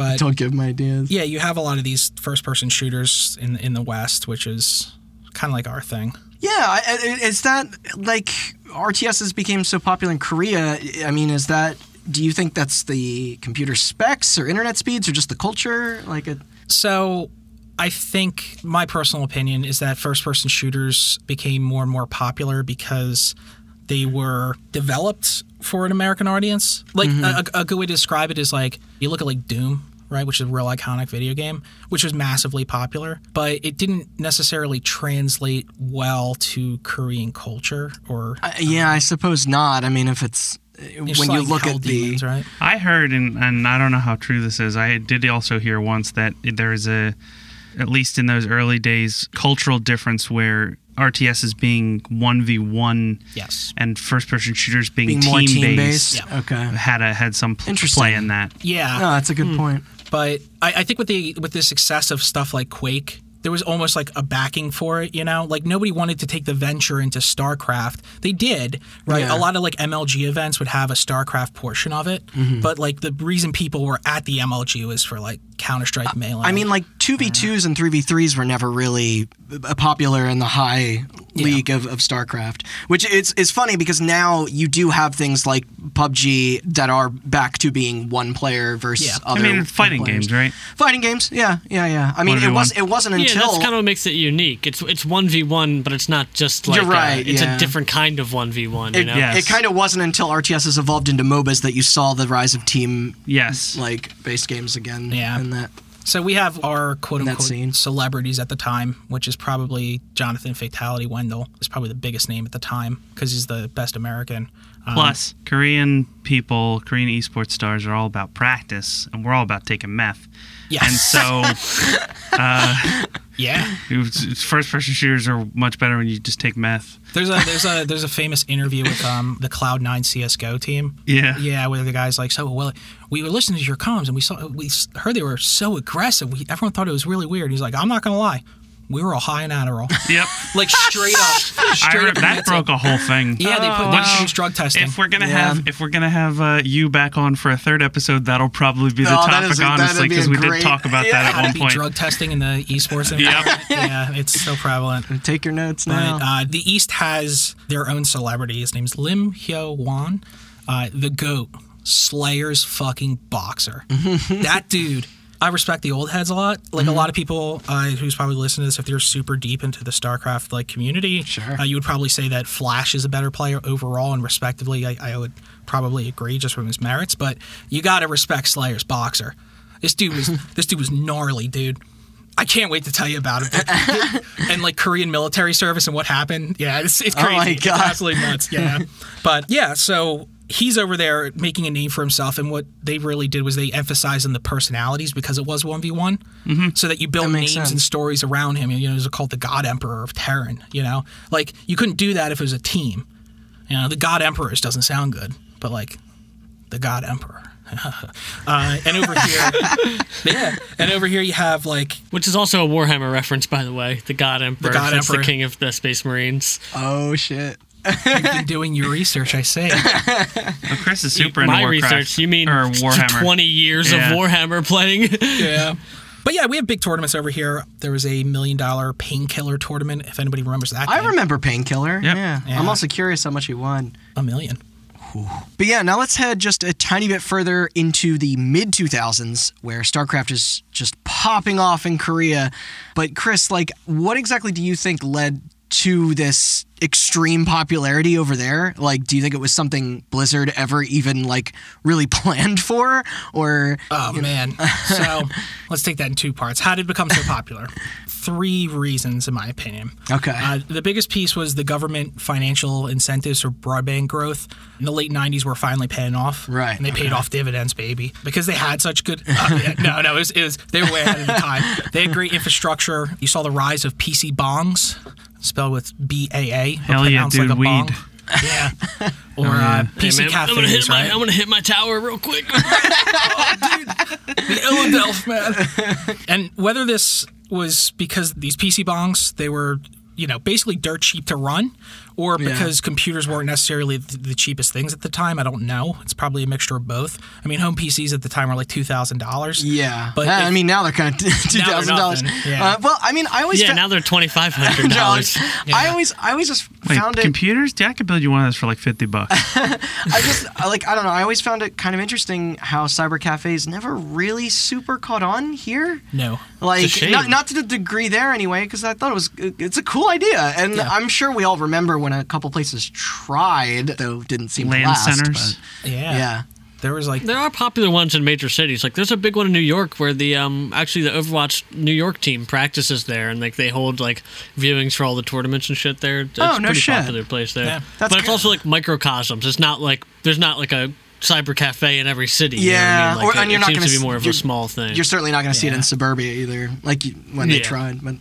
[SPEAKER 5] But
[SPEAKER 2] Don't give my ideas.
[SPEAKER 5] yeah, you have a lot of these first person shooters in, in the West, which is kind of like our thing.
[SPEAKER 2] Yeah, I- I- is that like RTSs became so popular in Korea? I mean, is that do you think that's the computer specs or internet speeds or just the culture? Like, it
[SPEAKER 5] So I think my personal opinion is that first person shooters became more and more popular because they were developed for an American audience. Like
[SPEAKER 2] Mm-hmm.
[SPEAKER 5] a, a good way to describe it is like you look at like Doom, right, which is a real iconic video game, which was massively popular, but it didn't necessarily translate well to Korean culture or
[SPEAKER 2] uh, yeah, I suppose not. I mean, if it's
[SPEAKER 5] It's
[SPEAKER 2] when you
[SPEAKER 5] like
[SPEAKER 2] look
[SPEAKER 5] hell
[SPEAKER 2] at
[SPEAKER 5] demons,
[SPEAKER 2] the
[SPEAKER 5] right?
[SPEAKER 4] I heard, and, and I don't know how true this is. I did also hear once that there is a, at least in those early days, cultural difference where RTS is being one v one,
[SPEAKER 5] Yes.
[SPEAKER 4] and first person shooters being,
[SPEAKER 2] being
[SPEAKER 4] team,
[SPEAKER 2] more team
[SPEAKER 4] based.
[SPEAKER 2] based. Okay,
[SPEAKER 4] Had a had some pl-
[SPEAKER 2] Interesting.
[SPEAKER 4] play in that.
[SPEAKER 5] Yeah.
[SPEAKER 2] no, that's a good point.
[SPEAKER 5] But I, I think with the with the success of stuff like Quake, there was almost like a backing for it, you know? Like nobody wanted to take the venture into StarCraft. They did, right?
[SPEAKER 2] Yeah.
[SPEAKER 5] A lot of like MLG events would have a StarCraft portion of it.
[SPEAKER 2] Mm-hmm.
[SPEAKER 5] But like the reason people were at the MLG was for like Counter Strike Melee.
[SPEAKER 2] I mean, like two v twos and three v threes were never really uh, popular in the high league of, of StarCraft. Which it's it's funny because now you do have things like PUBG that are back to being one player versus
[SPEAKER 5] Yeah.
[SPEAKER 2] other.
[SPEAKER 4] I mean, fighting
[SPEAKER 2] players.
[SPEAKER 4] games, right?
[SPEAKER 2] Fighting games, yeah, yeah, yeah. I mean, it
[SPEAKER 4] 1v1.
[SPEAKER 2] was it wasn't
[SPEAKER 3] Yeah,
[SPEAKER 2] until
[SPEAKER 3] that's kind of what makes it unique. It's it's one v one, but it's not just like
[SPEAKER 2] You're right,
[SPEAKER 3] a, it's
[SPEAKER 2] yeah.
[SPEAKER 3] a different kind of one v one. You know,
[SPEAKER 4] yeah.
[SPEAKER 2] it kind of wasn't until RTSs evolved into MOBAs that you saw the rise of team
[SPEAKER 4] Yes.
[SPEAKER 2] like based games again.
[SPEAKER 5] Yeah.
[SPEAKER 2] and that
[SPEAKER 5] so we have our quote
[SPEAKER 2] that
[SPEAKER 5] unquote
[SPEAKER 2] scene.
[SPEAKER 5] celebrities at the time, which is probably Jonathan Fatality Wendell is probably the biggest name at the time because he's the best American.
[SPEAKER 2] uh,
[SPEAKER 5] Um,
[SPEAKER 4] Plus, Korean people, Korean esports stars are all about practice, and we're all about taking meth. And
[SPEAKER 5] yes.
[SPEAKER 4] so,
[SPEAKER 5] yeah.
[SPEAKER 4] first person shooters are much better when you just take meth.
[SPEAKER 5] There's a there's a there's a famous interview with um the Cloud Nine CS:GO team.
[SPEAKER 4] Yeah.
[SPEAKER 5] Yeah, where the guy's like, so well, we were listening to your comms and we saw we s- heard they were so aggressive. We, everyone thought it was really weird. He's like, I'm not gonna lie, we were all high in Adderall,
[SPEAKER 4] Yep.
[SPEAKER 5] like straight up,
[SPEAKER 4] I
[SPEAKER 5] straight
[SPEAKER 4] re-
[SPEAKER 5] up.
[SPEAKER 4] that broke a whole thing.
[SPEAKER 5] yeah, they put
[SPEAKER 4] Which-
[SPEAKER 5] that huge drug testing.
[SPEAKER 4] If we're gonna
[SPEAKER 2] Yeah.
[SPEAKER 4] have if we're gonna have uh, you back on for a third episode, that'll probably be the
[SPEAKER 2] Oh, that
[SPEAKER 4] topic,
[SPEAKER 2] is a- that'd
[SPEAKER 4] honestly,
[SPEAKER 2] be a
[SPEAKER 4] because we
[SPEAKER 2] great-
[SPEAKER 4] did talk about that at
[SPEAKER 5] Gotta
[SPEAKER 4] one
[SPEAKER 5] be
[SPEAKER 4] point.
[SPEAKER 5] drug testing in the esports environment. yeah, it's so prevalent.
[SPEAKER 2] take your notes now.
[SPEAKER 5] But uh, the East has their own celebrity. His name's Lim Hyo Won, uh, the goat, Slayer's fucking boxer. that dude. I respect the old heads a lot. Like
[SPEAKER 2] Mm-hmm.
[SPEAKER 5] a lot of people uh, who's probably listening to this, if they're super deep into the StarCraft like community,
[SPEAKER 2] Sure.
[SPEAKER 5] uh, you would probably say that Flash is a better player overall, and respectively, I, I would probably agree just from his merits. But you got to respect Slayer's boxer. This dude was this dude was gnarly, dude. I can't wait to tell you about it. but- and like Korean military service and what happened. Yeah, it's, it's
[SPEAKER 2] Oh
[SPEAKER 5] crazy.
[SPEAKER 2] my
[SPEAKER 5] It's
[SPEAKER 2] God.
[SPEAKER 5] absolutely nuts. Yeah. but yeah, so he's over there making a name for himself. And what they really did was they emphasized on the personalities because it was 1v1. So that you build
[SPEAKER 2] Mm-hmm. That
[SPEAKER 5] names
[SPEAKER 2] makes
[SPEAKER 5] and
[SPEAKER 2] sense.
[SPEAKER 5] stories around him. You know, it called the God Emperor of Terran, you know? Like, you couldn't do that if it was a team. You know, the God Emperors doesn't sound good, but like, the God Emperor. uh, and over here, yeah, and over here you have like
[SPEAKER 3] Which is also a Warhammer reference, by the way. The God Emperor.
[SPEAKER 5] God
[SPEAKER 3] that's
[SPEAKER 5] Emperor.
[SPEAKER 3] the king of the Space Marines.
[SPEAKER 2] Oh shit.
[SPEAKER 5] you've been doing your research. I say,
[SPEAKER 4] But Chris is super into
[SPEAKER 3] My
[SPEAKER 4] Warcraft,
[SPEAKER 3] research, you mean
[SPEAKER 4] or Warhammer?
[SPEAKER 3] 20 years
[SPEAKER 4] Yeah.
[SPEAKER 3] of Warhammer playing?
[SPEAKER 5] yeah. But yeah, we have big tournaments over here. There was a million dollar painkiller tournament. If anybody remembers that,
[SPEAKER 2] I
[SPEAKER 5] game.
[SPEAKER 2] remember Painkiller.
[SPEAKER 4] Yep.
[SPEAKER 2] Yeah.
[SPEAKER 5] Yeah.
[SPEAKER 2] I'm also curious how much he won.
[SPEAKER 5] a million.
[SPEAKER 2] But yeah, now let's head just a tiny bit further into the mid 2000s where StarCraft is just popping off in Korea. But Chris, like what exactly do you think led to this extreme popularity over there? Like do you think it was something Blizzard ever even like really planned for or
[SPEAKER 5] Oh man! so let's take that in two parts. How did it become so popular? Three reasons, in my opinion.
[SPEAKER 2] Okay.
[SPEAKER 5] Uh, the biggest piece was the government financial incentives for broadband growth in the late '90s were finally paying off.
[SPEAKER 2] Right,
[SPEAKER 5] And they paid off dividends, baby, because they had such good. Uh, yeah, no, no, it was, it was they were way ahead of the time. They had great infrastructure. You saw the rise of PC bongs, spelled with B A A,
[SPEAKER 4] Hell yeah, dude, weed.
[SPEAKER 5] Yeah. Or uh, PC
[SPEAKER 3] Hey, man, I'm
[SPEAKER 5] cafes,
[SPEAKER 3] gonna hit my
[SPEAKER 5] right?
[SPEAKER 3] I'm gonna hit my tower real quick.
[SPEAKER 5] Illadelph, man. and whether this was because these PC bongs, they were, you know, basically dirt cheap to run, or because computers weren't necessarily th- the cheapest things at the time, I don't know. It's probably a mixture of both. I mean, home PCs at the time were like $2,000.
[SPEAKER 2] yeah,
[SPEAKER 5] But
[SPEAKER 2] Uh, I
[SPEAKER 5] if-
[SPEAKER 2] mean now they're kind of two
[SPEAKER 5] Now
[SPEAKER 2] thousand
[SPEAKER 5] they're
[SPEAKER 2] dollars.
[SPEAKER 5] nothing, yeah.
[SPEAKER 2] Uh, well, I mean, I always
[SPEAKER 3] yeah,
[SPEAKER 2] fa-
[SPEAKER 3] now they're twenty five hundred dollars.
[SPEAKER 2] I always, I always just
[SPEAKER 4] Wait,
[SPEAKER 2] found it.
[SPEAKER 4] computers? Yeah, I could build you one of those for like fifty bucks.
[SPEAKER 2] I just I like I don't know. I always found it kind of interesting how cyber cafes never really super caught on here.
[SPEAKER 5] No.
[SPEAKER 2] Like
[SPEAKER 3] shame.
[SPEAKER 2] not not to the degree there anyway, because I thought it was it's a cool idea, and I'm sure we all remember when a couple places tried, though didn't seem
[SPEAKER 4] Land
[SPEAKER 2] to last.
[SPEAKER 4] centers.
[SPEAKER 5] Yeah.
[SPEAKER 2] but- yeah.
[SPEAKER 5] There was like,
[SPEAKER 3] There are popular ones in major cities. Like there's a big one in New York where the um actually the Overwatch New York team practices there and like they hold like viewings for all the tournaments and shit there. It's
[SPEAKER 2] Oh,
[SPEAKER 3] a
[SPEAKER 2] no
[SPEAKER 3] pretty
[SPEAKER 2] shit.
[SPEAKER 3] popular place there.
[SPEAKER 5] Yeah.
[SPEAKER 2] That's
[SPEAKER 3] but it's
[SPEAKER 2] good.
[SPEAKER 3] also like microcosms. It's not like there's not like a cyber cafe in every city.
[SPEAKER 2] Yeah,
[SPEAKER 3] you know what I mean? Like,
[SPEAKER 2] or-
[SPEAKER 3] it,
[SPEAKER 2] and you're
[SPEAKER 3] it
[SPEAKER 2] not
[SPEAKER 3] seems
[SPEAKER 2] gonna
[SPEAKER 3] to
[SPEAKER 2] s-
[SPEAKER 3] be more of a
[SPEAKER 2] you're-
[SPEAKER 3] small thing.
[SPEAKER 2] You're certainly not going to see it
[SPEAKER 5] Yeah.
[SPEAKER 2] in suburbia either, like you, when they
[SPEAKER 3] Yeah.
[SPEAKER 2] tried. But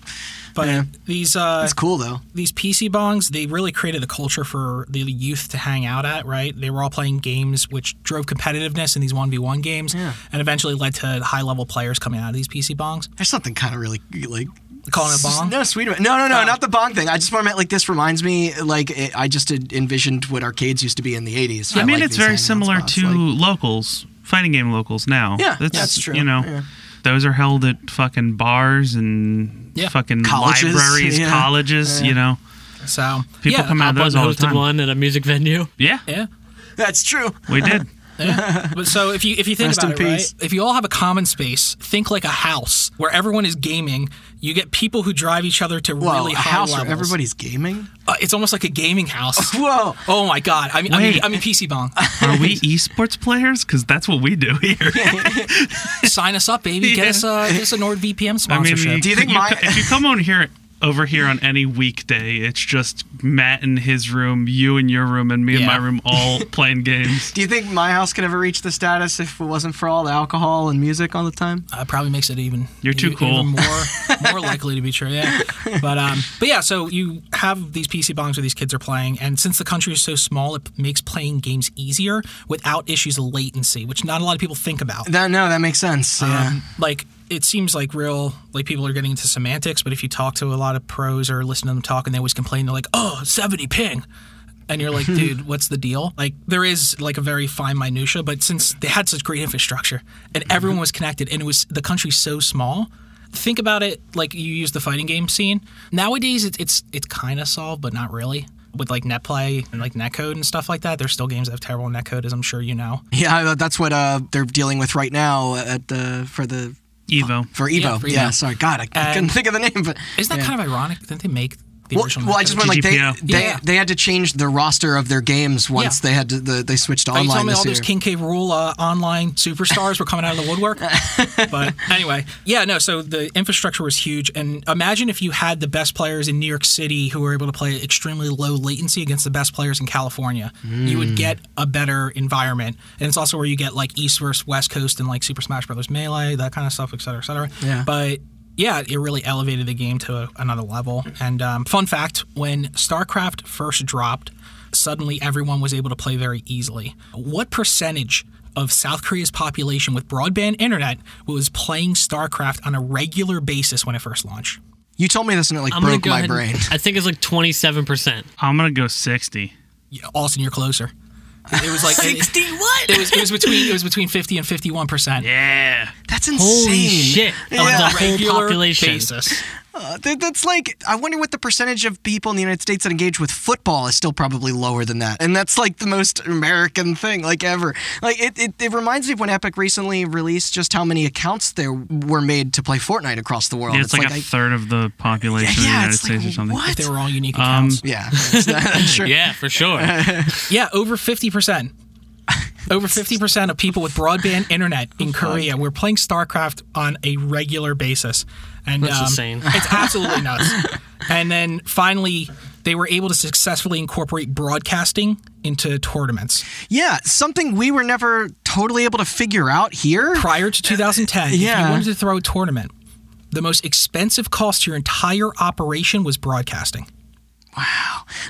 [SPEAKER 5] but
[SPEAKER 2] Yeah.
[SPEAKER 5] these uh,
[SPEAKER 2] it's cool though.
[SPEAKER 5] these PC bongs, they really created a culture for the youth to hang out at, right? They were all playing games which drove competitiveness in these 1v1 games and eventually led to high level players coming out of these PC bongs.
[SPEAKER 2] There's something kind of really like
[SPEAKER 5] Calling it a bong? Oh.
[SPEAKER 2] No, sweet. about- No, no, no, not the bong thing. I just want to like this reminds me like it, I just had envisioned what arcades used to be in the 80s.
[SPEAKER 4] I mean,
[SPEAKER 2] like
[SPEAKER 4] it's
[SPEAKER 2] these
[SPEAKER 4] very
[SPEAKER 2] hangout
[SPEAKER 4] similar
[SPEAKER 2] spots,
[SPEAKER 4] to
[SPEAKER 2] like-
[SPEAKER 4] locals, fighting game locals now.
[SPEAKER 2] Yeah, that's true,
[SPEAKER 4] You know,
[SPEAKER 2] yeah.
[SPEAKER 4] those are held at fucking bars and
[SPEAKER 5] Yeah.
[SPEAKER 4] fucking
[SPEAKER 2] Colleges,
[SPEAKER 4] libraries,
[SPEAKER 2] yeah.
[SPEAKER 4] colleges. You know,
[SPEAKER 5] So,
[SPEAKER 4] people
[SPEAKER 5] yeah,
[SPEAKER 4] come out of
[SPEAKER 3] Button
[SPEAKER 4] those all the
[SPEAKER 3] hosted
[SPEAKER 4] time.
[SPEAKER 3] one at a music venue.
[SPEAKER 4] Yeah,
[SPEAKER 5] Yeah.
[SPEAKER 2] That's true.
[SPEAKER 4] we did.
[SPEAKER 5] But so if you if you think
[SPEAKER 2] Rest
[SPEAKER 5] about it,
[SPEAKER 2] in
[SPEAKER 5] right?
[SPEAKER 2] peace.
[SPEAKER 5] If you all have a common space, think like a house where everyone is gaming. You get people who drive each other to
[SPEAKER 2] Whoa,
[SPEAKER 5] really
[SPEAKER 2] a
[SPEAKER 5] high
[SPEAKER 2] house where
[SPEAKER 5] levels.
[SPEAKER 2] everybody's gaming?
[SPEAKER 5] Uh, it's almost like a gaming house.
[SPEAKER 2] Whoa.
[SPEAKER 5] Oh my god! I mean, I mean,
[SPEAKER 4] Wait.
[SPEAKER 5] I mean PC bong.
[SPEAKER 4] Are we esports players? Because that's what we do here.
[SPEAKER 5] Sign us up, baby. Get
[SPEAKER 4] Yeah.
[SPEAKER 5] us a get us a NordVPN
[SPEAKER 4] I mean,
[SPEAKER 5] sponsorship.
[SPEAKER 2] Do you think my-
[SPEAKER 4] if you come on here? Over here on any weekday, it's just Matt in his room, you in your room, and me in
[SPEAKER 5] Yeah.
[SPEAKER 4] my room, all playing games.
[SPEAKER 2] Do you think my house could ever reach the status if it wasn't for all the alcohol and music all the time?
[SPEAKER 5] Uh, probably makes it even
[SPEAKER 4] You're too
[SPEAKER 5] even-
[SPEAKER 4] cool.
[SPEAKER 5] even more more likely to be true. Yeah, but um, but yeah. So you have these PC bongs where these kids are playing, and since the country is so small, it makes playing games easier without issues of latency, which not a lot of people think about.
[SPEAKER 2] That no, that makes sense. yeah.
[SPEAKER 5] Um, like it seems like real like people are getting into semantics, but if you talk to a lot of pros or listen to them talk and they always complain, they're like, oh, 70 ping. And you're like, dude, what's the deal? Like, there is like a very fine minutia, but since they had such great infrastructure and
[SPEAKER 2] Mm-hmm.
[SPEAKER 5] everyone was connected, and it was the country's so small, think about it. Like, you use the fighting game scene nowadays. It's it's it's kind of solved, but not really. With like netplay and like netcode and stuff like that, there's still games that have terrible netcode, as I'm sure you know.
[SPEAKER 2] Yeah, that's what uh, they're dealing with right now at the for the
[SPEAKER 4] Evo.
[SPEAKER 2] for Evo. Yeah,
[SPEAKER 5] for Evo.
[SPEAKER 2] sorry. God, I, I couldn't
[SPEAKER 5] And-
[SPEAKER 2] think of the name, but
[SPEAKER 5] Isn't that kind of ironic? Didn't they make the
[SPEAKER 2] Well,
[SPEAKER 5] original.
[SPEAKER 2] well, I just
[SPEAKER 5] Nintendo.
[SPEAKER 2] went like they
[SPEAKER 4] GGPO.
[SPEAKER 2] they,
[SPEAKER 5] Yeah.
[SPEAKER 2] they had to change the roster of their games once
[SPEAKER 5] Yeah.
[SPEAKER 2] they had to, the, they switched to
[SPEAKER 5] Are you
[SPEAKER 2] online
[SPEAKER 5] telling me all
[SPEAKER 2] this
[SPEAKER 5] those
[SPEAKER 2] year.
[SPEAKER 5] King K. Rule uh, online superstars were coming out of the woodwork? but anyway, yeah, no. So the infrastructure was huge, and imagine if you had the best players in New York City who were able to play at extremely low latency against the best players in California. You
[SPEAKER 2] Hmm.
[SPEAKER 5] would get a better environment, and it's also where you get like East versus West Coast and like Super Smash Brothers Melee, that kind of stuff, et cetera, et cetera.
[SPEAKER 2] Yeah.
[SPEAKER 5] But yeah, it really elevated the game to a- another level. And um, fun fact when StarCraft first dropped, suddenly everyone was able to play very easily. What percentage of South Korea's population with broadband internet was playing StarCraft on a regular basis when it first launched?
[SPEAKER 2] You told me this and it like
[SPEAKER 3] I'm gonna
[SPEAKER 2] broke
[SPEAKER 3] go
[SPEAKER 2] my
[SPEAKER 3] ahead and-
[SPEAKER 2] brain.
[SPEAKER 3] I think it's like 27%.
[SPEAKER 4] I'm gonna go 60.
[SPEAKER 5] Yeah, Austin, you're closer. It was like sixty.
[SPEAKER 3] what?
[SPEAKER 5] It, was it was between it was between fifty and fifty one percent.
[SPEAKER 4] Yeah.
[SPEAKER 2] That's insane.
[SPEAKER 3] Holy shit. Of
[SPEAKER 2] Yeah.
[SPEAKER 3] the whole population.
[SPEAKER 5] Basis.
[SPEAKER 2] Uh, that- that's like I wonder what the percentage of people in the United States that engage with football is still probably lower than that. And that's like the most American thing like ever. Like it, it, it reminds me of when Epic recently released just how many accounts there were made to play Fortnite across the world.
[SPEAKER 4] Yeah, it's, like, a
[SPEAKER 2] I-
[SPEAKER 4] third of the population of the
[SPEAKER 2] yeah,
[SPEAKER 4] United
[SPEAKER 2] it's
[SPEAKER 4] States
[SPEAKER 2] like,
[SPEAKER 4] or something.
[SPEAKER 2] what?
[SPEAKER 5] They were all unique accounts.
[SPEAKER 2] Yeah, that's, that's true.
[SPEAKER 3] Yeah, for sure.
[SPEAKER 5] Yeah, over 50%. Over 50% of people with broadband internet
[SPEAKER 2] Oh,
[SPEAKER 5] in Korea were playing StarCraft on a regular basis. And
[SPEAKER 3] That's
[SPEAKER 5] um,
[SPEAKER 3] insane.
[SPEAKER 5] It's absolutely nuts. And then finally, they were able to successfully incorporate broadcasting into tournaments.
[SPEAKER 2] Yeah, something we were never totally able to figure out here.
[SPEAKER 5] Prior to 2010, if
[SPEAKER 2] Yeah.
[SPEAKER 5] you wanted to throw a tournament, the most expensive cost to your entire operation was broadcasting.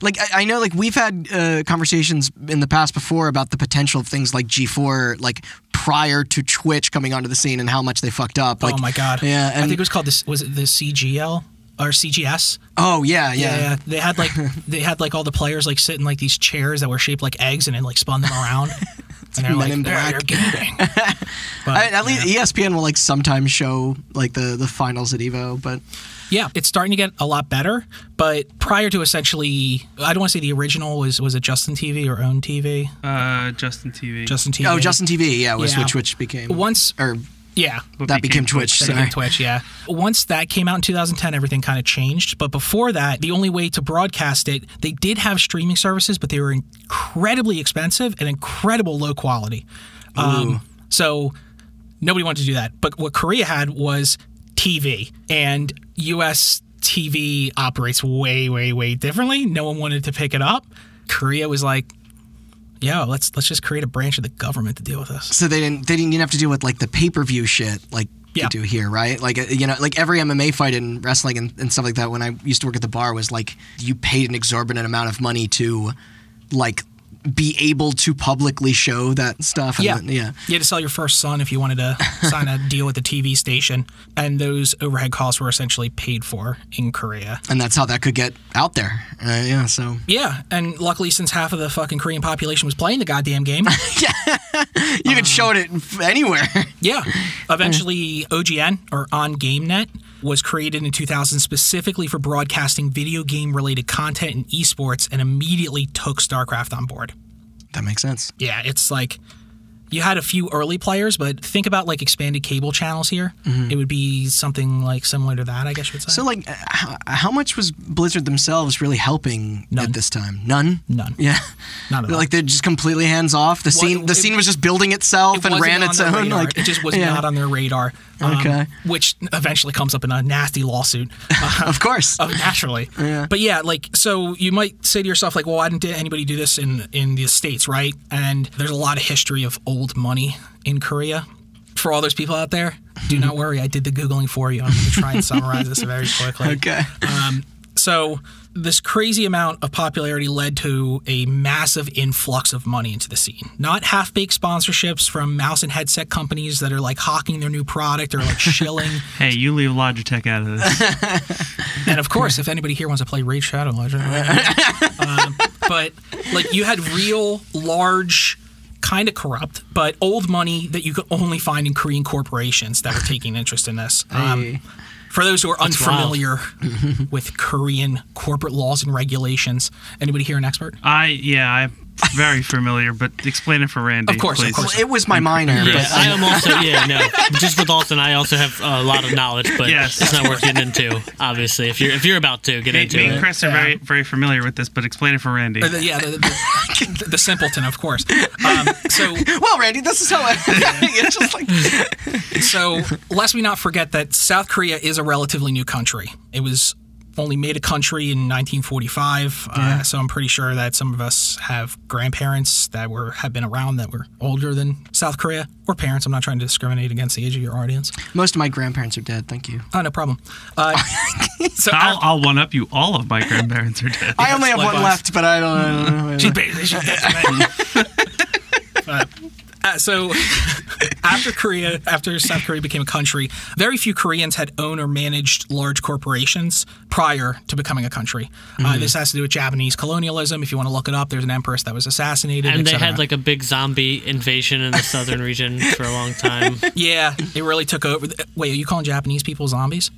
[SPEAKER 2] Like I, I know, like we've had uh, conversations in the past before about the potential of things like G4, like prior to Twitch coming onto the scene and how much they fucked up. Like,
[SPEAKER 5] oh my god!
[SPEAKER 2] Yeah,
[SPEAKER 5] I
[SPEAKER 2] and
[SPEAKER 5] think it was called this. Was it the CGL or CGS?
[SPEAKER 2] oh yeah, yeah,
[SPEAKER 5] Yeah, yeah. They had like they had like all the players like sit in like these chairs that were shaped like eggs, and it like spun them around. and they're
[SPEAKER 2] Men
[SPEAKER 5] like,
[SPEAKER 2] in
[SPEAKER 5] "They're-
[SPEAKER 2] Black."
[SPEAKER 5] they're gaming. But,
[SPEAKER 2] I- at least E ESPN will like sometimes show like the the finals at Evo, but
[SPEAKER 5] yeah, it's starting to get a lot better. But prior to essentially, I don't want to say the original was was it Justin TV or Own TV?
[SPEAKER 4] Uh, Justin TV.
[SPEAKER 5] Justin TV.
[SPEAKER 2] Mm. oh, Justin TV, yeah, was
[SPEAKER 5] Yeah.
[SPEAKER 2] which which became
[SPEAKER 5] Once,
[SPEAKER 2] or
[SPEAKER 5] yeah,
[SPEAKER 2] that became,
[SPEAKER 4] became
[SPEAKER 2] Twitch.
[SPEAKER 5] That became
[SPEAKER 2] Sorry.
[SPEAKER 5] Twitch, yeah. Once that came out in 2010, everything kind of changed. But before that, the only way to broadcast it, they did have streaming services, but they were incredibly expensive and incredible low quality. Um, so nobody wanted to do that. But what Korea had was TV, and US TV operates way, way, way differently. No one wanted to pick it up. Korea was like, yo, let's let's just create a branch of the government to deal with this.
[SPEAKER 2] So they didn't they didn't even have to deal with like the pay per view shit like
[SPEAKER 5] Yeah.
[SPEAKER 2] you do here, right? Like uh, you know, like every MMA fight in wrestling and, and stuff like that. When I used to work at the bar, was like you paid an exorbitant amount of money to like be able to publicly show that stuff. And
[SPEAKER 5] Yeah.
[SPEAKER 2] then- yeah.
[SPEAKER 5] You had to sell your first son if you wanted to sign a deal with the TV station. And those overhead costs were essentially paid for in Korea.
[SPEAKER 2] And that's how that could get out there. Uh, yeah. So
[SPEAKER 5] Yeah. And luckily, since half of the fucking Korean population was playing the goddamn game,
[SPEAKER 2] you could show it f- anywhere.
[SPEAKER 5] yeah. Eventually, OGN or On GameNet was created in 2000 specifically for broadcasting video game related content and esports and immediately took StarCraft on board.
[SPEAKER 2] that makes sense.
[SPEAKER 5] yeah, it's like you had a few early players, but think about like expanded cable channels here.
[SPEAKER 2] Mm-hmm.
[SPEAKER 5] It would be something like similar to that, I guess you would say.
[SPEAKER 2] So like, uh, how, how much was Blizzard themselves really helping
[SPEAKER 5] None.
[SPEAKER 2] at this time? None.
[SPEAKER 5] None.
[SPEAKER 2] Yeah.
[SPEAKER 5] Not at all.
[SPEAKER 2] Like they're just completely hands off. The scene, the
[SPEAKER 5] it-
[SPEAKER 2] scene was just building itself
[SPEAKER 5] It
[SPEAKER 2] and
[SPEAKER 5] wasn't
[SPEAKER 2] ran
[SPEAKER 5] on
[SPEAKER 2] its
[SPEAKER 5] their
[SPEAKER 2] own.
[SPEAKER 5] radar.
[SPEAKER 2] Like
[SPEAKER 5] it just was
[SPEAKER 2] yeah.
[SPEAKER 5] not on their radar. um,
[SPEAKER 2] Okay.
[SPEAKER 5] Which eventually comes up in a nasty lawsuit. Uh,
[SPEAKER 2] Of course.
[SPEAKER 5] Oh, naturally. But yeah, like so you might say to yourself, like, well, why didn't anybody do this in in the States, right? And there's a lot of history of old money in Korea. For all those people out there, do not worry, I did the Googling for you. I'm gonna try and summarize this very quickly.
[SPEAKER 2] Okay.
[SPEAKER 5] Um, so this crazy amount of popularity led to a massive influx of money into the scene. Not half-baked sponsorships from mouse and headset companies that are like hawking their new product or like shilling
[SPEAKER 4] Hey, you leave Logitech out of this.
[SPEAKER 5] and of course, if anybody here wants to play Raid Shadow Legend, um, but like you had real large, kind of corrupt, but old money that you could only find in Korean corporations that were taking interest in this. Um, for those who are unfamiliar with Korean corporate laws and regulations, anybody here an expert?
[SPEAKER 4] I yeah, I very familiar, but explain it for Randy.
[SPEAKER 5] Of course, of
[SPEAKER 4] please.
[SPEAKER 5] course.
[SPEAKER 2] It was my minor,
[SPEAKER 3] Yeah,
[SPEAKER 2] but
[SPEAKER 3] I am also yeah no. Just with Alton, I also have a lot of knowledge, but
[SPEAKER 4] Yes.
[SPEAKER 3] it's not worth getting into. Obviously, if you're if you're about to get
[SPEAKER 4] Me,
[SPEAKER 3] into
[SPEAKER 4] me and
[SPEAKER 3] it,
[SPEAKER 4] Chris are very, very familiar with this, but explain it for Randy.
[SPEAKER 5] Or the- yeah, the, the, the simpleton, of course. Um, so,
[SPEAKER 2] well, Randy, this is how I. it's just like
[SPEAKER 5] so lest we not forget that South Korea is a relatively new country. It was only made a country in 1945. Uh, so I'm pretty sure that some of us have grandparents that were have been around that were older than South Korea or parents. I'm not trying to discriminate against the age of your audience.
[SPEAKER 2] most of my grandparents are dead. Thank you.
[SPEAKER 5] Oh, no problem. Uh, so
[SPEAKER 4] I'll, I'll one up you. All of my grandparents are dead.
[SPEAKER 2] I only have
[SPEAKER 5] Likewise.
[SPEAKER 2] one left, but I don't. I don't know.
[SPEAKER 5] She's basically she's But, uh, so after Korea, after South Korea became a country, very few Koreans had owned or managed large corporations prior to becoming a country.
[SPEAKER 3] Mm-hmm.
[SPEAKER 5] Uh, this has to do with Japanese colonialism. If you want to look it up, there's an empress that was assassinated.
[SPEAKER 3] and
[SPEAKER 5] et
[SPEAKER 3] they
[SPEAKER 5] cetera.
[SPEAKER 3] had like a big zombie invasion in the southern region for a long time.
[SPEAKER 5] yeah, it really took over. Wait, are you calling Japanese people zombies?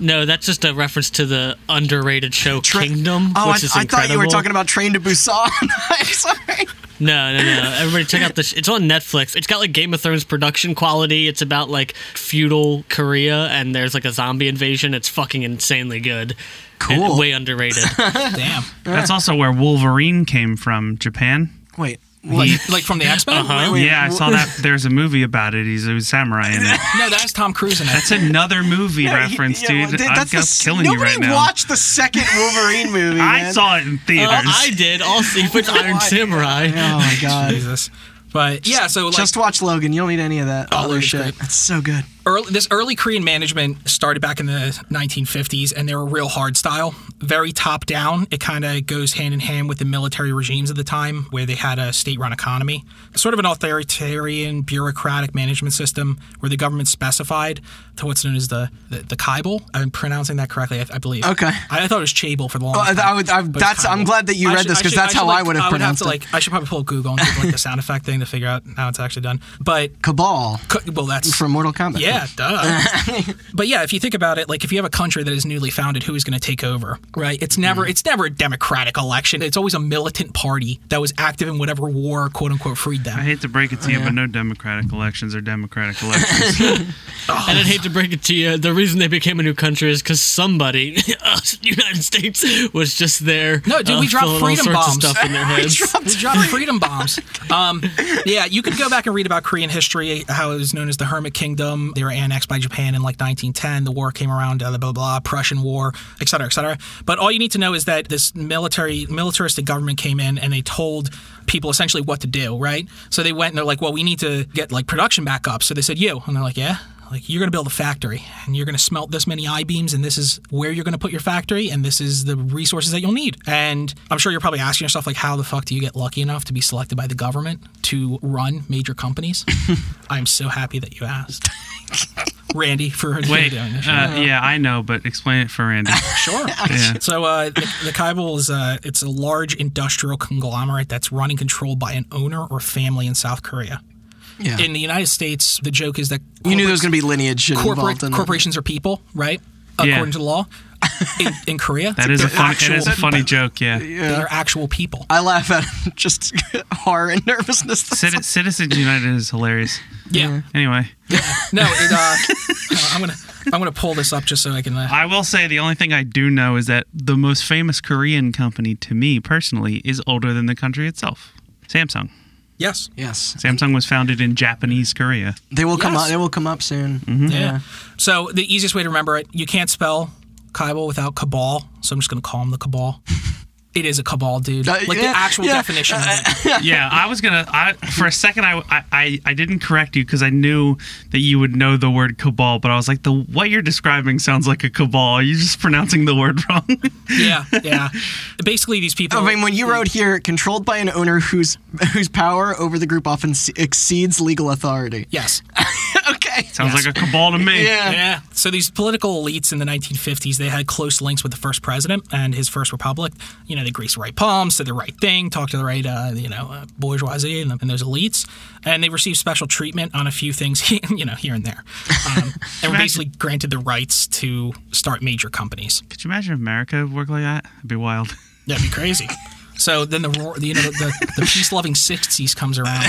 [SPEAKER 3] No, that's just a reference to the underrated show Kingdom,
[SPEAKER 2] Oh, I,
[SPEAKER 3] which is
[SPEAKER 2] I thought you were
[SPEAKER 3] incredible.
[SPEAKER 2] talking about Train to Busan. I'm sorry.
[SPEAKER 3] No, no, no. Everybody check out this. It's on Netflix. It's got like Game of Thrones production quality. It's about like feudal Korea and there's like a zombie invasion. It's fucking insanely good. And
[SPEAKER 2] Cool.
[SPEAKER 3] way underrated.
[SPEAKER 5] Damn,
[SPEAKER 4] That's also where Wolverine came from, Japan.
[SPEAKER 2] Wait. what?
[SPEAKER 5] like, like from the X Men.
[SPEAKER 3] uh-huh.
[SPEAKER 2] Wait,
[SPEAKER 4] Yeah, I saw that. There's a movie about it. He's a samurai in it.
[SPEAKER 5] No, that's Tom Cruise in it.
[SPEAKER 4] That's another movie reference,
[SPEAKER 2] Yeah, well,
[SPEAKER 4] dude.
[SPEAKER 2] th-
[SPEAKER 4] I'm
[SPEAKER 2] the
[SPEAKER 4] just
[SPEAKER 2] s-
[SPEAKER 4] killing you
[SPEAKER 2] Nobody
[SPEAKER 4] right now.
[SPEAKER 2] watched the second Wolverine movie.
[SPEAKER 4] I
[SPEAKER 2] man.
[SPEAKER 4] saw it in
[SPEAKER 3] Uh,
[SPEAKER 4] theaters.
[SPEAKER 3] I did. Also, you put Iron Samurai.
[SPEAKER 2] Oh my god.
[SPEAKER 5] Jesus. But yeah, so like,
[SPEAKER 2] Just watch Logan. You don't need any of that other
[SPEAKER 5] Oh, Logan's
[SPEAKER 2] shit.
[SPEAKER 5] great.
[SPEAKER 2] It's so good.
[SPEAKER 5] early, this early Korean management started back in the 1950s, and they were real hard style, very top down. It kind of goes hand in hand with the military regimes of the time, where they had a state run economy, sort of an authoritarian, bureaucratic management system where the government specified to what's known as the the, the kaibel. I'm pronouncing that correctly, I, I believe.
[SPEAKER 2] Okay. Oh,
[SPEAKER 5] I, I thought it was chable for the longest
[SPEAKER 2] I-
[SPEAKER 5] time.
[SPEAKER 2] I would- I-
[SPEAKER 5] but it's
[SPEAKER 2] that's- I'm
[SPEAKER 5] kaibel.
[SPEAKER 2] glad that you
[SPEAKER 5] I
[SPEAKER 2] read
[SPEAKER 5] should-
[SPEAKER 2] this, 'cause
[SPEAKER 5] should-
[SPEAKER 2] that's how
[SPEAKER 5] should,
[SPEAKER 2] I
[SPEAKER 5] like,
[SPEAKER 2] would have
[SPEAKER 5] I would have
[SPEAKER 2] pronounced
[SPEAKER 5] to
[SPEAKER 2] it.
[SPEAKER 5] like. I should probably pull Google and do like the sound effect thing to figure out how it's actually done. But
[SPEAKER 2] Cabal
[SPEAKER 5] co- well, that's
[SPEAKER 2] from Mortal Kombat.
[SPEAKER 5] yeah, duh. but yeah, if you think about it, like if you have a country that is newly founded, who is going to take over? Right? It's never it's never a democratic election. It's always a militant party that was active in whatever war quote unquote freed
[SPEAKER 4] I
[SPEAKER 5] them.
[SPEAKER 4] hate to break it
[SPEAKER 2] Oh,
[SPEAKER 4] to you, but no democratic elections are democratic elections.
[SPEAKER 3] And I'd hate to break it to you, the reason they became a new country is because somebody, us, United States, was just there.
[SPEAKER 5] No, dude, we dropped
[SPEAKER 3] filling Uh, all
[SPEAKER 5] freedom
[SPEAKER 3] sorts
[SPEAKER 5] bombs.
[SPEAKER 3] Of stuff in their heads.
[SPEAKER 5] We dropped freedom bombs. Um, yeah, you could go back and read about Korean history, how it was known as the Hermit Kingdom. They were annexed by Japan in like 1910. The war came around, uh, blah, blah, blah, blah Prussian War, et cetera, et cetera. But all you need to know is that this military, militaristic government came in and they told people essentially what to do, right? So they went and they're like, well, we need to get like production back up. So they said, you. And they're like, yeah. Like you're gonna build a factory and you're gonna smelt this many I beams and this is where you're gonna put your factory and this is the resources that you'll need. And I'm sure you're probably asking yourself like how the fuck do you get lucky enough to be selected by the government to run major companies? I'm so happy that you asked. Randy for for
[SPEAKER 4] Wait, uh,
[SPEAKER 5] doing this.
[SPEAKER 4] yeah, I know, but explain it for Randy.
[SPEAKER 5] Sure.
[SPEAKER 4] Yeah.
[SPEAKER 5] So uh, the, the Kaibel is uh, it's a large industrial conglomerate that's run and controlled by an owner or family in South Korea.
[SPEAKER 2] Yeah.
[SPEAKER 5] In the United States, the joke is that
[SPEAKER 2] you knew there was going to be lineage
[SPEAKER 5] corporate
[SPEAKER 2] involved in
[SPEAKER 5] corporations are people, right?
[SPEAKER 4] Yeah.
[SPEAKER 5] According to the law, in, in Korea,
[SPEAKER 4] That is a
[SPEAKER 5] they're
[SPEAKER 4] funny, it
[SPEAKER 5] actual,
[SPEAKER 4] is a funny joke, yeah.
[SPEAKER 5] They're actual people.
[SPEAKER 2] I laugh at just horror and nervousness.
[SPEAKER 4] Citi- Citizens United is hilarious.
[SPEAKER 5] Yeah.
[SPEAKER 4] Anyway,
[SPEAKER 5] No, it, uh, uh, I'm gonna I'm gonna pull this up just so I can. Uh,
[SPEAKER 4] I will say the only thing I do know is that the most famous Korean company to me personally is older than the country itself. Samsung.
[SPEAKER 5] yes.
[SPEAKER 2] yes,
[SPEAKER 4] Samsung was founded in Japanese Korea.
[SPEAKER 2] they will come
[SPEAKER 5] Yes.
[SPEAKER 2] up. They will come up soon.
[SPEAKER 4] Mm-hmm.
[SPEAKER 5] Yeah. So the easiest way to remember it, you can't spell Kaibel without cabal, so I'm just gonna call him the cabal. It is a cabal, dude.
[SPEAKER 2] Uh,
[SPEAKER 5] Like the
[SPEAKER 2] yeah,
[SPEAKER 5] actual
[SPEAKER 2] yeah.
[SPEAKER 5] definition of it.
[SPEAKER 4] yeah, I was gonna. I, for a second, I I- I, I didn't correct you because I knew that you would know the word cabal, but I was like, the what you're describing sounds like a cabal. Are you just pronouncing the word wrong?
[SPEAKER 5] Yeah, yeah. Basically, these people.
[SPEAKER 2] I mean, when you wrote here, controlled by an owner whose whose power over the group often se- exceeds legal authority.
[SPEAKER 5] yes.
[SPEAKER 2] Okay.
[SPEAKER 4] sounds like a cabal to me.
[SPEAKER 2] Yeah.
[SPEAKER 5] Yeah. So these political elites in the 1950s, they had close links with the first president and his first republic. You know, they greased the right palms, said the right thing, talked to the right, uh, you know, uh, bourgeoisie and, and those elites, and they received special treatment on a few things, you know, here and there, um, and were basically granted the rights to start major companies.
[SPEAKER 4] Could you imagine if America worked like that? It'd be wild.
[SPEAKER 5] That'd be crazy. So then the roar, the, you know, the, the, the peace loving sixties comes around,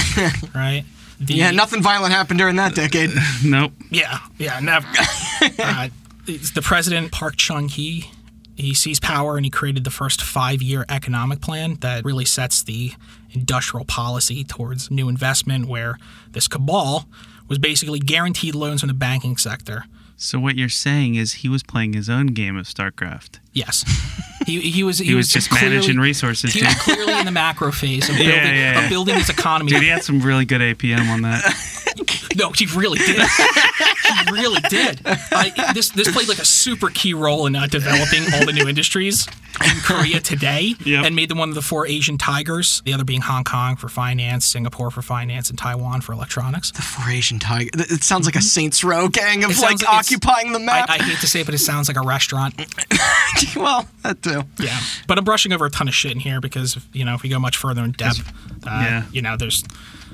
[SPEAKER 5] right? The-
[SPEAKER 2] Yeah, nothing violent happened during that decade.
[SPEAKER 4] Nope.
[SPEAKER 5] Yeah, yeah, never. uh, it's the president Park Chung Hee. He sees power and he created the first five year economic plan that really sets the industrial policy towards new investment, where this cabal was basically guaranteed loans from the banking sector.
[SPEAKER 4] So what you're saying is he was playing his own game of StarCraft.
[SPEAKER 5] Yes. He, he was he,
[SPEAKER 4] He, was, just
[SPEAKER 5] clearly,
[SPEAKER 4] managing resources.
[SPEAKER 5] He
[SPEAKER 4] Dude.
[SPEAKER 5] was clearly in the macro phase of building,
[SPEAKER 4] yeah, yeah.
[SPEAKER 5] Of building his economy.
[SPEAKER 4] Dude, he had some really good APM on that.
[SPEAKER 5] No, she really did. she really did. I, this this played like a super key role in uh, developing all the new industries in Korea today,
[SPEAKER 4] Yep.
[SPEAKER 5] and made them one of the four Asian tigers. The other being Hong Kong for finance, Singapore for finance, and Taiwan for electronics.
[SPEAKER 2] For Asian Tiger. Th- It sounds like a Saints Row gang of
[SPEAKER 5] Mm-hmm. It
[SPEAKER 2] like
[SPEAKER 5] sounds like it's-
[SPEAKER 2] occupying the
[SPEAKER 5] I,
[SPEAKER 2] map.
[SPEAKER 5] I hate to say, it, but it sounds like a restaurant.
[SPEAKER 2] well, that too.
[SPEAKER 5] Yeah, but I'm brushing over a ton of shit in here because you know if we go much further in depth, uh,
[SPEAKER 4] Yeah.
[SPEAKER 5] you know there's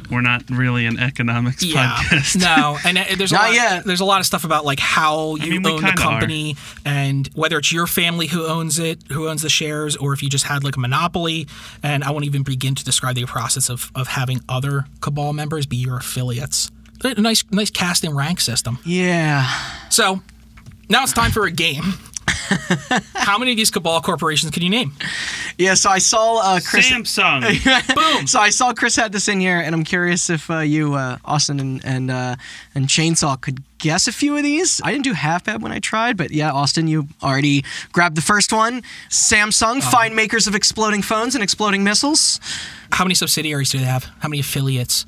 [SPEAKER 4] We're not really an economics
[SPEAKER 5] yeah
[SPEAKER 4] podcast.
[SPEAKER 5] no and uh, there's a
[SPEAKER 2] Not
[SPEAKER 5] lot,
[SPEAKER 2] yet.
[SPEAKER 5] there's a lot of stuff about like how you
[SPEAKER 4] mean, we
[SPEAKER 5] own the
[SPEAKER 4] kinda are.
[SPEAKER 5] company and whether it's your family who owns it who owns the shares or if you just had like a monopoly and I won't even begin to describe the process of of having other cabal members be your affiliates a nice nice cast and rank system
[SPEAKER 2] Yeah.
[SPEAKER 5] so now it's time for a game how many of these cabal corporations can you name
[SPEAKER 2] Yeah, so I saw uh, Chris.
[SPEAKER 4] Samsung.
[SPEAKER 5] boom
[SPEAKER 2] So I saw Chris had this in here, and I'm curious if uh, you, uh, Austin and and, uh, and Chainsaw, could guess a few of these. I didn't do half bad when I tried, but yeah, Austin, you already grabbed the first one. Samsung,
[SPEAKER 5] Uh-huh.
[SPEAKER 2] fine makers of exploding phones and exploding missiles.
[SPEAKER 5] how many subsidiaries do they have how many affiliates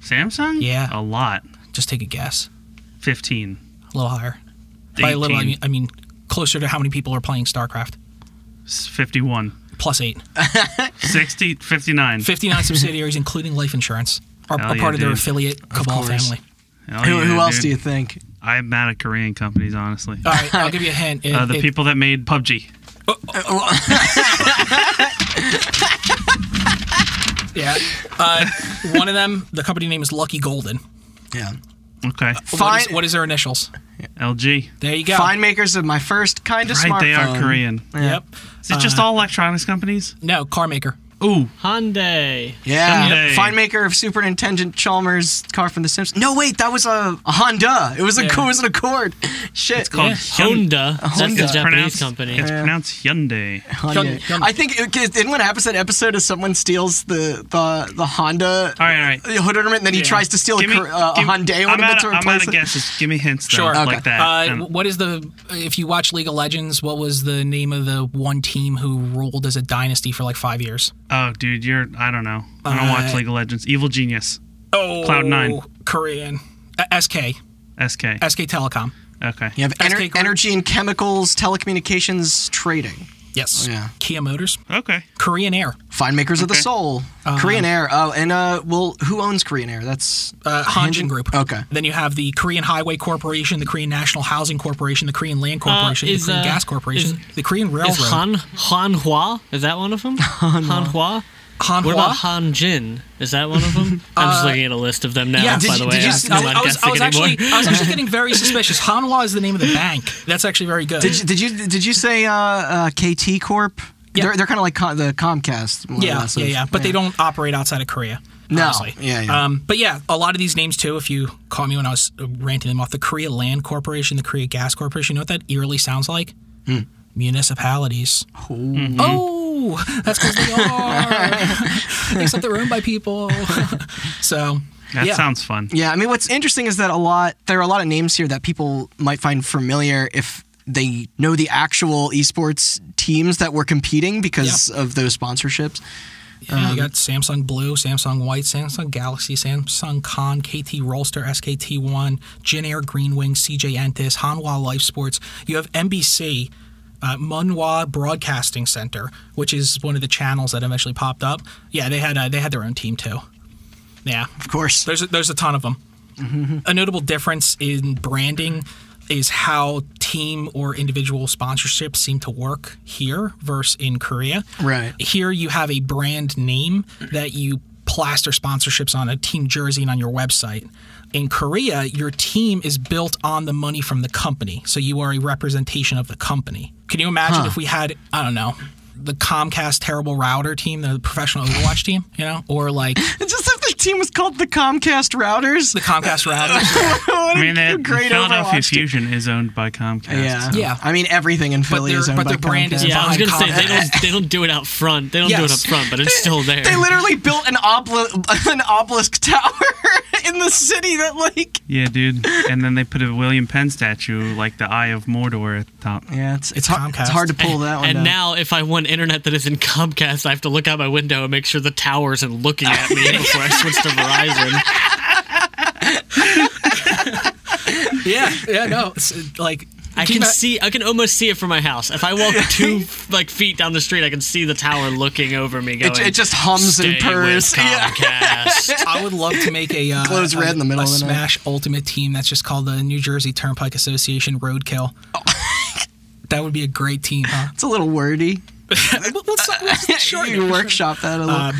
[SPEAKER 4] Samsung?
[SPEAKER 5] Yeah.
[SPEAKER 4] A lot.
[SPEAKER 5] just take a guess
[SPEAKER 4] 15.
[SPEAKER 5] a little higher By a little, I
[SPEAKER 4] 18.
[SPEAKER 5] mean, I mean closer to how many people are playing StarCraft.
[SPEAKER 4] S- 51.
[SPEAKER 5] Plus eight.
[SPEAKER 4] 60. 59.
[SPEAKER 5] 59 subsidiaries, including life insurance, are,
[SPEAKER 4] Hell
[SPEAKER 5] are
[SPEAKER 4] yeah,
[SPEAKER 5] part of their
[SPEAKER 4] dude.
[SPEAKER 5] affiliate Cabal
[SPEAKER 2] course.
[SPEAKER 5] family.
[SPEAKER 4] Hell
[SPEAKER 2] Who,
[SPEAKER 4] yeah,
[SPEAKER 2] who else
[SPEAKER 4] dude.
[SPEAKER 2] do you think?
[SPEAKER 4] I'm mad at Korean companies, honestly.
[SPEAKER 5] All right, I'll give you a hint. Oh, It-
[SPEAKER 4] Uh, the
[SPEAKER 5] it-
[SPEAKER 4] people that made PUBG.
[SPEAKER 5] Yeah. Uh, one of them, the company name is Lucky Golden.
[SPEAKER 2] Yeah.
[SPEAKER 4] Okay.
[SPEAKER 5] What is,
[SPEAKER 2] Fine-
[SPEAKER 5] what is their initials?
[SPEAKER 4] LG.
[SPEAKER 5] There you go.
[SPEAKER 2] Fine makers of my first kind of
[SPEAKER 4] Right,
[SPEAKER 2] smartphone.
[SPEAKER 4] they are Korean.
[SPEAKER 5] Yep.
[SPEAKER 4] Is it just all electronics companies?
[SPEAKER 5] No, car maker.
[SPEAKER 4] Ooh,
[SPEAKER 3] Hyundai.
[SPEAKER 2] Yeah,
[SPEAKER 4] Someday.
[SPEAKER 2] fine maker of Super Nintendo Chalmers car from The Simpsons. No, wait, that was a, a Honda. It was a
[SPEAKER 5] Yeah.
[SPEAKER 2] it was an Accord. Shit, it's
[SPEAKER 4] called
[SPEAKER 5] Yeah.
[SPEAKER 4] Hyun-
[SPEAKER 3] Honda. That's the
[SPEAKER 4] It's
[SPEAKER 3] Japanese
[SPEAKER 4] pronounced,
[SPEAKER 3] company.
[SPEAKER 4] It's pronounced Hyundai.
[SPEAKER 2] Hyundai.
[SPEAKER 5] Hyundai.
[SPEAKER 2] I think it, 'cause didn't what happens that episode is someone steals the the, the Honda
[SPEAKER 4] All right, all right.
[SPEAKER 2] hood ornament, and then he tries to steal a,
[SPEAKER 4] Give me,
[SPEAKER 2] cor- uh, a
[SPEAKER 4] give-
[SPEAKER 2] Hyundai
[SPEAKER 4] I'm
[SPEAKER 2] ornament
[SPEAKER 4] out,
[SPEAKER 2] to
[SPEAKER 4] of-
[SPEAKER 2] replace
[SPEAKER 4] I'm out of
[SPEAKER 2] it.
[SPEAKER 4] guesses. Give me hints, though,
[SPEAKER 5] Sure.
[SPEAKER 2] Okay.
[SPEAKER 4] like that.
[SPEAKER 5] Uh,
[SPEAKER 4] And-
[SPEAKER 5] what is the, if you watch League of Legends, what was the name of the one team who ruled as a dynasty for like five years?
[SPEAKER 4] oh, dude, you're. I don't know. I don't watch
[SPEAKER 5] uh,
[SPEAKER 4] League of Legends. Evil Genius.
[SPEAKER 5] Oh,
[SPEAKER 4] Cloud9.
[SPEAKER 5] Korean. Uh, SK.
[SPEAKER 4] SK.
[SPEAKER 5] SK Telecom.
[SPEAKER 4] Okay.
[SPEAKER 2] You have ener-
[SPEAKER 5] SK Group.
[SPEAKER 2] energy and chemicals, telecommunications, trading.
[SPEAKER 5] Yes.
[SPEAKER 2] Oh, Yeah.
[SPEAKER 5] Kia Motors.
[SPEAKER 4] Okay.
[SPEAKER 5] Korean Air.
[SPEAKER 2] Fine makers of the
[SPEAKER 4] Okay. Uh-huh.
[SPEAKER 2] soul. Korean Air. Oh, and uh, well, who owns Korean Air? That's
[SPEAKER 5] Uh, Hanjin Group.
[SPEAKER 2] Okay.
[SPEAKER 5] Then you have the Korean Highway Corporation, the Korean National Housing Corporation, the Korean Land Corporation,
[SPEAKER 3] is,
[SPEAKER 5] the Korean
[SPEAKER 3] uh,
[SPEAKER 5] Gas Corporation, the Korean Railroad.
[SPEAKER 3] Is Oh, Han Hanhua? Is that one of them? Hanhua.
[SPEAKER 5] Hanwha?
[SPEAKER 3] What about Hanjin? Is that one of them? I'm just looking at a list of them now.
[SPEAKER 5] Uh, Yeah,
[SPEAKER 3] by
[SPEAKER 5] did
[SPEAKER 3] the
[SPEAKER 5] you-
[SPEAKER 3] way,
[SPEAKER 5] did you-
[SPEAKER 3] I'm
[SPEAKER 5] I,
[SPEAKER 3] not
[SPEAKER 5] I was, I
[SPEAKER 3] guessing
[SPEAKER 5] was
[SPEAKER 3] anymore.
[SPEAKER 5] actually, I was actually getting very suspicious. Hanwha is the name of the bank. That's actually very good.
[SPEAKER 2] Did you, did you did you say uh, uh, KT Corp?
[SPEAKER 5] Yeah.
[SPEAKER 2] They're, they're kind of like com- the Comcast. more or
[SPEAKER 5] yeah,
[SPEAKER 2] less,
[SPEAKER 5] yeah,
[SPEAKER 2] of-
[SPEAKER 5] yeah. But they don't operate outside of Korea.
[SPEAKER 2] No.
[SPEAKER 5] honestly.
[SPEAKER 2] Yeah, yeah.
[SPEAKER 5] Um, but yeah, a lot of these names too. If you call me when I was ranting them off, the Korea Land Corporation, the Korea Gas Corporation. You know what that eerily sounds like?
[SPEAKER 2] Hmm.
[SPEAKER 5] Municipalities. Oh, that's because they are. Except they're owned by people. so
[SPEAKER 4] That
[SPEAKER 5] yeah.
[SPEAKER 4] sounds fun.
[SPEAKER 2] Yeah, I mean, what's interesting is that a lot there are a lot of names here that people might find familiar if they know the actual esports teams that were competing because of those sponsorships.
[SPEAKER 5] Yeah, you got Samsung Blue, Samsung White, Samsung Galaxy, Samsung Con, KT Rolster, SKT1, Jin Air Greenwing, CJ Entis, Hanwha Life Sports. You have NBC, uh, Munhwa Broadcasting Center, which is one of the channels that eventually popped up. Yeah, they had uh, they had their own team too. Yeah,
[SPEAKER 2] Of course.
[SPEAKER 5] there's a, there's a ton of them. A notable difference in branding is how team or individual sponsorships seem to work here versus in Korea.
[SPEAKER 2] Right.
[SPEAKER 5] Here you have a brand name that you plaster sponsorships on a team jersey and on your website. In Korea, your team is built on the money from the company, so you are a representation of the company. Can you imagine if we had I don't know the Comcast terrible router team, the professional Overwatch team, you know, or like
[SPEAKER 2] It's just if the team was called the Comcast Routers.
[SPEAKER 5] the Comcast routers.
[SPEAKER 2] What
[SPEAKER 4] I mean,
[SPEAKER 2] a
[SPEAKER 4] that
[SPEAKER 2] great
[SPEAKER 4] Philadelphia
[SPEAKER 2] Overwatch team.
[SPEAKER 4] Fusion is owned by Comcast.
[SPEAKER 2] Yeah.
[SPEAKER 4] so-
[SPEAKER 5] Yeah.
[SPEAKER 2] I mean, everything in Philly
[SPEAKER 5] their-
[SPEAKER 2] is owned
[SPEAKER 5] but
[SPEAKER 2] by
[SPEAKER 5] their brand
[SPEAKER 2] Comcast.
[SPEAKER 5] is
[SPEAKER 3] Yeah, I was
[SPEAKER 5] Fine,
[SPEAKER 3] gonna say they
[SPEAKER 5] Comcast.
[SPEAKER 3] don't they don't do it out front. They don't do it up
[SPEAKER 5] Yes.
[SPEAKER 3] front, but it's still there.
[SPEAKER 2] They literally built an, obli- an obelisk tower in the city that, like,
[SPEAKER 4] Yeah, dude. And then they put a William Penn statue, like the Eye of Mordor, at the top.
[SPEAKER 2] yeah, it's it's,
[SPEAKER 5] It's
[SPEAKER 2] hard, it's
[SPEAKER 5] Comcast.
[SPEAKER 2] hard to pull that one.
[SPEAKER 3] and
[SPEAKER 2] down.
[SPEAKER 3] now, if I want internet that isn't Comcast, I have to look out my window and make sure the tower isn't looking at me before I switch to Verizon.
[SPEAKER 5] yeah, yeah, no, it's uh, like
[SPEAKER 3] I
[SPEAKER 5] keep
[SPEAKER 3] can
[SPEAKER 5] that-
[SPEAKER 3] see, I can almost see it from my house. If I walk two like feet down the street, I can see the tower looking over me. Going,
[SPEAKER 2] it, it just hums
[SPEAKER 3] Stay
[SPEAKER 2] and purrs.
[SPEAKER 3] With Comcast.
[SPEAKER 5] I would love to make a uh,
[SPEAKER 2] Glows
[SPEAKER 5] a-
[SPEAKER 2] red in the middle
[SPEAKER 5] a
[SPEAKER 2] of the night.
[SPEAKER 5] Smash Ultimate team that's just called the New Jersey Turnpike Association Roadkill. that would be a great team, huh?
[SPEAKER 2] It's a little wordy.
[SPEAKER 5] What- What's, what's the short Uh,
[SPEAKER 2] you
[SPEAKER 5] name?
[SPEAKER 2] workshop that a little.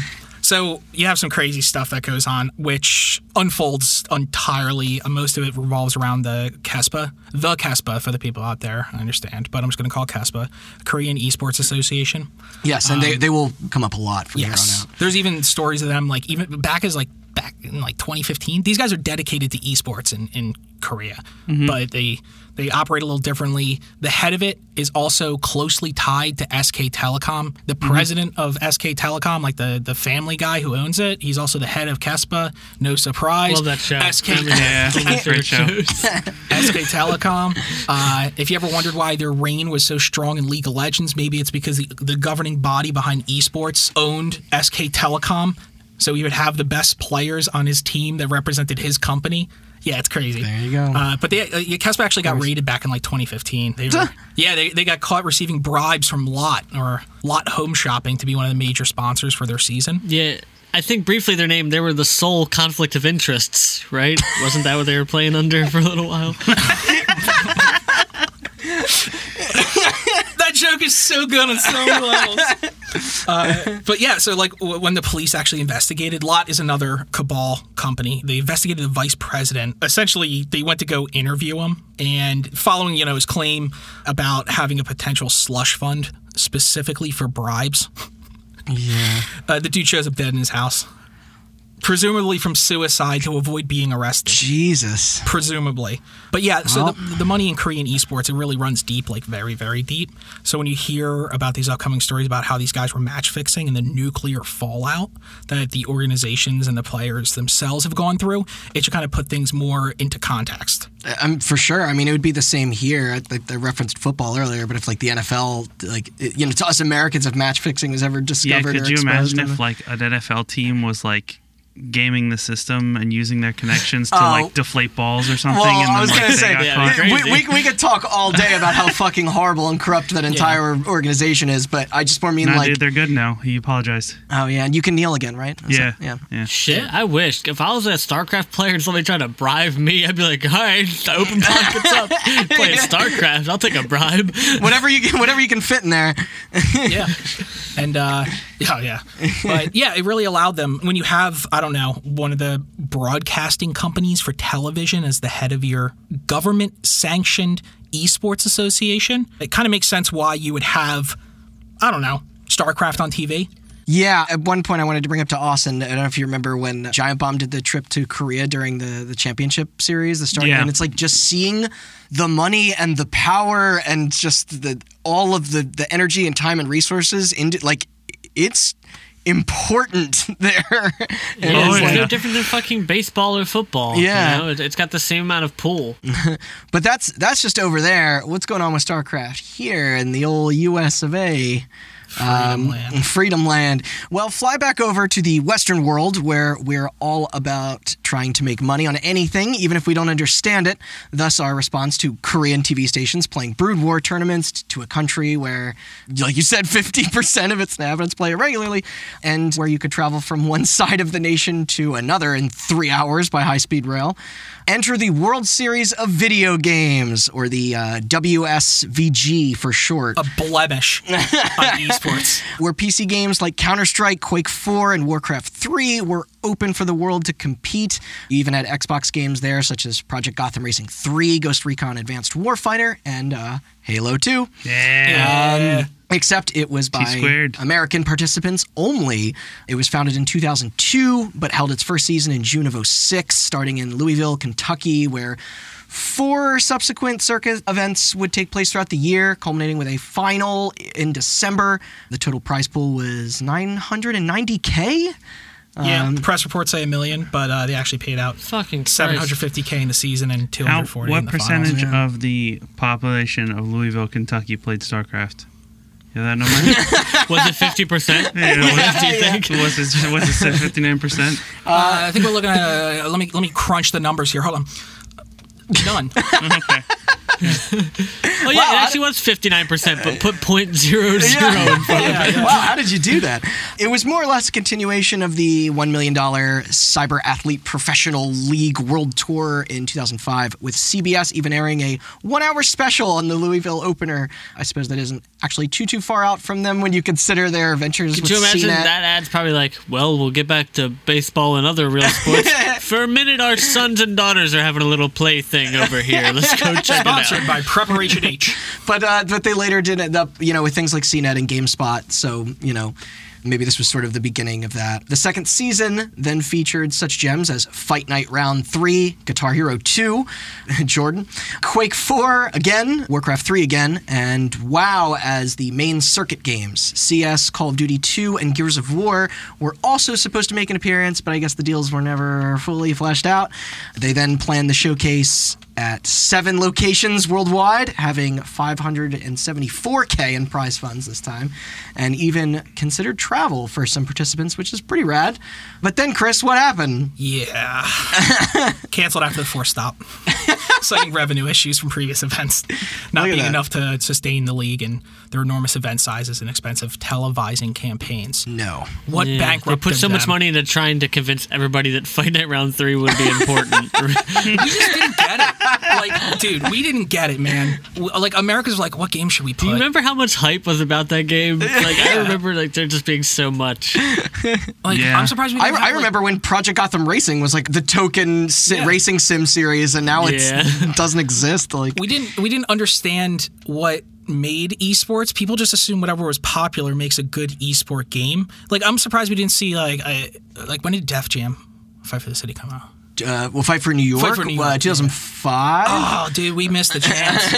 [SPEAKER 5] So you have some crazy stuff that goes on, which unfolds entirely. uh, Most of it revolves around the Kespa, the Kespa for the people out there. I understand, but I'm just going to call it Kespa, Korean Esports Association.
[SPEAKER 2] yes, and they, they will come up a lot from
[SPEAKER 5] um, Yes,
[SPEAKER 2] here on out.
[SPEAKER 5] there's even stories of them like even back as like back in like 2015. These guys are dedicated to esports in in Korea,
[SPEAKER 3] Mm-hmm.
[SPEAKER 5] but they they operate a little differently. The head of it is also closely tied to SK Telecom. The
[SPEAKER 3] Mm-hmm.
[SPEAKER 5] president of SK Telecom, like the the family guy who owns it, he's also the head of Kespa. No surprise.
[SPEAKER 3] Love that show.
[SPEAKER 5] SK,
[SPEAKER 3] Family Guy.
[SPEAKER 4] Yeah, that's a great show.
[SPEAKER 5] SK Telecom. Uh, if you ever wondered why their reign was so strong in League of Legends, maybe it's because the, the governing body behind esports owned SK Telecom. So he would have the best players on his team that represented his company. Yeah, it's crazy. There
[SPEAKER 2] you go.
[SPEAKER 5] Uh, but they, uh, yeah, Kespa actually got raided back in like 2015. They were, yeah, they, they got caught receiving bribes from Lot or Lot Home Shopping to be one of the major sponsors for their season.
[SPEAKER 3] Yeah, I think briefly their name they were the sole conflict of interests, right? Wasn't that what they were playing under for a little while?
[SPEAKER 5] that joke is so good on so many levels. Uh, but yeah, so like w- when the police actually investigated, Lot is another cabal company. They investigated the vice president. Essentially, they went to go interview him, and following you know his claim about having a potential slush fund specifically for bribes,
[SPEAKER 2] Yeah.
[SPEAKER 5] uh, the dude shows up dead in his house, presumably from suicide to avoid being arrested
[SPEAKER 2] Jesus.
[SPEAKER 5] presumably. But yeah, so
[SPEAKER 2] Well-
[SPEAKER 5] the, the money in Korean esports it really runs deep, like very, very deep. So when you hear about these upcoming stories about how these guys were match fixing and the nuclear fallout that the organizations and the players themselves have gone through, it should kind of put things more into context.
[SPEAKER 2] I'm for sure. I mean, it would be the same here. I- Like I referenced football earlier, but if like the NFL, like it- you know, to us Americans, if match fixing was ever
[SPEAKER 4] Yeah,
[SPEAKER 2] discovered,
[SPEAKER 4] could
[SPEAKER 2] or
[SPEAKER 4] you
[SPEAKER 2] exposed,
[SPEAKER 4] imagine
[SPEAKER 2] I don't
[SPEAKER 4] if
[SPEAKER 2] know.
[SPEAKER 4] like an NFL team was like gaming the system and using their connections to
[SPEAKER 2] Oh.
[SPEAKER 4] like deflate balls or something?
[SPEAKER 2] Well,
[SPEAKER 4] and then,
[SPEAKER 2] I was
[SPEAKER 4] like,
[SPEAKER 2] gonna
[SPEAKER 4] they
[SPEAKER 2] say
[SPEAKER 4] got
[SPEAKER 3] Yeah,
[SPEAKER 4] caught?
[SPEAKER 3] they-
[SPEAKER 2] we,
[SPEAKER 3] crazy.
[SPEAKER 2] we, we could talk all day about how fucking horrible and corrupt that entire organization is, but I just more mean
[SPEAKER 4] Nah,
[SPEAKER 2] like,
[SPEAKER 4] dude, they're good now. He apologized.
[SPEAKER 2] oh yeah, and you can kneel again, right? That's
[SPEAKER 4] Yeah,
[SPEAKER 2] it. yeah.
[SPEAKER 4] yeah.
[SPEAKER 3] Shit, I wish if I was a StarCraft player and somebody tried to bribe me, I'd be like, all right, open pockets up, playing StarCraft. I'll take a bribe.
[SPEAKER 2] Whatever you can, whatever you can fit in there.
[SPEAKER 5] yeah. And uh, yeah, yeah. But yeah, it really allowed them when you have, I don't know, one of the broadcasting companies for television as the head of your government sanctioned esports association, it kind of makes sense why you would have, I don't know, StarCraft on TV.
[SPEAKER 2] Yeah, at one point I wanted to bring up to Austin. I don't know if you remember when Giant Bomb did the trip to Korea during the, the championship series, the start,
[SPEAKER 4] Yeah.
[SPEAKER 2] and it's like just seeing the money and the power and just the all of the the energy and time and resources into like it's important there. And
[SPEAKER 3] Yeah,
[SPEAKER 4] Oh,
[SPEAKER 2] it's
[SPEAKER 3] it's
[SPEAKER 2] like-
[SPEAKER 3] no different than fucking baseball or football.
[SPEAKER 2] Yeah.
[SPEAKER 3] you know? It- it's got the same amount of pull.
[SPEAKER 2] but that's that's just over there. What's going on with StarCraft here in the old U.S. of A.
[SPEAKER 5] Freedom
[SPEAKER 2] in
[SPEAKER 5] land.
[SPEAKER 2] Um, Freedom Land. Well, fly back over to the Western world where we're all about trying to make money on anything, even if we don't understand it. Thus, our response to Korean TV stations playing Brood War tournaments t- to a country where, like you said, 50% of its inhabitants play it regularly, and where you could travel from one side of the nation to another in three hours by high speed rail. Enter the World Series of Video Games, or the uh, WSVG for short
[SPEAKER 5] A blemish on esports.
[SPEAKER 2] where PC games like Counter Strike, Quake 4, and Warcraft 3 were open for the world to compete. You even had Xbox games there, such as Project Gotham Racing 3, Ghost Recon Advanced Warfighter, and uh, Halo 2.
[SPEAKER 4] Yeah.
[SPEAKER 5] Yeah.
[SPEAKER 2] except it was by
[SPEAKER 4] squared.
[SPEAKER 2] American participants only. It was founded in 2002, but held its first season in June of 06, starting in Louisville, Kentucky, where four subsequent circus events would take place throughout the year, culminating with a final in December. The total prize pool was 990K.
[SPEAKER 5] yeah, the press reports say a million, but uh, they actually paid out
[SPEAKER 3] Fucking
[SPEAKER 5] seven
[SPEAKER 3] Christ.
[SPEAKER 5] hundred fifty k in the season and two
[SPEAKER 4] How,
[SPEAKER 5] hundred forty.
[SPEAKER 4] what
[SPEAKER 5] in the
[SPEAKER 4] percentage
[SPEAKER 5] Finals.
[SPEAKER 4] of the population of Louisville, Kentucky played StarCraft? You have that number?
[SPEAKER 3] Was it fifty percent?
[SPEAKER 4] yeah, what,
[SPEAKER 3] Do you think?
[SPEAKER 4] Was it was it said fifty nine percent?
[SPEAKER 5] Uh, I think we're looking at. Uh, let me let me crunch the numbers here. Hold on. Done.
[SPEAKER 4] Okay.
[SPEAKER 3] Oh yeah, it actually was fifty nine percent, but put point zero zero. in front.
[SPEAKER 2] wow, how did you do that? It was more or less a continuation of the $1 million Cyber Athlete Professional League World Tour in 2005, with CBS even airing a one hour special on the Louisville opener. I suppose that isn't actually too, too far out from them when you consider their adventures
[SPEAKER 3] Could
[SPEAKER 2] with
[SPEAKER 3] you imagine
[SPEAKER 2] CNET.
[SPEAKER 3] that ad's probably like, well, we'll get back to baseball and other real sports. For a minute, our sons and daughters are having a little play thing over here. Let's go check it out.
[SPEAKER 5] Sponsored by Preparation H.
[SPEAKER 2] But, uh, but they later did end up, you know, with things like CNET and GameSpot. So, you know, maybe this was sort of the beginning of that. The second season then featured such gems as Fight Night Round 3, Guitar Hero 2, Jordan, Quake 4 again, Warcraft 3 again, and WoW as the main circuit games. CS, Call of Duty 2, and Gears of War were also supposed to make an appearance, but I guess the deals were never fully fleshed out. They then planned the showcase at seven locations worldwide, having 574K in prize funds this time, and even considered travel for some participants, which is pretty rad. But then, Chris, what happened?
[SPEAKER 5] Yeah. Canceled after the fourth stop. Citing revenue issues from previous events not
[SPEAKER 2] Look at
[SPEAKER 5] being
[SPEAKER 2] that.
[SPEAKER 5] enough to sustain the league and their enormous event sizes and expensive televising campaigns.
[SPEAKER 2] No.
[SPEAKER 5] What
[SPEAKER 3] Yeah,
[SPEAKER 5] bankrupt
[SPEAKER 3] They put so much
[SPEAKER 5] them?
[SPEAKER 3] money into trying to convince everybody that Fight Night Round Three would be important.
[SPEAKER 5] We just didn't get it. Like, dude, we didn't get it, man. W- Like, America's like, what game should we play?
[SPEAKER 3] Do you remember how much hype was about that game? Like I remember, like there just being so much.
[SPEAKER 5] Like,
[SPEAKER 4] Yeah.
[SPEAKER 5] I'm surprised we
[SPEAKER 2] I,
[SPEAKER 5] didn't have,
[SPEAKER 2] I
[SPEAKER 5] like-
[SPEAKER 2] remember when Project Gotham Racing was like the token si-
[SPEAKER 5] Yeah.
[SPEAKER 2] racing sim series, and now it's
[SPEAKER 3] Yeah.
[SPEAKER 2] it doesn't exist. Like,
[SPEAKER 5] we didn't we didn't understand what made esports people just assume whatever was popular makes a good esport game like i'm surprised we didn't see like I, like when did def jam fight for the city come out
[SPEAKER 2] uh, we'll fight for New York,
[SPEAKER 5] for New
[SPEAKER 2] uh,
[SPEAKER 5] York, yeah.
[SPEAKER 2] 2005.
[SPEAKER 5] oh dude we missed the chance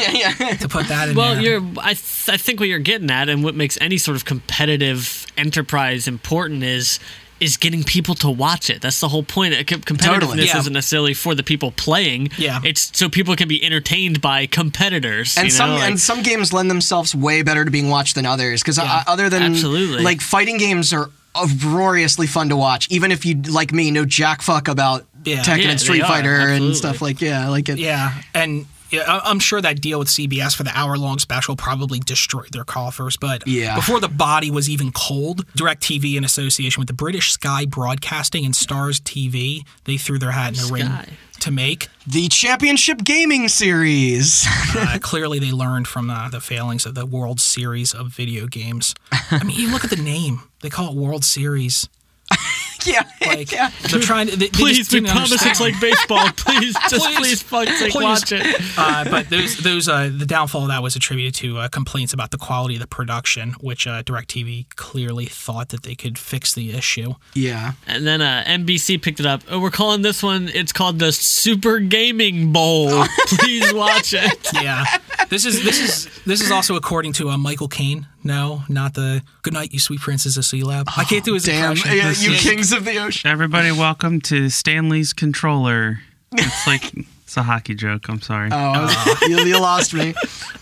[SPEAKER 5] to put that in
[SPEAKER 3] Well,
[SPEAKER 5] there.
[SPEAKER 3] you're. I, th- I think what you're getting at, and what makes any sort of competitive enterprise important is is getting people to watch it. That's the whole point. Uh, com- Competitiveness
[SPEAKER 2] Totally.
[SPEAKER 5] Yeah.
[SPEAKER 3] isn't necessarily for the people playing.
[SPEAKER 5] Yeah.
[SPEAKER 3] it's so people can be entertained by competitors.
[SPEAKER 2] and
[SPEAKER 3] you know,
[SPEAKER 2] some
[SPEAKER 3] like-
[SPEAKER 2] and some games lend themselves way better to being watched than others because other than
[SPEAKER 3] absolutely.
[SPEAKER 2] like fighting games are uproariously fun to watch even if you like me know jack fuck about
[SPEAKER 5] Yeah.
[SPEAKER 2] Tekken
[SPEAKER 3] Yeah,
[SPEAKER 2] and Street
[SPEAKER 3] they are,
[SPEAKER 2] Fighter
[SPEAKER 3] absolutely.
[SPEAKER 2] and stuff like yeah like it
[SPEAKER 5] yeah and yeah, I- I'm sure that deal with CBS for the hour-long special probably destroyed their coffers. But
[SPEAKER 2] Yeah.
[SPEAKER 5] before the body was even cold, DirecTV, in association with the British Sky Broadcasting and Stars TV, they threw their hat in the
[SPEAKER 3] Sky.
[SPEAKER 5] ring to make
[SPEAKER 2] the championship gaming series
[SPEAKER 5] uh, clearly they learned from uh, the failings of the World Series of video games. I mean, you look at the name; they call it World Series.
[SPEAKER 2] yeah
[SPEAKER 5] Like they're trying to. They, they
[SPEAKER 3] Please,
[SPEAKER 5] just
[SPEAKER 3] we
[SPEAKER 5] didn't
[SPEAKER 3] promise it's
[SPEAKER 5] understand.
[SPEAKER 3] like baseball. Please, just please,
[SPEAKER 5] Please,
[SPEAKER 3] fuck sake,
[SPEAKER 5] please.
[SPEAKER 3] watch it.
[SPEAKER 5] Uh, but those, those, uh, the downfall of that was attributed to uh, complaints about the quality of the production, which uh, Directv clearly thought that they could fix the issue.
[SPEAKER 2] yeah
[SPEAKER 3] And then uh, NBC picked it up. Oh, we're calling this one. It's called the Super Gaming Bowl. Please watch it.
[SPEAKER 5] Yeah, this is this is this is also according to uh, Michael Caine. No, not the "Good night, you sweet princess" of C Lab. I can't do his
[SPEAKER 2] Oh, damn
[SPEAKER 5] impression.
[SPEAKER 2] yeah, you
[SPEAKER 5] Yeah,
[SPEAKER 2] kings of the ocean
[SPEAKER 4] Everybody, welcome to Stanley's controller. It's like it's a hockey joke. I'm sorry.
[SPEAKER 2] oh, I was- you, you lost me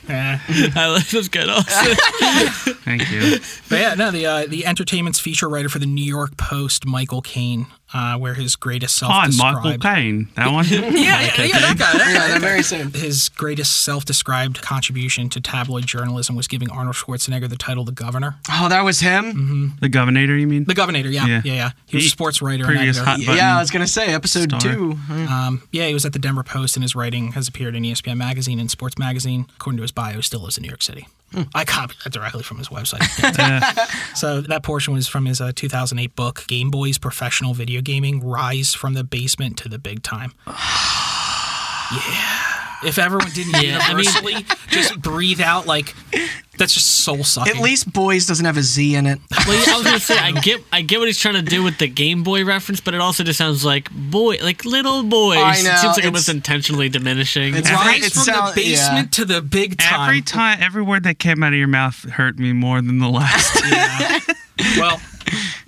[SPEAKER 5] eh.
[SPEAKER 3] I love this good. Also,
[SPEAKER 4] Thank you.
[SPEAKER 5] But yeah, no, the uh, the entertainment's feature writer for the New York Post, Michael Caine, uh, where his greatest self
[SPEAKER 4] Hi, Oh, Michael
[SPEAKER 5] described.
[SPEAKER 4] Caine. That one.
[SPEAKER 5] Yeah, yeah, yeah, that guy. That
[SPEAKER 2] yeah
[SPEAKER 5] guy.
[SPEAKER 2] they're very same
[SPEAKER 5] His greatest self-described contribution to tabloid journalism was giving Arnold Schwarzenegger the title "The Governor."
[SPEAKER 2] oh that was him
[SPEAKER 4] the Governor, you mean?
[SPEAKER 5] The Governor, yeah, yeah,
[SPEAKER 4] Yeah.
[SPEAKER 5] yeah. He was a
[SPEAKER 4] He-
[SPEAKER 5] sports writer. And
[SPEAKER 4] previous
[SPEAKER 5] editor.
[SPEAKER 4] hot button.
[SPEAKER 2] yeah I was gonna say episode
[SPEAKER 4] Star.
[SPEAKER 2] two
[SPEAKER 5] Um, yeah, he was at the Denver Post, and his writing has appeared in E ESPN magazine and Sports magazine. According to his bio, he still lives in New York City. I copied that directly from his website. so that portion was from his uh, 2008 book, Game Boys Professional Video Gaming: Rise from the Basement to the Big Time. yeah. If everyone didn't
[SPEAKER 3] Yeah, I mean-
[SPEAKER 5] universally just breathe out like That's just soul sucking.
[SPEAKER 2] At least boys doesn't have a Z in it.
[SPEAKER 3] Well, yeah, I was gonna say I get I get what he's trying to do with the Game Boy reference, but it also just sounds like boy, like little boys.
[SPEAKER 2] I
[SPEAKER 3] it
[SPEAKER 2] know,
[SPEAKER 3] seems like it
[SPEAKER 2] it's-
[SPEAKER 3] was intentionally diminishing.
[SPEAKER 2] It's-
[SPEAKER 5] Rise
[SPEAKER 2] Right, it
[SPEAKER 5] from
[SPEAKER 2] sound-
[SPEAKER 5] the basement
[SPEAKER 2] yeah.
[SPEAKER 5] to the big time.
[SPEAKER 4] Every time, every word that came out of your mouth hurt me more than the last.
[SPEAKER 5] Yeah. well,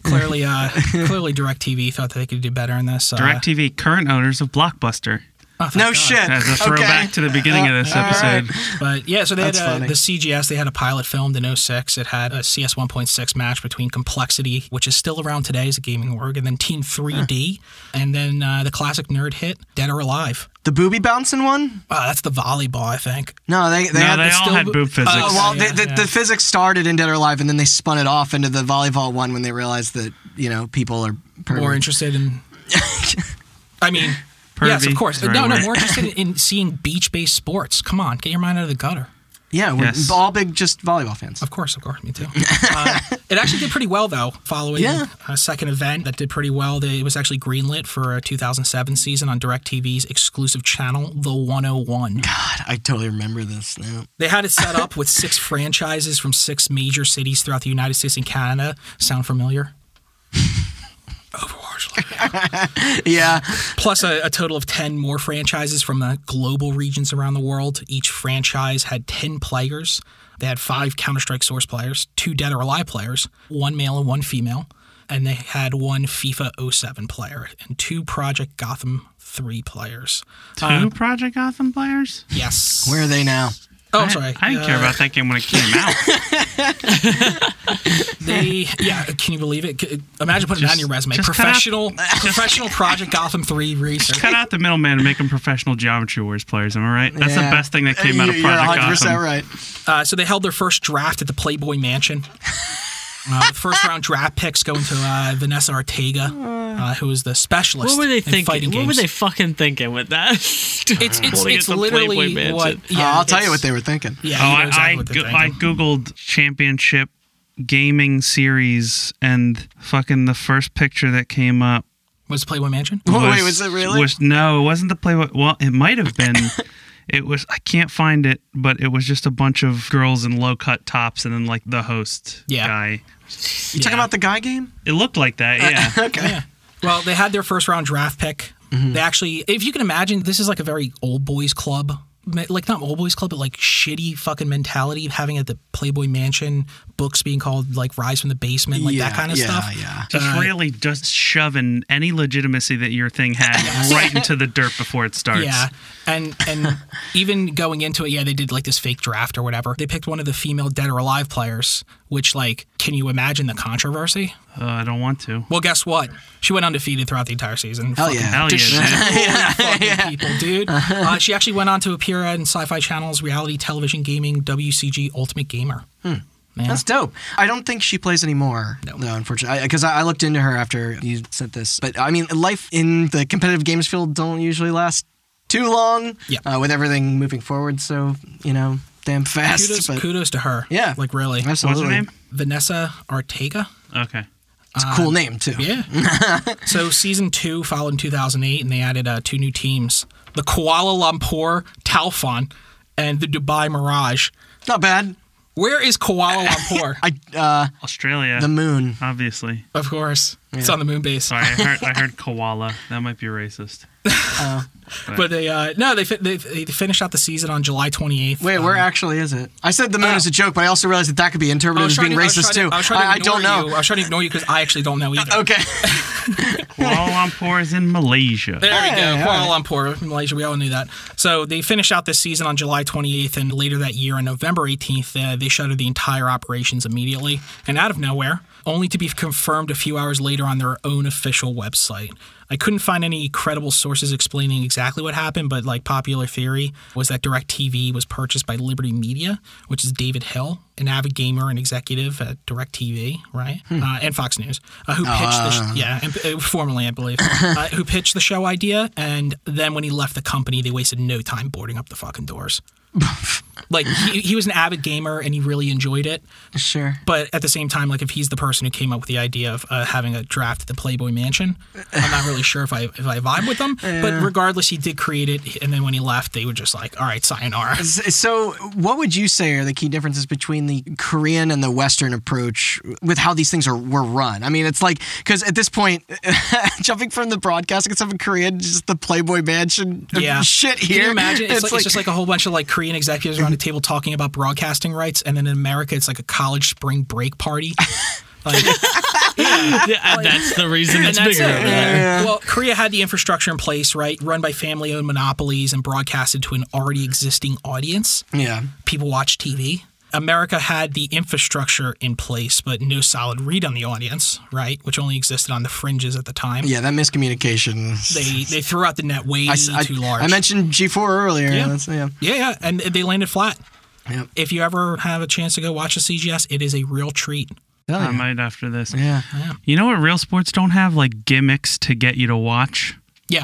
[SPEAKER 5] clearly, uh, clearly, Directv thought that they could do better in this. Uh,
[SPEAKER 4] DirecTV, current owners of Blockbuster.
[SPEAKER 5] oh, thank
[SPEAKER 2] No
[SPEAKER 5] God.
[SPEAKER 2] shit.
[SPEAKER 4] As a throwback
[SPEAKER 2] Okay.
[SPEAKER 4] to the beginning of this episode.
[SPEAKER 5] But yeah, so they
[SPEAKER 2] That's
[SPEAKER 5] had uh,
[SPEAKER 2] funny.
[SPEAKER 5] the CGS. They had a pilot filmed in 06. It had a CS 1.6 match between Complexity, which is still around today as a gaming org, and then Team 3D, and then uh, the classic nerd hit Dead or Alive.
[SPEAKER 2] The booby bouncing one?
[SPEAKER 5] Wow, that's the volleyball, I think.
[SPEAKER 2] No, they they
[SPEAKER 4] No,
[SPEAKER 2] had
[SPEAKER 4] they
[SPEAKER 2] the
[SPEAKER 4] all
[SPEAKER 5] still-
[SPEAKER 4] had boob physics.
[SPEAKER 5] Oh,
[SPEAKER 2] Uh, well,
[SPEAKER 5] Yeah,
[SPEAKER 2] the, the,
[SPEAKER 5] yeah.
[SPEAKER 2] the physics started in Dead or Alive, and then they spun it off into the volleyball one when they realized that you know people are perverts.
[SPEAKER 5] More interested in. I mean. yes,
[SPEAKER 4] Pervy
[SPEAKER 5] of
[SPEAKER 4] is
[SPEAKER 5] course.
[SPEAKER 4] the right
[SPEAKER 5] No, no,
[SPEAKER 4] word.
[SPEAKER 5] more interested in seeing beach-based sports. Come on, get your mind out of the gutter.
[SPEAKER 2] Yeah, we're
[SPEAKER 4] Yes.
[SPEAKER 2] all big just volleyball fans.
[SPEAKER 5] Of course, of course, me too. uh, it actually did pretty well though. Following
[SPEAKER 2] Yeah.
[SPEAKER 5] a second event that did pretty well, they, it was actually greenlit for a 2007 season on DirecTV's exclusive channel, The 101.
[SPEAKER 2] God, I totally remember this now.
[SPEAKER 5] They had it set up with six franchises from six major cities throughout the United States and Canada. Sound familiar? Overwatch.
[SPEAKER 2] Yeah,
[SPEAKER 5] Plus a, a total of 10 more franchises from the global regions around the world. Each franchise had 10 players. They had five Counter Strike Source players, two Dead or Alive players, one male and one female. And they had one FIFA 07 player and two Project Gotham 3 players.
[SPEAKER 4] Two
[SPEAKER 2] Uh,
[SPEAKER 4] Project Gotham players?
[SPEAKER 5] Yes.
[SPEAKER 2] where are they now?
[SPEAKER 5] Oh, I'm sorry.
[SPEAKER 4] I didn't care
[SPEAKER 2] uh,
[SPEAKER 4] about that game when it came out.
[SPEAKER 5] They, yeah, can you believe it? C- Imagine putting that on
[SPEAKER 4] Just-
[SPEAKER 5] your resume.
[SPEAKER 4] just cut out-
[SPEAKER 5] Professional, professional Project Gotham 3 research.
[SPEAKER 4] Cut out the middleman and make them professional Geometry Wars players. Am I right? That's
[SPEAKER 2] Yeah.
[SPEAKER 4] the best thing that came out of
[SPEAKER 2] You- You're
[SPEAKER 4] Project
[SPEAKER 2] 100
[SPEAKER 4] Gotham.
[SPEAKER 2] percent right.
[SPEAKER 5] Uh, so they held their first draft at the Playboy Mansion. Uh, the first round draft picks going to uh, Vanessa Ortega, uh, who is the specialist
[SPEAKER 3] what were they
[SPEAKER 5] in
[SPEAKER 3] thinking?
[SPEAKER 5] fighting
[SPEAKER 3] What
[SPEAKER 5] games.
[SPEAKER 3] were they fucking thinking with that?
[SPEAKER 5] it's it's,
[SPEAKER 3] Pulling
[SPEAKER 5] it's
[SPEAKER 3] it to Playboy
[SPEAKER 5] literally
[SPEAKER 3] Mansion.
[SPEAKER 5] what.
[SPEAKER 2] Oh,
[SPEAKER 5] Yeah,
[SPEAKER 2] I'll tell you
[SPEAKER 5] it's-
[SPEAKER 2] what they were thinking.
[SPEAKER 5] Yeah,
[SPEAKER 4] Oh,
[SPEAKER 5] you know
[SPEAKER 4] I,
[SPEAKER 5] exactly
[SPEAKER 4] I,
[SPEAKER 5] what they're
[SPEAKER 4] go- I
[SPEAKER 5] thinking.
[SPEAKER 4] googled championship gaming series and fucking the first picture that came up
[SPEAKER 5] was Playboy Mansion?
[SPEAKER 2] Wait, was it really?
[SPEAKER 4] was- no, it wasn't the play. Well, it might have been. it was. I can't find it, but it was just a bunch of girls in low cut tops, and then like the host
[SPEAKER 5] Yeah.
[SPEAKER 4] guy.
[SPEAKER 2] You talking about the guy game?
[SPEAKER 4] It looked like that.
[SPEAKER 2] Uh,
[SPEAKER 4] Yeah.
[SPEAKER 2] Okay.
[SPEAKER 5] Yeah. Well, they had their first round draft pick. They actually, if you can imagine, this is like a very old boys club. ma- Like, not old boys club, but like shitty fucking mentality of having it at the Playboy Mansion, books being called like Rise from the Basement, like that
[SPEAKER 2] Yeah,
[SPEAKER 5] kind of
[SPEAKER 2] yeah,
[SPEAKER 5] stuff.
[SPEAKER 2] yeah.
[SPEAKER 4] Just really just shoving any legitimacy that your thing had right into the dirt before it starts.
[SPEAKER 5] Yeah, and and even going into it, yeah, they did like this fake draft or whatever. They picked one of the female Dead or Alive players, which like, can you imagine the controversy?
[SPEAKER 4] Uh, I don't want to.
[SPEAKER 5] Well, guess what? She went undefeated throughout the entire season.
[SPEAKER 2] Hell
[SPEAKER 5] Fucking
[SPEAKER 2] yeah. Uh-huh.
[SPEAKER 4] Hell yeah. dude.
[SPEAKER 5] destroyed fucking people, dude. Uh, she actually went on to appear in Sci-Fi Channel's reality television gaming WCG Ultimate Gamer. Yeah.
[SPEAKER 2] That's dope. I don't think she plays anymore, no. though, unfortunately, because I, I looked into her after you sent this. But I mean, life in the competitive games field don't usually last too long.
[SPEAKER 5] Yeah.
[SPEAKER 2] Uh, with everything moving forward, so you know, damn fast.
[SPEAKER 5] Kudos,
[SPEAKER 2] but
[SPEAKER 5] kudos to her.
[SPEAKER 2] Yeah.
[SPEAKER 5] like really,
[SPEAKER 4] What's
[SPEAKER 2] absolutely,
[SPEAKER 4] her name?
[SPEAKER 5] Vanessa Ortega.
[SPEAKER 4] Okay.
[SPEAKER 2] it's a cool name too.
[SPEAKER 5] Uh, Yeah. so season two followed in 2008, and they added uh, two new teams: the Kuala Lumpur Talfon and the Dubai Mirage.
[SPEAKER 2] Not bad.
[SPEAKER 5] Where is Kuala Lumpur?
[SPEAKER 2] I uh,
[SPEAKER 4] Australia.
[SPEAKER 2] the moon.
[SPEAKER 4] obviously.
[SPEAKER 5] of course, it's on the moon base.
[SPEAKER 4] Sorry, I heard, I heard koala. That might be racist.
[SPEAKER 5] But they uh, no, they, fi- they they finished out the season on July 28th.
[SPEAKER 2] Wait,
[SPEAKER 5] Um,
[SPEAKER 2] where actually is it? I said the moon
[SPEAKER 5] oh.
[SPEAKER 2] is a joke, but I also realized that that could be
[SPEAKER 5] I
[SPEAKER 2] interpreted
[SPEAKER 5] was
[SPEAKER 2] as
[SPEAKER 5] trying
[SPEAKER 2] being
[SPEAKER 5] to- I was
[SPEAKER 2] racist
[SPEAKER 5] trying
[SPEAKER 2] too.
[SPEAKER 5] to- I was trying to
[SPEAKER 2] I, I
[SPEAKER 5] ignore
[SPEAKER 2] don't know.
[SPEAKER 5] you. I was trying to ignore you because I actually don't know either.
[SPEAKER 2] Okay.
[SPEAKER 4] Kuala Lumpur is in Malaysia.
[SPEAKER 5] There we
[SPEAKER 2] Hey,
[SPEAKER 5] go.
[SPEAKER 2] all
[SPEAKER 5] Kuala Lumpur, Malaysia. We all knew that. So they finished out this season on July 28th, and later that year, on November 18th, uh, they shuttered the entire operations immediately and out of nowhere, only to be confirmed a few hours later on their own official website. I couldn't find any credible sources explaining exactly what happened, but like popular theory was that DirecTV was purchased by Liberty Media, which is David Hill, an avid gamer and executive at DirecTV, right? Uh, and Fox News, uh, who pitched the sh- yeah, and, uh, formerly I believe, uh, who pitched the show idea, and then when he left the company, they wasted no time boarding up the fucking doors. like he, he was an avid gamer and he really enjoyed it.
[SPEAKER 2] Sure.
[SPEAKER 5] But at the same time, like if he's the person who came up with the idea of uh, having a draft at the Playboy Mansion, I'm not really sure if I if I vibe with them. But regardless, he did create it, and then when he left, they were just like, "All right, sayonara."
[SPEAKER 2] S- So, what would you say are the key differences between the Korean and the Western approach with how these things are were run? I mean, it's like because at this point, jumping from the broadcasting stuff in Korean, just the Playboy Mansion
[SPEAKER 5] Yeah.
[SPEAKER 2] shit here.
[SPEAKER 5] Can you imagine? It's, like, it's just like a whole bunch of like Korean executives around a table talking about broadcasting rights, and then in America, it's like a college spring break party. Like,
[SPEAKER 3] Yeah, and that's the reason it's
[SPEAKER 5] and that's
[SPEAKER 3] bigger
[SPEAKER 5] it.
[SPEAKER 3] over there.
[SPEAKER 2] Yeah.
[SPEAKER 5] Well, Korea had the infrastructure in place, right? Run by family owned monopolies and broadcasted to an already existing audience.
[SPEAKER 2] yeah.
[SPEAKER 5] People watch TV. America had the infrastructure in place, but no solid read on the audience, right? Which only existed on the fringes at the time.
[SPEAKER 2] Yeah, that miscommunication.
[SPEAKER 5] They they threw out the net way
[SPEAKER 2] I, s- I-
[SPEAKER 5] too large.
[SPEAKER 2] I mentioned G4 earlier.
[SPEAKER 5] Yeah.
[SPEAKER 2] That's- yeah.
[SPEAKER 5] yeah, yeah, and they landed flat.
[SPEAKER 2] Yep.
[SPEAKER 5] If you ever have a chance to go watch the CGS, it is a real treat.
[SPEAKER 2] Hell
[SPEAKER 4] I might after this.
[SPEAKER 2] Um, yeah.
[SPEAKER 4] You know what real sports don't have? Like gimmicks to get you to watch.
[SPEAKER 5] Yeah,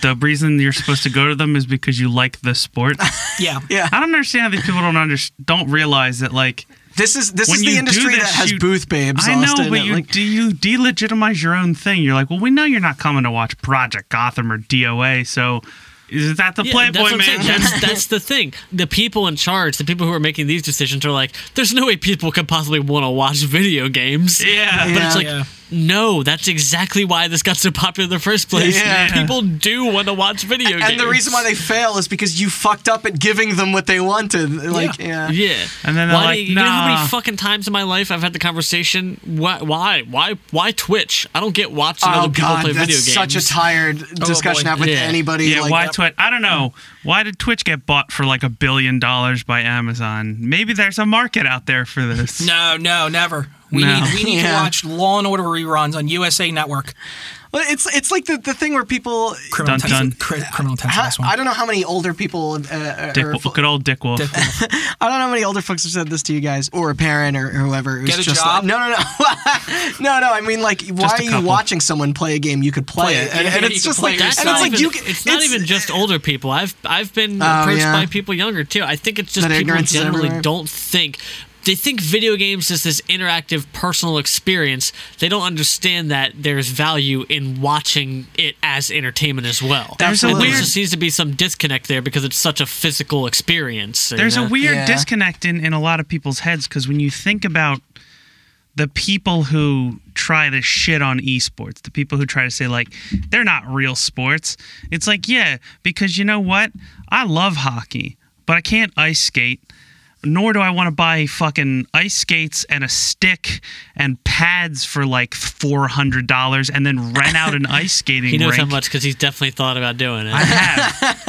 [SPEAKER 4] The reason you're supposed to go to them is because you like the sport.
[SPEAKER 5] yeah,
[SPEAKER 2] Yeah.
[SPEAKER 4] I don't understand how these people don't under- don't realize that like
[SPEAKER 2] This is this
[SPEAKER 4] When
[SPEAKER 2] is the
[SPEAKER 4] you do
[SPEAKER 2] industry
[SPEAKER 4] this,
[SPEAKER 2] that has
[SPEAKER 4] you-
[SPEAKER 2] booth babes.
[SPEAKER 4] I know,
[SPEAKER 2] Austin,
[SPEAKER 4] but
[SPEAKER 2] and,
[SPEAKER 4] you
[SPEAKER 2] like,
[SPEAKER 4] do you delegitimize your own thing? You're like, well, we know you're not coming to watch Project Gotham or DOA, so is that the
[SPEAKER 3] Yeah, that's,
[SPEAKER 4] Playboy
[SPEAKER 3] what I'm saying.
[SPEAKER 4] man?
[SPEAKER 3] That's, that's the thing. The people in charge, the people who are making these decisions, are like, there's no way people could possibly want to watch video games.
[SPEAKER 4] yeah.
[SPEAKER 3] But it's like,
[SPEAKER 5] Yeah.
[SPEAKER 3] no, that's exactly why this got so popular in the first place.
[SPEAKER 2] Yeah.
[SPEAKER 3] People do want to watch video games.
[SPEAKER 2] and the reason why they fail is because you fucked up at giving them what they wanted. Like, yeah.
[SPEAKER 3] Yeah.
[SPEAKER 4] And then they're
[SPEAKER 3] why
[SPEAKER 4] like,
[SPEAKER 3] do you, you know how
[SPEAKER 4] "Nah."
[SPEAKER 3] many fucking times in my life I've had the conversation? Why? Why? Why? Why Twitch? I don't get watching
[SPEAKER 2] Oh
[SPEAKER 3] other people
[SPEAKER 2] god,
[SPEAKER 3] play
[SPEAKER 2] that's
[SPEAKER 3] video games.
[SPEAKER 2] such a tired discussion to
[SPEAKER 5] Oh, boy.
[SPEAKER 2] have with
[SPEAKER 3] Yeah.
[SPEAKER 2] anybody.
[SPEAKER 4] Yeah,
[SPEAKER 2] like, uh,
[SPEAKER 4] why Twitch? I don't know. Why did Twitch get bought for like a billion dollars by Amazon? Maybe there's a market out there for this.
[SPEAKER 5] No, no, never. We
[SPEAKER 4] No.
[SPEAKER 5] need, we need
[SPEAKER 2] Yeah.
[SPEAKER 5] to watch Law and Order reruns on USA Network.
[SPEAKER 2] Well, it's it's like the, the thing where people.
[SPEAKER 5] Criminal
[SPEAKER 4] Dun, dun.
[SPEAKER 5] Intent- Cri- criminal Intent
[SPEAKER 2] How,
[SPEAKER 5] last one.
[SPEAKER 2] I don't know how many older people. Uh, uh,
[SPEAKER 4] Dick,
[SPEAKER 2] or,
[SPEAKER 4] Wo- look at old Dick Wolf.
[SPEAKER 2] I don't know how many older folks have said this to you guys, or a parent, or, or whoever. It was
[SPEAKER 5] Get a
[SPEAKER 2] just Like,
[SPEAKER 5] job.
[SPEAKER 2] no, no, no, no, no. I mean, like, why
[SPEAKER 4] Just a
[SPEAKER 2] are you
[SPEAKER 4] couple.
[SPEAKER 2] watching someone play a game? You could play,
[SPEAKER 5] Play
[SPEAKER 2] it,
[SPEAKER 5] it.
[SPEAKER 2] and,
[SPEAKER 5] Yeah,
[SPEAKER 2] and
[SPEAKER 5] you
[SPEAKER 2] it's
[SPEAKER 5] could
[SPEAKER 2] just
[SPEAKER 5] play
[SPEAKER 2] like,
[SPEAKER 5] it
[SPEAKER 2] and
[SPEAKER 3] That's
[SPEAKER 2] it's
[SPEAKER 5] yourself.
[SPEAKER 3] not
[SPEAKER 2] like
[SPEAKER 3] even,
[SPEAKER 2] you. c- uh, Oh,
[SPEAKER 3] it's not even just older people. I've I've been approached
[SPEAKER 2] yeah.
[SPEAKER 3] by people younger too. I think it's just
[SPEAKER 2] That
[SPEAKER 3] people
[SPEAKER 2] ignorance is
[SPEAKER 3] generally
[SPEAKER 2] everywhere.
[SPEAKER 3] don't think. They think video games is this interactive personal experience. They don't understand that there's value in watching it as entertainment as well.
[SPEAKER 2] There's a
[SPEAKER 3] and there
[SPEAKER 2] weird-
[SPEAKER 3] just seems to be some disconnect there because it's such a physical experience. you
[SPEAKER 4] There's
[SPEAKER 3] know?
[SPEAKER 4] a weird
[SPEAKER 2] Yeah.
[SPEAKER 4] disconnect in, in a lot of people's heads because when you think about the people who try to shit on esports, the people who try to say, like, they're not real sports, it's like, yeah, because you know what? I love hockey, but I can't ice skate. Nor do I want to buy fucking ice skates and a stick and pads for like four hundred dollars, and then rent out an ice skating.
[SPEAKER 3] He knows
[SPEAKER 4] rink.
[SPEAKER 3] how much because he's definitely thought about doing it.
[SPEAKER 4] I have.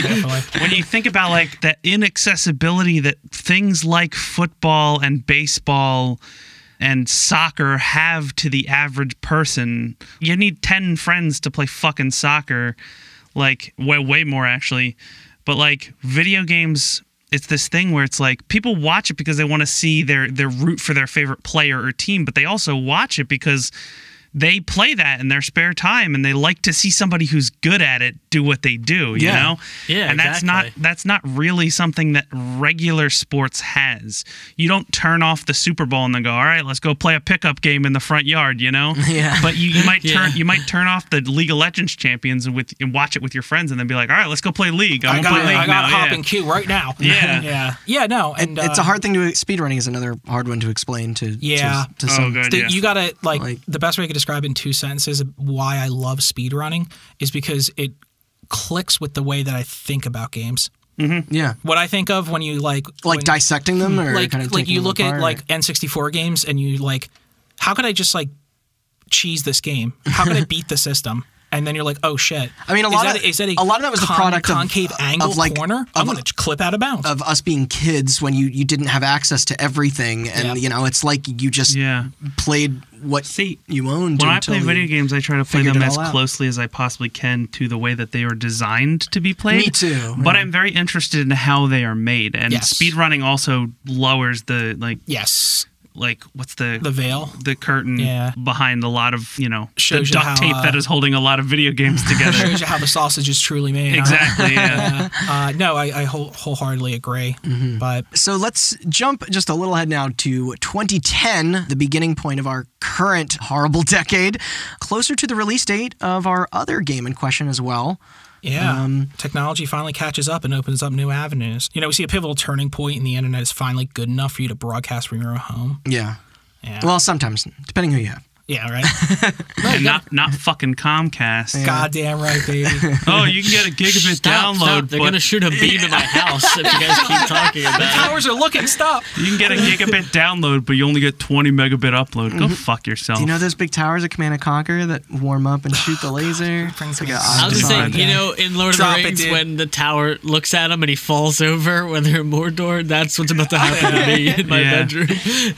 [SPEAKER 5] Definitely.
[SPEAKER 4] when you think about like the inaccessibility that things like football and baseball and soccer have to the average person, you need 10 friends to play fucking soccer, like way, way more actually. But like video games, it's this thing where it's like people watch it because they want to see their their root for their favorite player or team, but they also watch it because they play that in their spare time and they like to see somebody who's good at it do what they do, you
[SPEAKER 2] Yeah.
[SPEAKER 4] know?
[SPEAKER 3] Yeah,
[SPEAKER 4] and that's not
[SPEAKER 3] exactly.
[SPEAKER 4] that's not really something that regular sports has. You don't turn off the Super Bowl and then go, "All right, let's go play a pickup game in the front yard," you know?
[SPEAKER 2] Yeah.
[SPEAKER 4] But you, you might
[SPEAKER 3] Yeah.
[SPEAKER 4] turn you might turn off the League of Legends champions and with and watch it with your friends and then be like, "All right, let's go play League." I,
[SPEAKER 5] I
[SPEAKER 4] want to
[SPEAKER 5] got,
[SPEAKER 4] play League
[SPEAKER 5] I
[SPEAKER 4] now.
[SPEAKER 5] got hop
[SPEAKER 4] yeah.
[SPEAKER 5] in queue right now.
[SPEAKER 4] Yeah.
[SPEAKER 5] yeah, yeah. No, and
[SPEAKER 2] It's
[SPEAKER 5] uh,
[SPEAKER 2] a hard thing to speedrunning is another hard one to explain to
[SPEAKER 5] Yeah.
[SPEAKER 2] to, to
[SPEAKER 4] Oh,
[SPEAKER 2] some
[SPEAKER 4] good.
[SPEAKER 5] the-
[SPEAKER 4] yeah.
[SPEAKER 5] You gotta like,
[SPEAKER 2] Like-
[SPEAKER 5] the best way I could describe it in two sentences. Why I love speedrunning is because it clicks with the way that I think about games.
[SPEAKER 2] yeah
[SPEAKER 5] What I think of when you like
[SPEAKER 2] like
[SPEAKER 5] when-
[SPEAKER 2] dissecting them or
[SPEAKER 5] like
[SPEAKER 2] kind of
[SPEAKER 5] like
[SPEAKER 2] taking
[SPEAKER 5] you
[SPEAKER 2] them
[SPEAKER 5] look
[SPEAKER 2] apart
[SPEAKER 5] at
[SPEAKER 2] or-
[SPEAKER 5] like N64 games and you like, how could I just like cheese this game? How could I beat the system? And then you're like, oh shit.
[SPEAKER 2] I mean, a
[SPEAKER 5] Is
[SPEAKER 2] lot
[SPEAKER 5] that-
[SPEAKER 2] of-
[SPEAKER 5] is that a,
[SPEAKER 2] a lot of that was the
[SPEAKER 5] con-
[SPEAKER 2] product of-
[SPEAKER 5] concave
[SPEAKER 2] of,
[SPEAKER 5] angle
[SPEAKER 2] like,
[SPEAKER 5] corner. I'm gonna clip out of bounds.
[SPEAKER 2] of us being kids when you you didn't have access to everything and
[SPEAKER 5] Yeah.
[SPEAKER 2] you know it's like you just
[SPEAKER 4] Yeah.
[SPEAKER 2] played what
[SPEAKER 4] See,
[SPEAKER 2] you owned
[SPEAKER 4] When I
[SPEAKER 2] until
[SPEAKER 4] play
[SPEAKER 2] you-
[SPEAKER 4] video games, I try to play
[SPEAKER 2] figured
[SPEAKER 4] them
[SPEAKER 2] it
[SPEAKER 4] as
[SPEAKER 2] all out.
[SPEAKER 4] closely as I possibly can to the way that they are designed to be played.
[SPEAKER 2] Me too,
[SPEAKER 4] But
[SPEAKER 2] yeah.
[SPEAKER 4] I'm very interested in how they are made, and
[SPEAKER 5] Yes.
[SPEAKER 4] speedrunning also lowers the like
[SPEAKER 5] yes.
[SPEAKER 4] like what's the
[SPEAKER 5] The veil.
[SPEAKER 4] the curtain
[SPEAKER 5] Yeah.
[SPEAKER 4] behind a lot of you know
[SPEAKER 5] Shows
[SPEAKER 4] the
[SPEAKER 5] you
[SPEAKER 4] duct
[SPEAKER 5] how,
[SPEAKER 4] tape
[SPEAKER 5] uh,
[SPEAKER 4] that is holding a lot of video games together.
[SPEAKER 5] Shows you how the sausage is truly made. Uh-huh. huh?
[SPEAKER 4] exactly. Yeah.
[SPEAKER 5] Yeah. Uh, no, I, I whole, wholeheartedly agree.
[SPEAKER 2] Mm-hmm.
[SPEAKER 5] But
[SPEAKER 2] So let's jump just a little ahead now to 2010, the beginning point of our current horrible decade, closer to the release date of our other game in question as well.
[SPEAKER 5] Yeah.
[SPEAKER 2] Um,
[SPEAKER 5] Technology finally catches up and opens up new avenues. You know, we see a pivotal turning point, and the internet is finally good enough for you to broadcast from your own home.
[SPEAKER 2] Yeah.
[SPEAKER 5] Yeah.
[SPEAKER 2] Well, sometimes, depending who you have.
[SPEAKER 5] yeah, right?
[SPEAKER 4] And not not fucking Comcast.
[SPEAKER 5] Goddamn right, baby.
[SPEAKER 4] Oh, you can get a gigabit download,
[SPEAKER 3] Stop, stop. They're
[SPEAKER 4] but
[SPEAKER 3] gonna shoot a beam at my house if you guys keep talking about it.
[SPEAKER 5] Towers are looking. Stop.
[SPEAKER 4] you can get a gigabit download, but you only get 20 megabit upload. Go fuck yourself.
[SPEAKER 2] Mm-hmm. Do you know those big towers at Command and Conquer that warm up and shoot the laser? It's
[SPEAKER 5] brings
[SPEAKER 2] like
[SPEAKER 5] me
[SPEAKER 2] a-
[SPEAKER 5] so
[SPEAKER 3] I was just saying,
[SPEAKER 5] Fine.
[SPEAKER 3] you know, in Lord of
[SPEAKER 5] Drop it,
[SPEAKER 3] the Rings,
[SPEAKER 5] dude.
[SPEAKER 3] when the tower looks at him and he falls over, when they're in Mordor, that's what's about to happen to me in my
[SPEAKER 4] Yeah.
[SPEAKER 3] bedroom.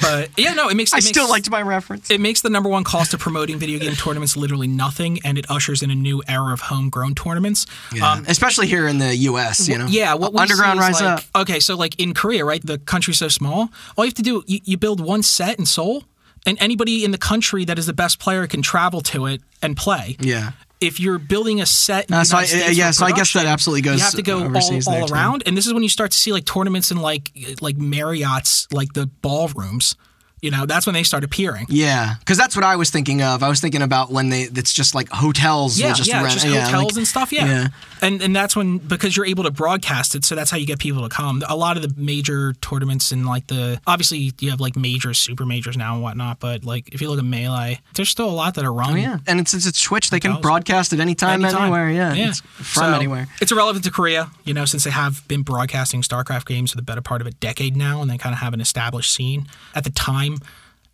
[SPEAKER 5] But yeah, no, it makes. It
[SPEAKER 2] I
[SPEAKER 5] makes,
[SPEAKER 2] still liked my reference.
[SPEAKER 5] It makes the number one cost of promoting video game tournaments literally nothing, and it ushers in a new era of homegrown tournaments.
[SPEAKER 2] Yeah. Especially here in the U.S., you know.
[SPEAKER 5] um, Yeah, what we
[SPEAKER 2] underground
[SPEAKER 5] see is
[SPEAKER 2] rise
[SPEAKER 5] like,
[SPEAKER 2] up.
[SPEAKER 5] Okay, so like in Korea, right? The country's so small. All you have to do, you, you build one set in Seoul, and anybody in the country that is the best player can travel to it and play.
[SPEAKER 2] Yeah.
[SPEAKER 5] If you're building a set, in
[SPEAKER 2] Uh,
[SPEAKER 5] the
[SPEAKER 2] so I,
[SPEAKER 5] United States
[SPEAKER 2] yeah,
[SPEAKER 5] for
[SPEAKER 2] so I guess that
[SPEAKER 5] production,
[SPEAKER 2] absolutely goes.
[SPEAKER 5] you have to go
[SPEAKER 2] overseas
[SPEAKER 5] all,
[SPEAKER 2] there,
[SPEAKER 5] all
[SPEAKER 2] too.
[SPEAKER 5] around, and this is when you start to see like tournaments in like like Marriott's, like the ballrooms. You know, that's when they start appearing.
[SPEAKER 2] Yeah, because that's what I was thinking of. I was thinking about when they it's just like hotels. will
[SPEAKER 5] Yeah,
[SPEAKER 2] just
[SPEAKER 5] yeah,
[SPEAKER 2] rent,
[SPEAKER 5] just
[SPEAKER 2] yeah,
[SPEAKER 5] hotels
[SPEAKER 2] like-
[SPEAKER 5] and stuff. Yeah.
[SPEAKER 2] yeah.
[SPEAKER 5] and and that's when because you're able to broadcast it, so that's how you get people to come. A lot of the major tournaments and like the obviously you have like major, super majors now and whatnot, but like if you look at melee, there's still a lot that are wrong.
[SPEAKER 2] Oh, yeah. And it's it's a Twitch. They can
[SPEAKER 5] Hotels.
[SPEAKER 2] broadcast at any time, anywhere. Yeah, It's from
[SPEAKER 5] So,
[SPEAKER 2] anywhere.
[SPEAKER 5] It's irrelevant to Korea, you know, since they have been broadcasting StarCraft games for the better part of a decade now, and they kind of have an established scene. At the time,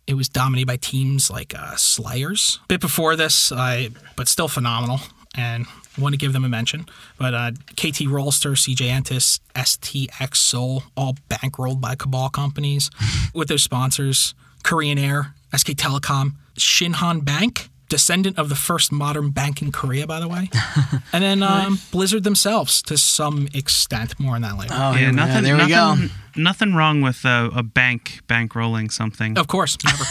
[SPEAKER 5] it was dominated by teams like uh, Slayers. bit before this, I but still phenomenal, and want to give them a mention. But uh, KT Rolster, CJ Antis, STX Soul, all bankrolled by Cabal companies with their sponsors Korean Air, SK Telecom, Shinhan Bank. Descendant of the first modern bank in Korea, by the way. And then um, Blizzard themselves to some extent. More on that later.
[SPEAKER 2] Oh,
[SPEAKER 4] yeah,
[SPEAKER 2] here we-
[SPEAKER 4] nothing.
[SPEAKER 2] there we go.
[SPEAKER 4] nothing, Nothing wrong with a, a bank bankrolling something.
[SPEAKER 5] of course, never.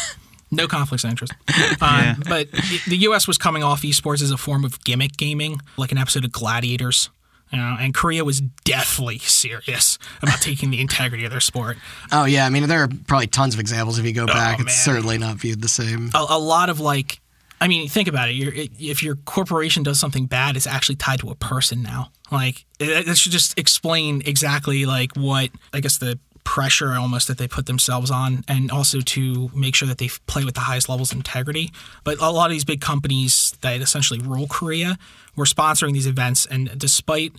[SPEAKER 5] no conflicts of interest. Um,
[SPEAKER 4] Yeah.
[SPEAKER 5] But the- the U.S. was coming off esports as a form of gimmick gaming, like an episode of Gladiators. You know, and Korea was deathly serious about taking the integrity of their sport.
[SPEAKER 2] Oh yeah, I mean there are probably tons of examples if you go back.
[SPEAKER 5] Oh, man.
[SPEAKER 2] it's certainly not viewed the same.
[SPEAKER 5] A, a lot of like, I mean, think about it. You're, i if your corporation does something bad, it's actually tied to a person now. Like, it, it should just explain exactly like what I guess the pressure almost that they put themselves on, and also to make sure that they f- play with the highest levels of integrity. But a lot of these big companies that essentially rule Korea were sponsoring these events, and despite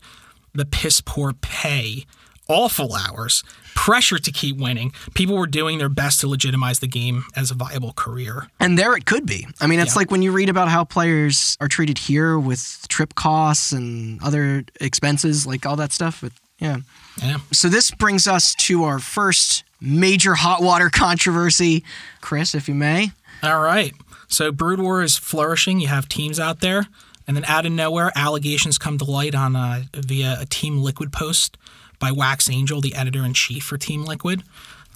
[SPEAKER 5] the piss poor pay, awful hours, pressure to keep winning, people were doing their best to legitimize the game as a viable career.
[SPEAKER 2] And there it could be. I mean, it's like when you read about how players are treated here with trip costs and other expenses, like all that stuff. But yeah.
[SPEAKER 5] Yeah.
[SPEAKER 2] So this brings us to our first major hot water controversy, Chris, if you may.
[SPEAKER 5] All right. So Brood War is flourishing. You have teams out there. And then out of nowhere, allegations come to light on uh, via a Team Liquid post by Wax Angel, the editor in chief for Team Liquid.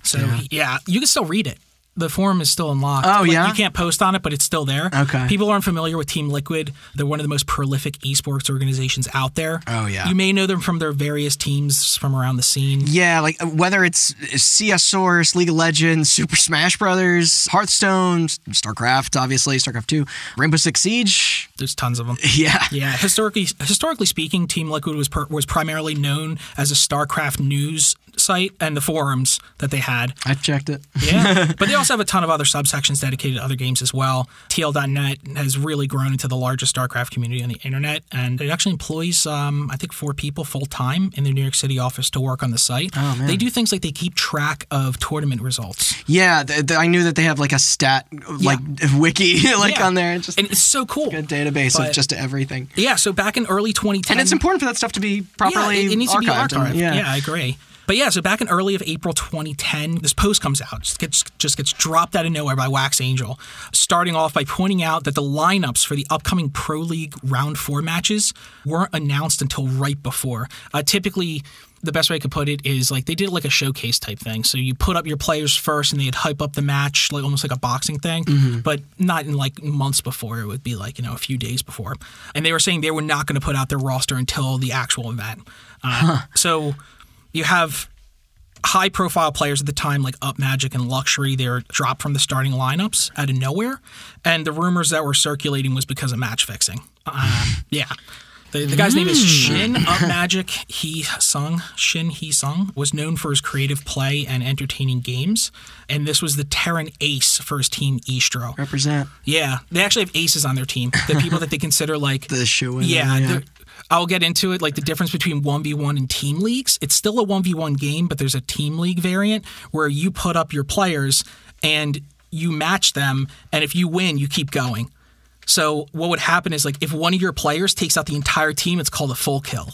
[SPEAKER 5] So yeah. you can still read it. The forum is still unlocked.
[SPEAKER 2] Oh,
[SPEAKER 5] Like,
[SPEAKER 2] yeah?
[SPEAKER 5] you can't post on it, but it's still there.
[SPEAKER 2] Okay.
[SPEAKER 5] People aren't familiar with Team Liquid. They're one of the most prolific esports organizations out there.
[SPEAKER 2] Oh, yeah.
[SPEAKER 5] You may know them from their various teams from around the scene.
[SPEAKER 2] Yeah, like uh, whether it's uh, CS Source, League of Legends, Super Smash Brothers, Hearthstone, StarCraft, obviously StarCraft Two, Rainbow Six Siege.
[SPEAKER 5] There's tons of them.
[SPEAKER 2] Yeah.
[SPEAKER 5] Yeah, historically historically speaking, Team Liquid was per, was primarily known as a StarCraft news site and the forums that they had.
[SPEAKER 2] I checked it.
[SPEAKER 5] Yeah, but they also have a ton of other subsections dedicated to other games as well. TL.net has really grown into the largest StarCraft community on the internet, and it actually employs um, I think four people full time in their New York City office to work on the site. Oh, man. They do things like they keep track of tournament results.
[SPEAKER 2] Yeah, th- th- I knew that they have like a stat like wiki like
[SPEAKER 5] Yeah.
[SPEAKER 2] on there, just
[SPEAKER 5] and it's so cool.
[SPEAKER 2] a database
[SPEAKER 5] But-
[SPEAKER 2] of just everything.
[SPEAKER 5] Yeah, so back in early 2010,
[SPEAKER 2] And it's important for that stuff to be properly
[SPEAKER 5] yeah, it, it needs
[SPEAKER 2] archived.
[SPEAKER 5] to be archived.
[SPEAKER 2] and- yeah.
[SPEAKER 5] I agree. But yeah, so back in early of April 2010, this post comes out, just gets just gets dropped out of nowhere by Wax Angel, starting off by pointing out that the lineups for the upcoming Pro League round four matches weren't announced until right before. Uh, typically, the best way I could put it is like they did like a showcase type thing. So you put up your players first, and they'd hype up the match, like almost like a boxing thing, but not in like months before. It would be like you know a few days before. And they were saying they were not going to put out their roster until the actual event. Uh, So you have high profile players at the time like Up Magic and Luxury, they were dropped from the starting lineups out of nowhere. And the rumors that were circulating was because of match fixing. Uh, yeah. The, the guy's name is Shin Up Magic. He Sung Shin He Sung was known for his creative play and entertaining games, and this was the Terran ace for his team Eastro.
[SPEAKER 2] Represent
[SPEAKER 5] Yeah, they actually have aces on their team. The people that they consider like
[SPEAKER 2] the show. winner,
[SPEAKER 5] yeah, there- I'll get into it. Like the difference between 1v1 and team leagues. It's still a 1v1 game, but there's a team league variant where you put up your players and you match them. And if you win, you keep going. So what would happen is like if one of your players takes out the entire team, it's called a full kill,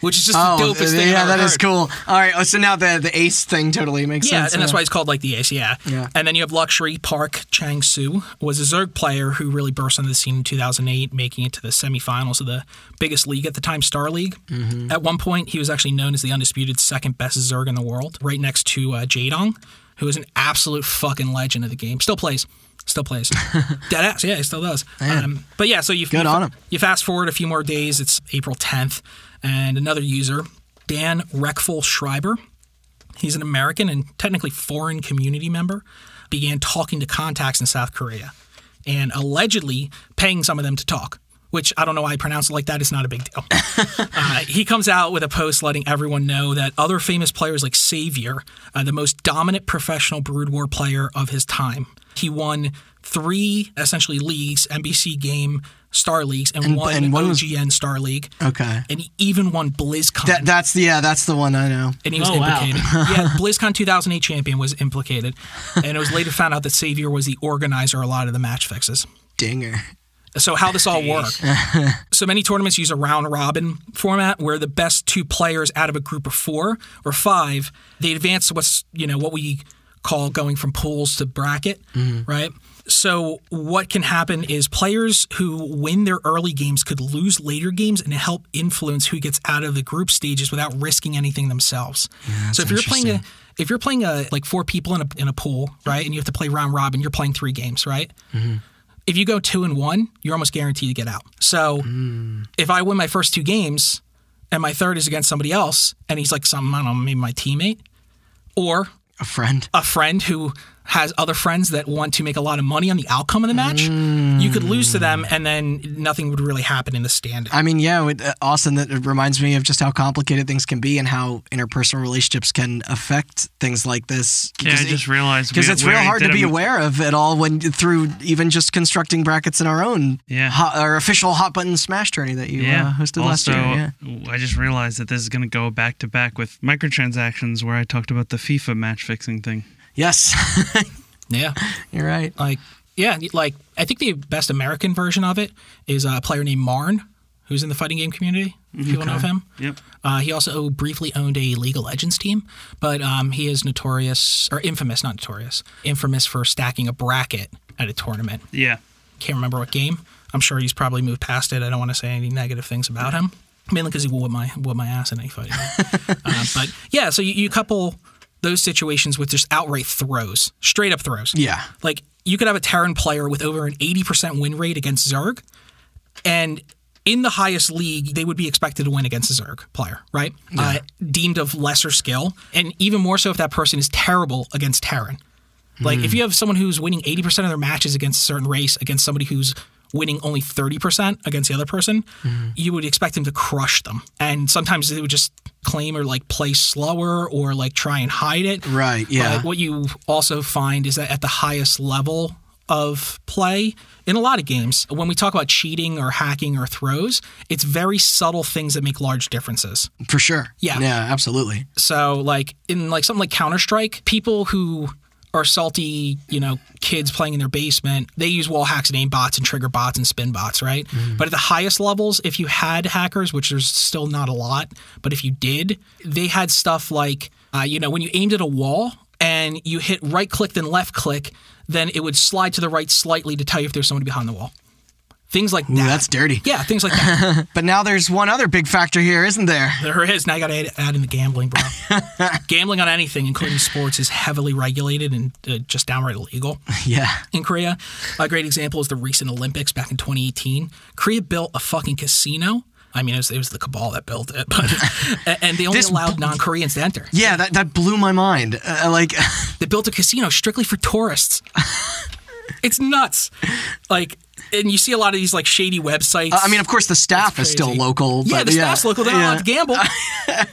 [SPEAKER 5] which is just
[SPEAKER 2] Oh,
[SPEAKER 5] the dopest thing.
[SPEAKER 2] yeah,
[SPEAKER 5] I've
[SPEAKER 2] that
[SPEAKER 5] ever
[SPEAKER 2] is
[SPEAKER 5] heard.
[SPEAKER 2] cool. All right, oh, so now the the ace thing totally makes
[SPEAKER 5] Yeah,
[SPEAKER 2] sense.
[SPEAKER 5] and that's why it's called like the ace. Yeah.
[SPEAKER 2] Yeah.
[SPEAKER 5] And then you have luxury Park Chang Su was a Zerg player who really burst onto the scene in 2008, making it to the semifinals of the biggest league at the time, Star League.
[SPEAKER 2] Mm-hmm.
[SPEAKER 5] At one point, he was actually known as the undisputed second best Zerg in the world, right next to uh, Jadong, who is an absolute fucking legend of the game. Still plays. Still plays. Dead ass. Yeah, he still does. Um, but yeah, so you've
[SPEAKER 2] Good
[SPEAKER 5] you,
[SPEAKER 2] on him.
[SPEAKER 5] you fast forward a few more days. It's April 10th, and another user, Dan Reckful Schreiber, he's an American and technically foreign community member, began talking to contacts in South Korea and allegedly paying some of them to talk. Which I don't know why I pronounce it like that. It's not a big deal. Uh, he comes out with a post letting everyone know that other famous players like Savior, uh, the most dominant professional Brood War player of his time, he won three essentially leagues: NBC Game, Star Leagues, and, one,
[SPEAKER 2] and one was-
[SPEAKER 5] OGN Star League,
[SPEAKER 2] okay.
[SPEAKER 5] and he even won BlizzCon
[SPEAKER 2] That, that's yeah, that's the one I know.
[SPEAKER 5] and he was
[SPEAKER 3] Oh, wow.
[SPEAKER 5] implicated. yeah, BlizzCon 2008 champion was implicated, and it was later found out that Savior was the organizer of a lot of the match fixes.
[SPEAKER 2] Dinger.
[SPEAKER 5] So how this all worked? so many tournaments use a round robin format where the best two players out of a group of four or five they advance to what's you know what we call going from pools to bracket, right? So what can happen is players who win their early games could lose later games and help influence who gets out of the group stages without risking anything themselves. so if you're playing a if you're playing a like four people in a in a pool, right, and you have to play round robin, you're playing three games, right? if you go two and one, you're almost guaranteed to get out. So if I win my first two games and my third is against somebody else, and he's like some, I don't know, maybe my teammate or
[SPEAKER 2] A friend.
[SPEAKER 5] a friend who has other friends that want to make a lot of money on the outcome of the match, you could lose to them and then nothing would really happen in the standing.
[SPEAKER 2] I mean, yeah, with, uh, Austin. That it reminds me of just how complicated things can be and how interpersonal relationships can affect things like this.
[SPEAKER 4] Yeah, I just realized
[SPEAKER 2] because
[SPEAKER 4] we-
[SPEAKER 2] it's
[SPEAKER 4] we
[SPEAKER 2] real
[SPEAKER 4] already
[SPEAKER 2] hard to
[SPEAKER 4] did
[SPEAKER 2] be
[SPEAKER 4] a-
[SPEAKER 2] aware of it all when through even just constructing brackets in our own
[SPEAKER 4] Yeah.
[SPEAKER 2] hot, our official hot button smash tourney that you uh, hosted last
[SPEAKER 4] also,
[SPEAKER 2] year. Yeah.
[SPEAKER 4] I just realized that this is going to go back to back with microtransactions where I talked about the FIFA match fixing thing.
[SPEAKER 2] Yes,
[SPEAKER 5] Yeah.
[SPEAKER 2] you're right.
[SPEAKER 5] Like, yeah, like I think the best American version of it is a player named Marn, who's in the fighting game community. If People know of him.
[SPEAKER 4] Yep.
[SPEAKER 5] Uh, he also briefly owned a League of Legends team, but um, he is notorious or infamous, not notorious, infamous for stacking a bracket at a tournament.
[SPEAKER 4] Yeah.
[SPEAKER 5] Can't remember what game. I'm sure he's probably moved past it. I don't want to say any negative things about him, mainly because he whooped my whooped my ass in any fight. uh, but yeah, so you, you couple those situations with just outright throws, straight up throws.
[SPEAKER 2] Yeah.
[SPEAKER 5] Like you could have a Terran player with over an 80% win rate against Zerg, and in the highest league, they would be expected to win against a Zerg player, right? Uh, deemed of lesser skill, and even more so if that person is terrible against Terran. Like
[SPEAKER 2] Hmm.
[SPEAKER 5] if you have someone who's winning 80% of their matches against a certain race against somebody who's winning only 30% against the other person,
[SPEAKER 2] Hmm.
[SPEAKER 5] you would expect them to crush them. And sometimes they would just claim or like play slower or like try and hide it.
[SPEAKER 2] Right, yeah.
[SPEAKER 5] But what you also find is that at the highest level of play in a lot of games, when we talk about cheating or hacking or throws, it's very subtle things that make large differences.
[SPEAKER 2] For sure.
[SPEAKER 5] Yeah.
[SPEAKER 2] Yeah, absolutely.
[SPEAKER 5] So like in like something like Counter Strike, people who are salty, you know, kids playing in their basement, they use wall hacks and aim bots and trigger bots and spin bots, right?
[SPEAKER 2] Mm-hmm.
[SPEAKER 5] But at the highest levels, if you had hackers, which there's still not a lot, but if you did, they had stuff like Uh, you know, when you aimed at a wall and you hit right click, then left click, then it would slide to the right slightly to tell you if there's somebody behind the wall. Things like
[SPEAKER 2] Ooh,
[SPEAKER 5] that.
[SPEAKER 2] that's dirty.
[SPEAKER 5] yeah, things like that.
[SPEAKER 2] But now there's one other big factor here, isn't there?
[SPEAKER 5] there is. Now you got to add, add in the gambling, bro. gambling on anything, including sports, is heavily regulated and uh, just downright illegal.
[SPEAKER 2] Yeah.
[SPEAKER 5] in Korea. A great example is the recent Olympics back in 2018. Korea built a fucking casino. I mean, it was, it was the cabal that built it, but and- and they only
[SPEAKER 2] This
[SPEAKER 5] allowed non-Koreans to enter.
[SPEAKER 2] Yeah, that, that blew my mind. Uh, like,
[SPEAKER 5] They built a casino strictly for tourists. it's nuts. Like, and you see a lot of these like shady websites.
[SPEAKER 2] Uh, I mean, of course, the staff is still
[SPEAKER 5] crazy.
[SPEAKER 2] local.
[SPEAKER 5] yeah,
[SPEAKER 2] but
[SPEAKER 5] the staff's local. They're not
[SPEAKER 2] yeah.
[SPEAKER 5] allowed to gamble.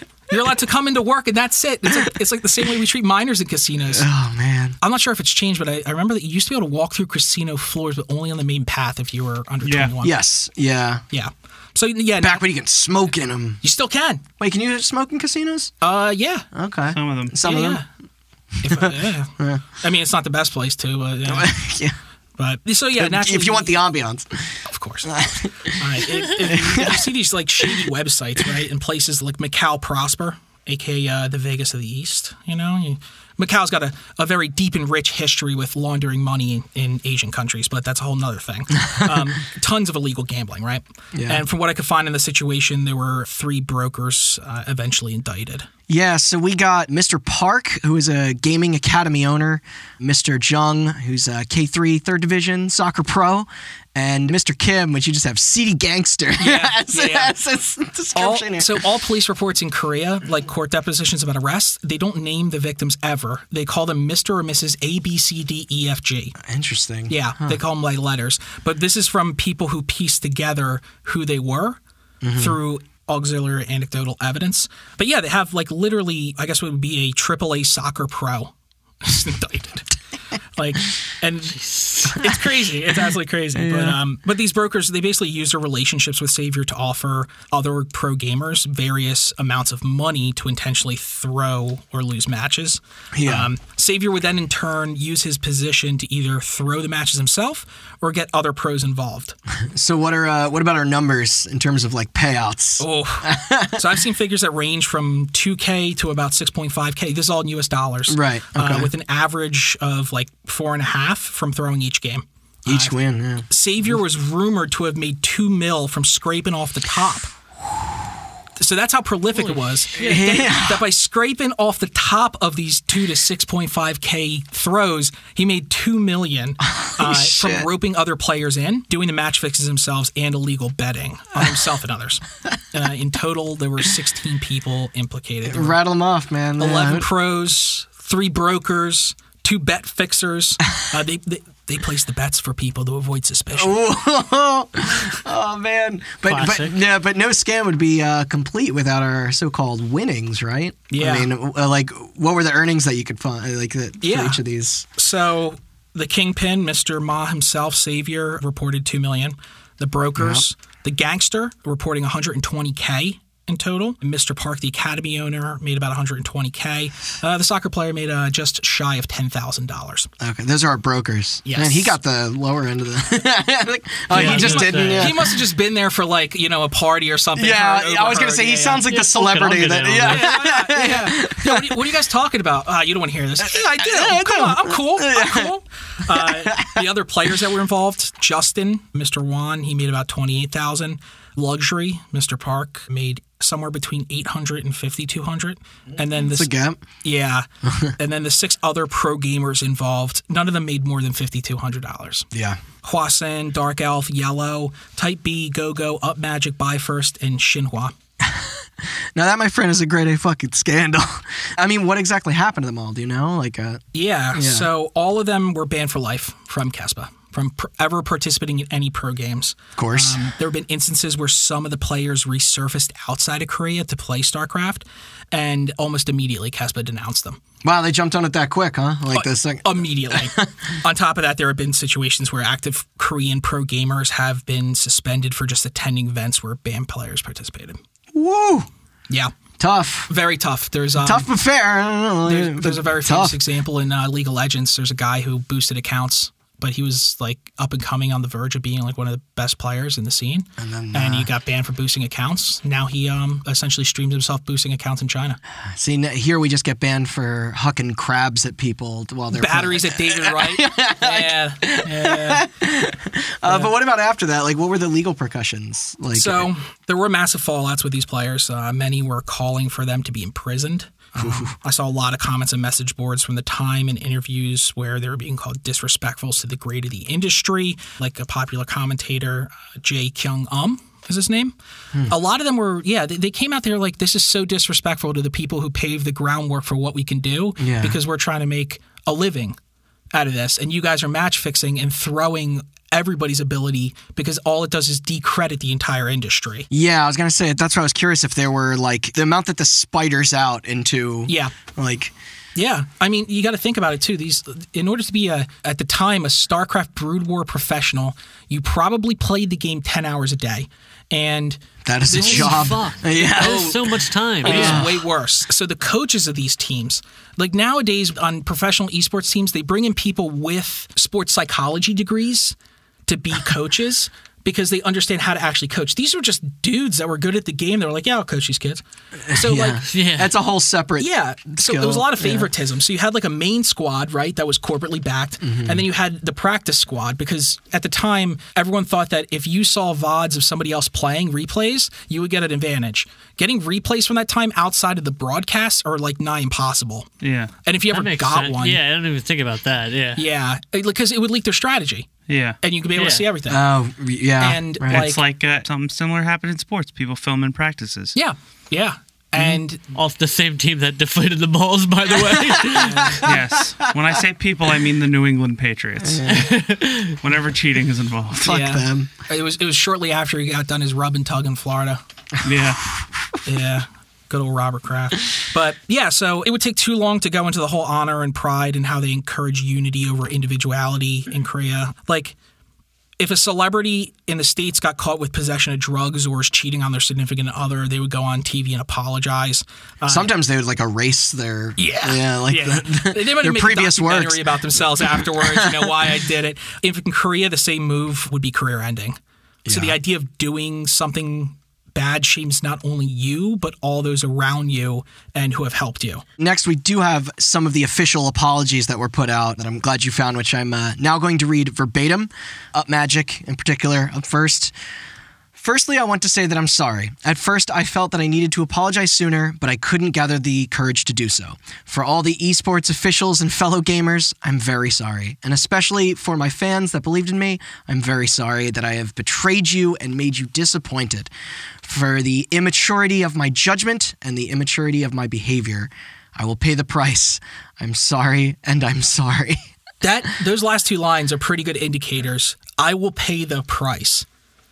[SPEAKER 5] You're allowed to come into work, and that's it. It's like, it's like the same way we treat minors in casinos.
[SPEAKER 2] Oh, man.
[SPEAKER 5] I'm not sure if it's changed, but I, I remember that you used to be able to walk through casino floors, but only on the main path if you were under
[SPEAKER 4] Yeah.
[SPEAKER 5] 21.
[SPEAKER 2] Yes, yeah.
[SPEAKER 5] Yeah. So yeah,
[SPEAKER 2] Back
[SPEAKER 5] now,
[SPEAKER 2] when you can smoke in them.
[SPEAKER 5] you still can.
[SPEAKER 2] Wait, can you smoke in casinos?
[SPEAKER 5] Uh, yeah.
[SPEAKER 2] Okay.
[SPEAKER 4] Some of them.
[SPEAKER 2] Some
[SPEAKER 5] yeah.
[SPEAKER 2] of
[SPEAKER 5] If, uh, yeah. I mean, it's not the best place to, uh, you know,
[SPEAKER 2] them. yeah.
[SPEAKER 5] but so yeah. Naturally,
[SPEAKER 2] If you want the ambiance.
[SPEAKER 5] of course. All right. If, if you, if you see these like shady websites, right, in places like Macau Prosper, aka uh, the Vegas of the East, you know, you, Macau's got a, a very deep and rich history with laundering money in, in Asian countries, but that's a whole nother thing. Um, tons of illegal gambling, right?
[SPEAKER 2] Yeah.
[SPEAKER 5] And from what I could find in the situation, there were three brokers uh, eventually indicted.
[SPEAKER 2] Yeah, so we got Mr. Park, who is a gaming academy owner, Mr. Jung, who's a K3 third division soccer pro, and Mr. Kim, which you just have seedy gangster
[SPEAKER 5] Yeah,
[SPEAKER 2] as,
[SPEAKER 5] yeah, yeah.
[SPEAKER 2] as its
[SPEAKER 5] all,
[SPEAKER 2] description here.
[SPEAKER 5] so all police reports in Korea, like court depositions about arrests, they don't name the victims ever. They call them Mr. or Mrs. A, B, C, D, E, F, G.
[SPEAKER 2] Interesting.
[SPEAKER 5] Yeah, they call them like letters. But this is from people who pieced together who they were through auxiliary anecdotal evidence. But yeah, they have like literally, I guess it would be a AAA soccer pro is indicted. Like, and it's crazy. It's absolutely crazy. But um, but these brokers they basically use their relationships with Savior to offer other pro gamers various amounts of money to intentionally throw or lose matches.
[SPEAKER 2] Yeah.
[SPEAKER 5] Um, Savior would then in turn use his position to either throw the matches himself or get other pros involved.
[SPEAKER 2] So what are uh, what about our numbers in terms of like payouts?
[SPEAKER 5] Oh, so I've seen figures that range from 2K to about 6.5K. This is all in US dollars.
[SPEAKER 2] Right,
[SPEAKER 5] Uh,
[SPEAKER 2] okay.
[SPEAKER 5] with an average of like four and a half from throwing each game.
[SPEAKER 2] Each win. Yeah.
[SPEAKER 5] Savior was rumored to have made two mil from scraping off the top. So that's how prolific it was. That, that by scraping off the top of these two to six point five k throws, he made two million uh,
[SPEAKER 2] shit.
[SPEAKER 5] from roping other players in, doing the match fixes themselves, and illegal betting on himself and others. Uh, in total, there were sixteen people implicated. There were
[SPEAKER 2] Rattle them off, man. Yeah.
[SPEAKER 5] 11 pros, three brokers, two bet fixers. Uh, they, they they place the bets for people to avoid suspicion.
[SPEAKER 2] Oh man, but but
[SPEAKER 3] Classic.
[SPEAKER 2] yeah, but no scam would be uh, complete without our so-called winnings, right?
[SPEAKER 5] Yeah.
[SPEAKER 2] I mean, uh, like, what were the earnings that you could find, like, that
[SPEAKER 5] Yeah.
[SPEAKER 2] for each of these?
[SPEAKER 5] So the kingpin, Mr. Ma himself, savior, reported 2 million. The brokers, the gangster, reporting 120k in total. And Mr. Park, the academy owner, made about 120k. Uh, the soccer player made uh, just shy of $10,000.
[SPEAKER 2] Okay, those are our brokers.
[SPEAKER 5] Yes.
[SPEAKER 2] Man, he got the lower end of the. Like, oh,
[SPEAKER 3] Yeah,
[SPEAKER 2] he just
[SPEAKER 3] he must
[SPEAKER 2] didn't.
[SPEAKER 3] have-
[SPEAKER 2] Yeah,
[SPEAKER 5] He must have just been there for like you know a party or something.
[SPEAKER 2] yeah
[SPEAKER 5] heard,
[SPEAKER 2] I was gonna
[SPEAKER 5] overheard.
[SPEAKER 2] say he
[SPEAKER 5] Yeah, yeah.
[SPEAKER 2] sounds like the
[SPEAKER 3] fuck it, I'll
[SPEAKER 2] celebrity
[SPEAKER 3] get
[SPEAKER 2] that.
[SPEAKER 3] in on
[SPEAKER 2] Yeah.
[SPEAKER 5] yeah. yeah. what, are you, what are you guys talking about? Uh, you don't want to hear this. Yeah, I do. Come on, I'm cool. I'm cool. Uh, the other players that were involved: Justin, Mr. Juan, he made about twenty-eight thousand. Luxury, Mr. Park made somewhere between 800 and 5200 and then this
[SPEAKER 2] It's a gap.
[SPEAKER 5] yeah and then the six other pro gamers involved none of them made more than $5200
[SPEAKER 2] Yeah.
[SPEAKER 5] Hwasen, Dark Elf, Yellow, Type B, Go Go, Up Magic, Buy First, and Shinhwa.
[SPEAKER 2] Now that, my friend, is a great A fucking scandal. I mean, what exactly happened to them all? Do you know? Like, uh,
[SPEAKER 5] Yeah, So all of them were banned for life from KESPA, from pr- ever participating in any pro games.
[SPEAKER 2] of course.
[SPEAKER 5] Um, there have been instances where some of the players resurfaced outside of Korea to play StarCraft, and almost immediately KESPA denounced them.
[SPEAKER 2] wow, they jumped on it that quick, huh? Like
[SPEAKER 5] uh,
[SPEAKER 2] this thing.
[SPEAKER 5] Immediately. On top of that, there have been situations where active Korean pro gamers have been suspended for just attending events where banned players participated.
[SPEAKER 2] Woo!
[SPEAKER 5] Yeah,
[SPEAKER 2] Tough.
[SPEAKER 5] very tough. There's um,
[SPEAKER 2] tough but fair. I don't know.
[SPEAKER 5] There's, there's a very
[SPEAKER 2] tough.
[SPEAKER 5] famous example in uh, League of Legends. There's a guy who boosted accounts but he was like up and coming on the verge of being like one of the best players in the scene. And, then, uh, and he got banned for boosting accounts. Now he um essentially streams himself boosting accounts in China.
[SPEAKER 2] See, n- here we just get banned for hucking crabs at people while they're
[SPEAKER 5] Batteries at David Wright. yeah. yeah.
[SPEAKER 2] Uh, But what about after that? Like, what were the legal percussions? Like,
[SPEAKER 5] So there were massive fallouts with these players. Uh, many were calling for them to be imprisoned. Um, I saw a lot of comments and message boards from the time and interviews where they were being called disrespectfuls to the grade of the industry, like a popular commentator, uh, Jay Kyung Um. Is his name? A lot of them were, yeah, they, they came out there like, this is so disrespectful to the people who paved the groundwork for what we can do
[SPEAKER 2] Yeah.
[SPEAKER 5] because we're trying to make a living out of this and you guys are match fixing and throwing everybody's ability because all it does is decredit the entire industry.
[SPEAKER 2] yeah, I was gonna say that's why I was curious if there were like the amount that the spiders out into.
[SPEAKER 5] Yeah.
[SPEAKER 2] Like,
[SPEAKER 5] Yeah. I mean, you got to think about it too. These in order to be a at the time a StarCraft Brood War professional, you probably played the game 10 hours a day. And
[SPEAKER 2] that is a
[SPEAKER 3] Holy
[SPEAKER 2] job.
[SPEAKER 3] fuck.
[SPEAKER 5] Oh,
[SPEAKER 3] That
[SPEAKER 2] Yeah.
[SPEAKER 3] is so much time.
[SPEAKER 5] It is way worse. So the coaches of these teams, like nowadays on professional esports teams, they bring in people with sports psychology degrees to be coaches because they understand how to actually coach. These were just dudes that were good at the game. They were like, yeah, I'll coach these kids. So like
[SPEAKER 3] Yeah.
[SPEAKER 2] That's a whole separate.
[SPEAKER 5] yeah. So
[SPEAKER 2] skill.
[SPEAKER 5] there was a lot of favoritism. So you had like a main squad, right, that was corporately backed,
[SPEAKER 3] Mm-hmm.
[SPEAKER 5] and then you had the practice squad because at the time everyone thought that if you saw vods of somebody else playing replays, you would get an advantage. Getting replays from that time outside of the broadcast are like nigh impossible.
[SPEAKER 4] Yeah.
[SPEAKER 5] And if you ever
[SPEAKER 3] That makes
[SPEAKER 5] got
[SPEAKER 3] sense.
[SPEAKER 5] one,
[SPEAKER 3] Yeah, I didn't even think about that. Yeah.
[SPEAKER 5] yeah, because it would leak their strategy,
[SPEAKER 4] Yeah.
[SPEAKER 5] and you could be able
[SPEAKER 3] Yeah. Uh,
[SPEAKER 5] to see everything.
[SPEAKER 2] Oh, re- yeah.
[SPEAKER 5] And,
[SPEAKER 2] right.
[SPEAKER 4] it's like uh, something similar happened in sports. People filming practices.
[SPEAKER 5] yeah, yeah,
[SPEAKER 3] mm-hmm.
[SPEAKER 5] and
[SPEAKER 3] Off the same team that deflated the balls, by the way.
[SPEAKER 4] yes. When I say people, I mean the New England Patriots. Whenever cheating is involved.
[SPEAKER 2] fuck
[SPEAKER 5] yeah.
[SPEAKER 2] them.
[SPEAKER 5] it was it was shortly after he got done his rub and tug in Florida.
[SPEAKER 4] Yeah.
[SPEAKER 5] Yeah. Good old Robert Kraft. But yeah, so it would take too long to go into the whole honor and pride and how they encourage unity over individuality in Korea. Like, if a celebrity in the States got caught with possession of drugs or is cheating on their significant other, they would go on TV and apologize. Uh,
[SPEAKER 2] Sometimes they would like erase their.
[SPEAKER 5] yeah.
[SPEAKER 2] Yeah. Like
[SPEAKER 5] Yeah.
[SPEAKER 2] the-
[SPEAKER 5] they might
[SPEAKER 2] their
[SPEAKER 5] have made
[SPEAKER 2] previous
[SPEAKER 5] a documentary
[SPEAKER 2] works.
[SPEAKER 5] about themselves afterwards, you know, why I did it. If in Korea, the same move would be career ending. So the idea of doing something bad shames not only you, but all those around you and who have helped you.
[SPEAKER 2] Next, we do have some of the official apologies that were put out that I'm glad you found, which I'm uh, now going to read verbatim. Up Magic, in particular, up first. Firstly, I want to say that I'm sorry. At first, I felt that I needed to apologize sooner, but I couldn't gather the courage to do so. For all the esports officials and fellow gamers, I'm very sorry. And especially for my fans that believed in me, I'm very sorry that I have betrayed you and made you disappointed. For the immaturity of my judgment and the immaturity of my behavior, I will pay the price. I'm sorry and I'm sorry.
[SPEAKER 5] That those last two lines are pretty good indicators. I will pay the price.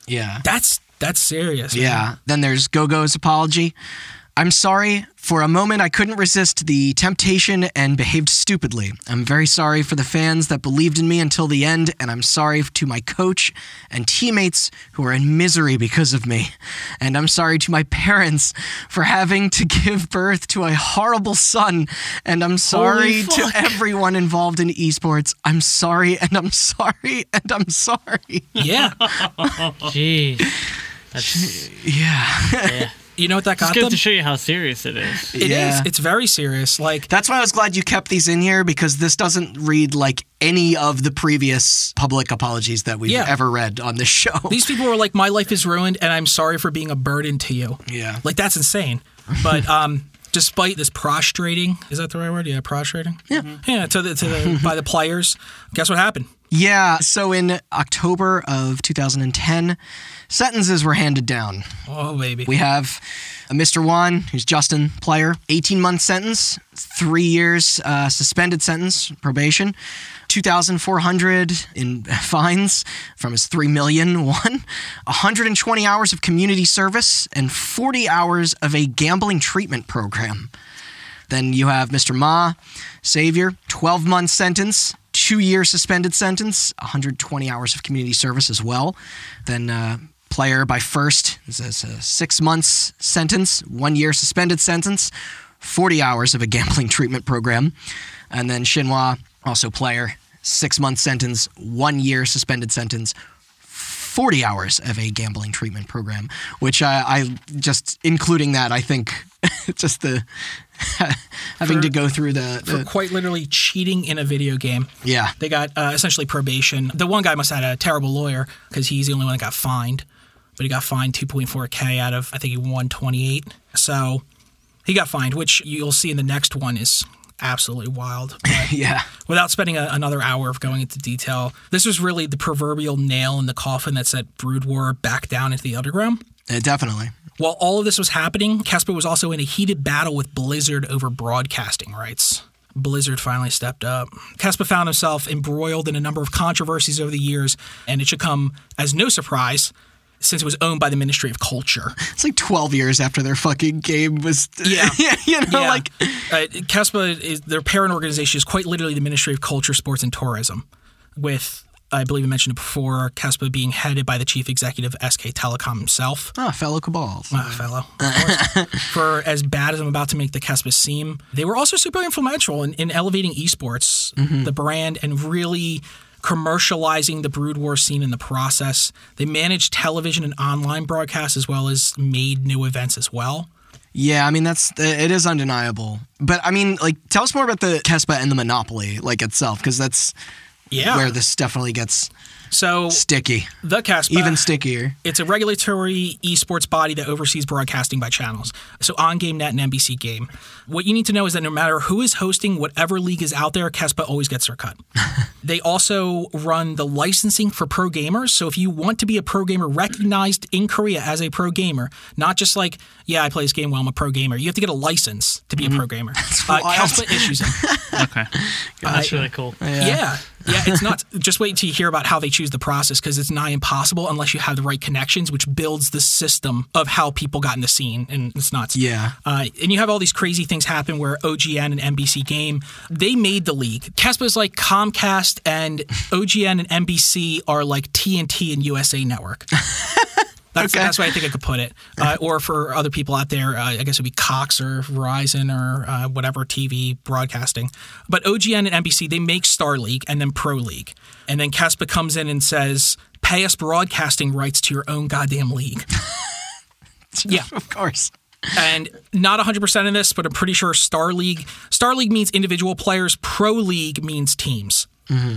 [SPEAKER 2] Yeah.
[SPEAKER 5] That's that's serious. man.
[SPEAKER 2] Yeah. Then there's Gogo's apology. I'm sorry. For a moment, I couldn't resist the temptation and behaved stupidly. I'm very sorry for the fans that believed in me until the end, and I'm sorry to my coach and teammates who are in misery because of me. And I'm sorry to my parents for having to give birth to a horrible son. And I'm sorry to everyone involved in esports. I'm sorry, and I'm sorry, and I'm sorry.
[SPEAKER 5] Yeah.
[SPEAKER 3] Jeez. That's
[SPEAKER 2] Yeah.
[SPEAKER 5] You know what that got
[SPEAKER 3] good
[SPEAKER 5] them?
[SPEAKER 3] to show you how serious it is.
[SPEAKER 5] It is.
[SPEAKER 2] Yeah.
[SPEAKER 5] It's very serious. Like
[SPEAKER 2] That's why I was glad you kept these in here because this doesn't read like any of the previous public apologies that we've
[SPEAKER 5] Yeah.
[SPEAKER 2] ever read on this show.
[SPEAKER 5] these people were like, My life is ruined and I'm sorry for being a burden to you.
[SPEAKER 2] yeah.
[SPEAKER 5] Like that's insane. But um despite this prostrating, is that the right word? Yeah, prostrating. Yeah. Yeah, to the to the by the players. Guess what happened?
[SPEAKER 2] Yeah. So in October of 2010, sentences were handed down.
[SPEAKER 5] Oh baby.
[SPEAKER 2] We have a Mr. Wan, who's Justin player, 18 month sentence, three years uh, suspended sentence, probation, 2,400 in fines from his 3 million one, 120 hours of community service, and 40 hours of a gambling treatment program. Then you have Mr. Ma, Savior, 12 month sentence, two year suspended sentence, 120 hours of community service as well. Then uh, player by first is is a six months sentence, one year suspended sentence, 40 hours of a gambling treatment program. And then Shinwa, also player, six month sentence, one year suspended sentence, 40 hours of a gambling treatment program, which uh, I just, including that, I think just the having
[SPEAKER 5] For-
[SPEAKER 2] to go through the.
[SPEAKER 5] for
[SPEAKER 2] the-
[SPEAKER 5] quite literally cheating in a video game.
[SPEAKER 2] yeah.
[SPEAKER 5] They got uh, essentially probation. The one guy must have had a terrible lawyer because he's the only one that got fined, but he got fined 2.4K out of, I think he won 28. So he got fined, which you'll see in the next one is absolutely wild. But
[SPEAKER 2] Yeah.
[SPEAKER 5] without spending a, another hour of going into detail, this was really the proverbial nail in the coffin that set Brood War back down into the underground.
[SPEAKER 2] Uh, definitely.
[SPEAKER 5] While all of this was happening, Casper was also in a heated battle with Blizzard over broadcasting rights. Blizzard finally stepped up. Casper found himself embroiled in a number of controversies over the years, and it should come as no surprise since it was owned by the Ministry of Culture.
[SPEAKER 2] It's like 12 years after their fucking game was.
[SPEAKER 5] Yeah.
[SPEAKER 2] you know, like.
[SPEAKER 5] uh, CASPA is their parent organization is quite literally the Ministry of Culture, Sports, and Tourism, with I believe I mentioned it before, CASPA being headed by the chief executive SK Telecom himself.
[SPEAKER 2] Ah, fellow cabals.
[SPEAKER 5] Ah, fellow. Of course. For as bad as I'm about to make the CASPA seem, they were also super influential in, in elevating esports,
[SPEAKER 2] Mm-hmm.
[SPEAKER 5] the brand, and really commercializing the Brood War scene in the process. They managed television and online broadcasts as well as made new events as well.
[SPEAKER 2] Yeah, I mean that's it is undeniable. But I mean, like, tell us more about the Kespa and the Monopoly, like itself, because that's
[SPEAKER 5] Yeah.
[SPEAKER 2] where this definitely gets
[SPEAKER 5] So
[SPEAKER 2] sticky,
[SPEAKER 5] the CASPA
[SPEAKER 2] even stickier.
[SPEAKER 5] It's a regulatory esports body that oversees broadcasting by channels, so on GameNet and NBC Game. What you need to know is that no matter who is hosting whatever league is out there, Kespa always gets their cut. they also run the licensing for pro gamers, so if you want to be a pro gamer recognized in Korea as a pro gamer, not just like, yeah, I play this game well, I'm a pro gamer, you have to get a license to be a pro gamer. Uh,
[SPEAKER 2] wild.
[SPEAKER 5] Kespa issues them.
[SPEAKER 4] Okay.
[SPEAKER 3] That's really cool.
[SPEAKER 5] Yeah. yeah. it's not. Just wait till you hear about how they choose the process because it's nigh impossible unless you have the right connections, which builds the system of how people got in the scene, and it's nuts.
[SPEAKER 2] Yeah.
[SPEAKER 5] Uh, and you have all these crazy things happen where OGN and NBC Game they made the league. Caspa's like Comcast and OGN and NBC are like TNT and USA Network. That's, that's why I think I could put it. Uh, or for other people out there, uh, I guess it would be Cox or Verizon or uh, whatever TV broadcasting. But OGN and NBC, they make Star League and then Pro League. And then Caspa comes in and says, pay us broadcasting rights to your own goddamn league. yeah.
[SPEAKER 2] Of course.
[SPEAKER 5] And not 100% of this, but I'm pretty sure Star League, Star League means individual players, Pro League means teams.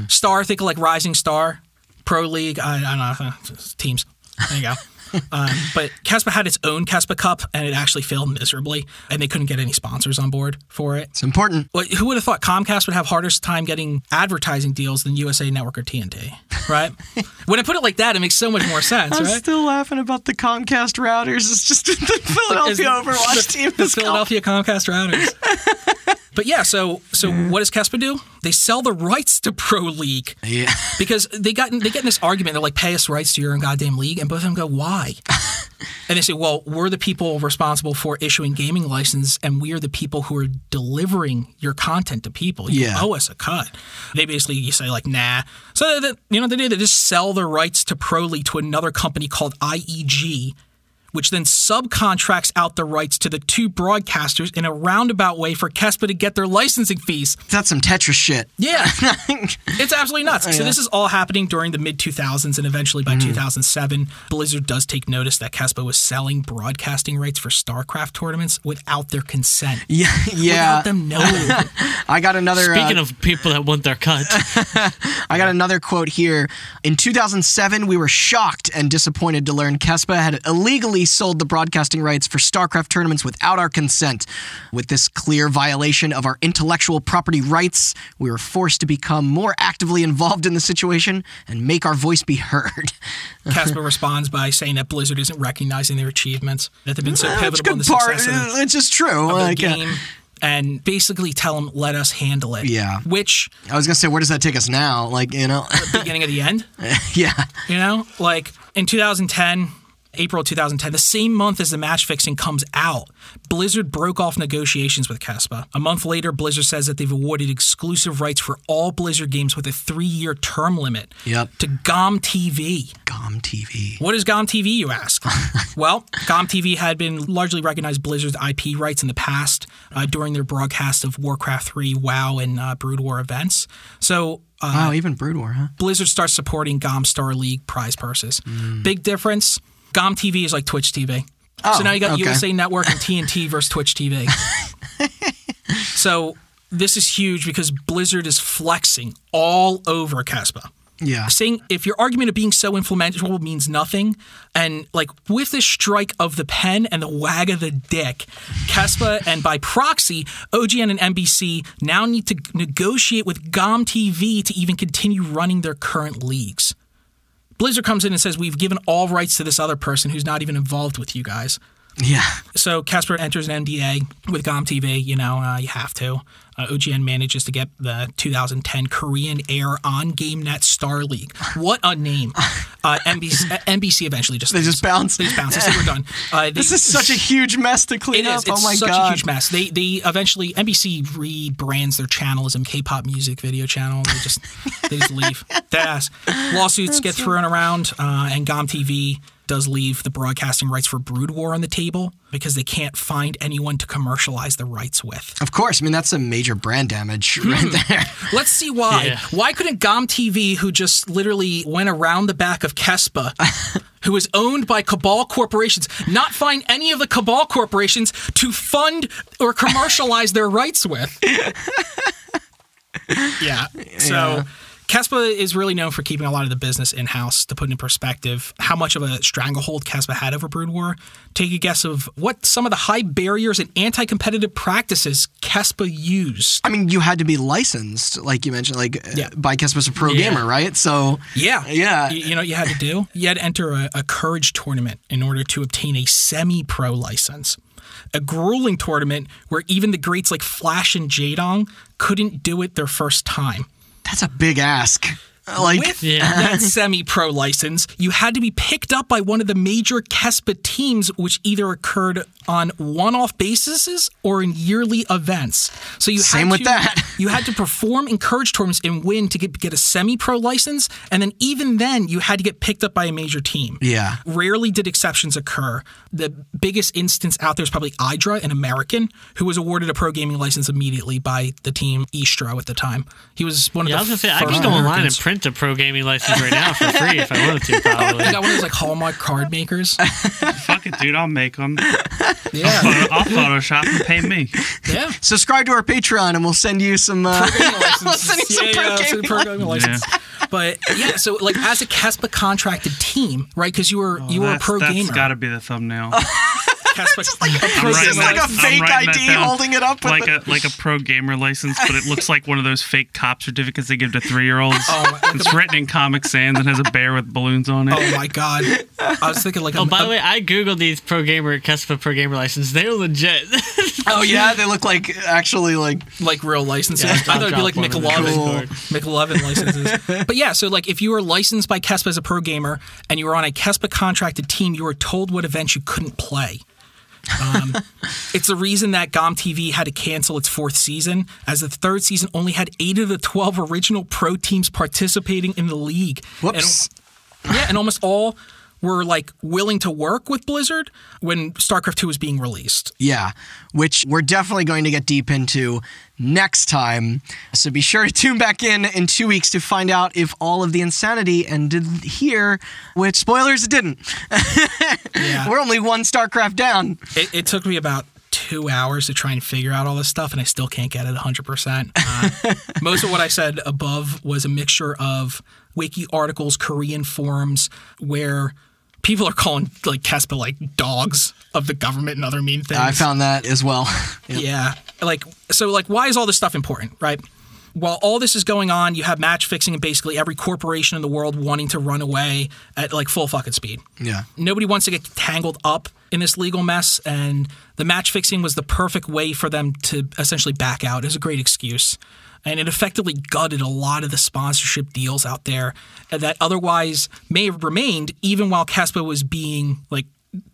[SPEAKER 5] Star, think like Rising Star, Pro League, I, I don't know, it's teams. There you go. um, but Caspa had its own Caspa Cup, and it actually failed miserably, and they couldn't get any sponsors on board for it.
[SPEAKER 2] It's important.
[SPEAKER 5] Like, who would have thought Comcast would have harder time getting advertising deals than USA Network or TNT, right? when I put it like that, it makes so much more sense, right?
[SPEAKER 2] still laughing about the Comcast routers. It's just the
[SPEAKER 5] Is
[SPEAKER 2] Philadelphia
[SPEAKER 5] the- the- the Philadelphia Comcast routers. but yeah, so so what does Kespa do? They sell the rights to Pro League
[SPEAKER 2] Yeah.
[SPEAKER 5] because they got in, they get in this argument. They're like, "Pay us rights to your own goddamn league," and both of them go, "Why?" and they say, "Well, we're the people responsible for issuing gaming license, and we're the people who are delivering your content to people. You
[SPEAKER 2] Yeah.
[SPEAKER 5] owe us a cut." They basically say like, "Nah." So that, you know what they do? They just sell their rights to Pro League to another company called IEG. Which then subcontracts out the rights to the two broadcasters in a roundabout way for Kespa to get their licensing fees.
[SPEAKER 2] That's some Tetris shit.
[SPEAKER 5] Yeah. It's absolutely nuts. So this is all happening during the mid 2000s, and eventually
[SPEAKER 2] Hmm.
[SPEAKER 5] by 2007, Blizzard does take notice that Caspa was selling broadcasting rights for StarCraft tournaments without their consent.
[SPEAKER 2] Yeah.
[SPEAKER 5] Without
[SPEAKER 2] Yeah.
[SPEAKER 5] them knowing.
[SPEAKER 2] I got another. uh,
[SPEAKER 3] Speaking of people that want their cut,
[SPEAKER 2] I got another quote here. In 2007, we were shocked and disappointed to learn Kespa had illegally sold the broadcasting rights for StarCraft tournaments without our consent. With this clear violation of our intellectual property rights, we were forced to become more actively involved in the situation and make our voice be heard.
[SPEAKER 5] Caspa responds by saying that Blizzard isn't recognizing their achievements, that they've been so
[SPEAKER 2] That's a
[SPEAKER 5] pivotal in
[SPEAKER 2] good
[SPEAKER 5] the
[SPEAKER 2] part. uh,
[SPEAKER 5] success of the-
[SPEAKER 2] It's just true.
[SPEAKER 5] of the
[SPEAKER 2] Like, uh,
[SPEAKER 5] game. And basically tell them, let us handle it.
[SPEAKER 2] Yeah.
[SPEAKER 5] Which,
[SPEAKER 2] I was gonna say, where does that take us now? Like, you know,
[SPEAKER 5] beginning of the end,
[SPEAKER 2] yeah,
[SPEAKER 5] You know, like in 2010, April 2010, the same month as the match fixing comes out, Blizzard broke off negotiations with Caspa. A month later, Blizzard says that they've awarded exclusive rights for all Blizzard games with a three year term limit
[SPEAKER 2] Yep.
[SPEAKER 5] to GOM TV.
[SPEAKER 2] Gom TV.
[SPEAKER 5] What is GOM TV, you ask? well, GOM TV had been largely recognized Blizzard's IP rights in the past uh, during their broadcasts of Warcraft 3, WoW, and uh, Brood War events. So
[SPEAKER 2] wow, even Brood War, huh?
[SPEAKER 5] Blizzard starts supporting GOM Star League prize purses.
[SPEAKER 2] Mm.
[SPEAKER 5] Big difference. GOM TV is like Twitch TV.
[SPEAKER 2] Oh,
[SPEAKER 5] so now you got
[SPEAKER 2] okay.
[SPEAKER 5] USA Network and TNT versus Twitch TV. so this is huge because Blizzard is flexing all over Caspa.
[SPEAKER 2] Yeah.
[SPEAKER 5] Saying if your argument of being so influential means nothing, and like with the strike of the pen and the wag of the dick, Kespa and by proxy, OGN and NBC now need to negotiate with GOM TV to even continue running their current leagues. Blizzard comes in and says, We've given all rights to this other person who's not even involved with you guys.
[SPEAKER 2] Yeah.
[SPEAKER 5] So Casper enters an NDA with GOM TV. You know, uh, you have to. Uh, OGN manages to get the 2010 Korean Air on GameNet Star League. What a name! Uh, NBC, uh, NBC eventually just
[SPEAKER 2] They just bounce.
[SPEAKER 5] They just bounce. They say we're done. Uh, they-
[SPEAKER 2] This is such a huge mess to
[SPEAKER 5] It
[SPEAKER 2] clean
[SPEAKER 5] is.
[SPEAKER 2] up.
[SPEAKER 5] It's
[SPEAKER 2] oh my
[SPEAKER 5] such
[SPEAKER 2] god.
[SPEAKER 5] a huge mess. They they eventually NBC rebrands their channel as MK-pop music video channel. They just they just leave. That's lawsuits get thrown around, uh, and GOM TV does leave the broadcasting rights for Brood War on the table because they can't find anyone to commercialize the rights with.
[SPEAKER 2] Of course. I mean, that's some major brand damage
[SPEAKER 5] Hmm.
[SPEAKER 2] right there.
[SPEAKER 5] Let's see why.
[SPEAKER 3] Yeah.
[SPEAKER 5] Why couldn't GOM TV, who just literally went around the back of Kespa, who is owned by cabal corporations, not find any of the cabal corporations to fund or commercialize their rights with? yeah. So. Kespa is really known for keeping a lot of the business in house. To put in perspective, how much of a stranglehold Kespa had over Brood War, take a guess of what some of the high barriers and anti competitive practices Kespa used.
[SPEAKER 2] I mean, you had to be licensed, like you mentioned, like uh,
[SPEAKER 5] Yeah.
[SPEAKER 2] by Kespa's a pro
[SPEAKER 3] Yeah.
[SPEAKER 2] gamer, right? So
[SPEAKER 5] Yeah.
[SPEAKER 2] Yeah.
[SPEAKER 5] Y- You, know what you had to do? You had to enter a, a courage tournament in order to obtain a semi pro license. A grueling tournament where even the greats like Flash and Jadong couldn't do it their first time.
[SPEAKER 2] that's a big ask. Uh, Like,
[SPEAKER 5] With
[SPEAKER 3] Yeah.
[SPEAKER 5] that semi pro license, you had to be picked up by one of the major KESPA teams, which either occurred on one off basis or in yearly events. So you
[SPEAKER 2] Same
[SPEAKER 5] had
[SPEAKER 2] with
[SPEAKER 5] to,
[SPEAKER 2] that.
[SPEAKER 5] You had to perform in courage tournaments and win to get, get a semi pro license. And then even then, you had to get picked up by a major team.
[SPEAKER 2] yeah.
[SPEAKER 5] Rarely did exceptions occur. The biggest instance out there is probably Idra, an American, who was awarded a pro gaming license immediately by the team Istro at the time. He was one of
[SPEAKER 3] Yeah, I
[SPEAKER 5] the
[SPEAKER 3] was gonna say I
[SPEAKER 5] first
[SPEAKER 3] can go online
[SPEAKER 5] Americans.
[SPEAKER 3] and print a pro gaming license right now for free if I wanted to. Probably.
[SPEAKER 5] I got one of those like Hallmark card makers.
[SPEAKER 4] Fuck it, dude. I'll make them.
[SPEAKER 5] Yeah,
[SPEAKER 4] I'll Photoshop and pay me.
[SPEAKER 5] yeah.
[SPEAKER 2] Subscribe to our Patreon, and we'll send you some. Uh,
[SPEAKER 5] We'll
[SPEAKER 2] send you some pro gaming
[SPEAKER 5] license. But yeah, so like as a Kespa contracted team, right? Because you were you were a
[SPEAKER 4] Oh, That's,
[SPEAKER 5] pro
[SPEAKER 4] that's
[SPEAKER 5] gamer.
[SPEAKER 4] got to be the thumbnail.
[SPEAKER 5] Kespa, pro
[SPEAKER 2] It's
[SPEAKER 4] writing
[SPEAKER 2] just
[SPEAKER 5] gamer.
[SPEAKER 2] like a
[SPEAKER 4] that- I'm
[SPEAKER 2] fake
[SPEAKER 4] writing that
[SPEAKER 2] ID
[SPEAKER 4] down.
[SPEAKER 2] holding it up with
[SPEAKER 4] like
[SPEAKER 2] the-
[SPEAKER 4] a like a pro gamer license, but it looks like one of those fake cop certificates they give to three year olds.
[SPEAKER 5] Oh, my-
[SPEAKER 4] it's written in Comic Sans and has a bear with balloons on it.
[SPEAKER 5] oh my god! I was thinking like a,
[SPEAKER 3] Oh, by
[SPEAKER 5] a-
[SPEAKER 3] the way, I googled these pro gamer Kespa pro gamer license. They're legit.
[SPEAKER 2] oh yeah, they look like actually like
[SPEAKER 5] like real licenses.
[SPEAKER 3] Yeah,
[SPEAKER 5] I thought it'd be like
[SPEAKER 3] drop one in the
[SPEAKER 5] McLovin,
[SPEAKER 3] Discord.
[SPEAKER 5] McLovin licenses. but yeah, so like if you were licensed by Kespa as a pro gamer and you were on a Kespa contracted team, you were told what events you couldn't play. Um, it's the reason that GOM TV had to cancel its fourth season, as the third season only had eight of the twelve original pro teams participating in the league. And-
[SPEAKER 2] whoops.
[SPEAKER 5] yeah, and almost all were like willing to work with Blizzard when StarCraft II was being released.
[SPEAKER 2] Yeah, which we're definitely going to get deep into next time. So be sure to tune back in in two weeks to find out if all of the insanity ended here, which spoilers, it didn't.
[SPEAKER 5] Yeah.
[SPEAKER 2] We're only one StarCraft down.
[SPEAKER 5] It, it took me about two hours to try and figure out all this stuff, and I still can't get it 100%. Uh, most of what I said above was a mixture of wiki articles, Korean forums, where people are calling like Kespa like dogs of the government and other mean things.
[SPEAKER 2] I found that as well. Yeah.
[SPEAKER 5] Yeah. Like so like why is all this stuff important, right? While all this is going on, you have match fixing and basically every corporation in the world wanting to run away at like full fucking speed.
[SPEAKER 2] Yeah.
[SPEAKER 5] Nobody wants to get tangled up in this legal mess and the match fixing was the perfect way for them to essentially back out. It was a great excuse. And it effectively gutted a lot of the sponsorship deals out there that otherwise may have remained even while Caspa was being like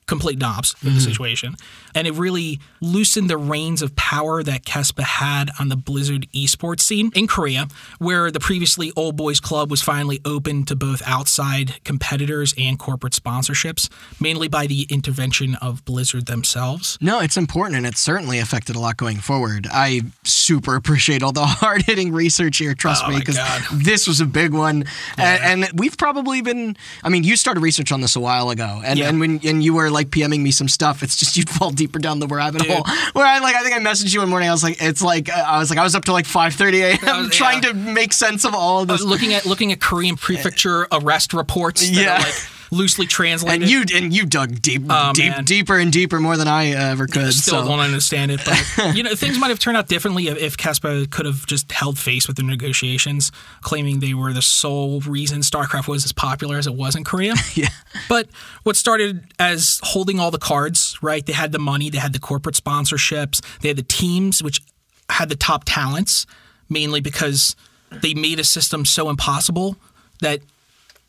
[SPEAKER 5] complete knobs in the
[SPEAKER 2] Mm-hmm.
[SPEAKER 5] situation. And it really loosened the reins of power that Kespa had on the Blizzard esports scene in Korea, where the previously Old Boys Club was finally open to both outside competitors and corporate sponsorships, mainly by the intervention of Blizzard themselves.
[SPEAKER 2] No, it's important and it certainly affected a lot going forward. I super appreciate all the hard hitting research here, trust me,
[SPEAKER 5] Oh my
[SPEAKER 2] because
[SPEAKER 5] God.
[SPEAKER 2] this was a big one. A- And, we've probably been, I mean, you started research on this a while ago. And,
[SPEAKER 5] Yeah.
[SPEAKER 2] and when and you were like PMing me some stuff, it's just you'd fall deeper down the rabbit hole. Where I like, I think I messaged you one morning. I was like, it's like, I was like, I was up to like 5.30
[SPEAKER 5] I
[SPEAKER 2] a.m.
[SPEAKER 5] was-
[SPEAKER 2] trying
[SPEAKER 5] yeah.
[SPEAKER 2] to make sense of all of this.
[SPEAKER 5] looking at looking at Korean prefecture arrest reports that
[SPEAKER 2] Yeah.
[SPEAKER 5] are like loosely translated.
[SPEAKER 2] and you and you dug deep,
[SPEAKER 5] Oh,
[SPEAKER 2] deep
[SPEAKER 5] man.
[SPEAKER 2] deeper and deeper more than I ever could.
[SPEAKER 5] still
[SPEAKER 2] so.
[SPEAKER 5] don't understand it. But you know, things might have turned out differently if- if Caspa could have just held face with the negotiations, claiming they were the sole reason StarCraft was as popular as it was in Korea. yeah. But what started as holding all the cards, right? They had the money, they had the corporate sponsorships, they had the teams, which had the top talents, mainly because they made a system so impossible that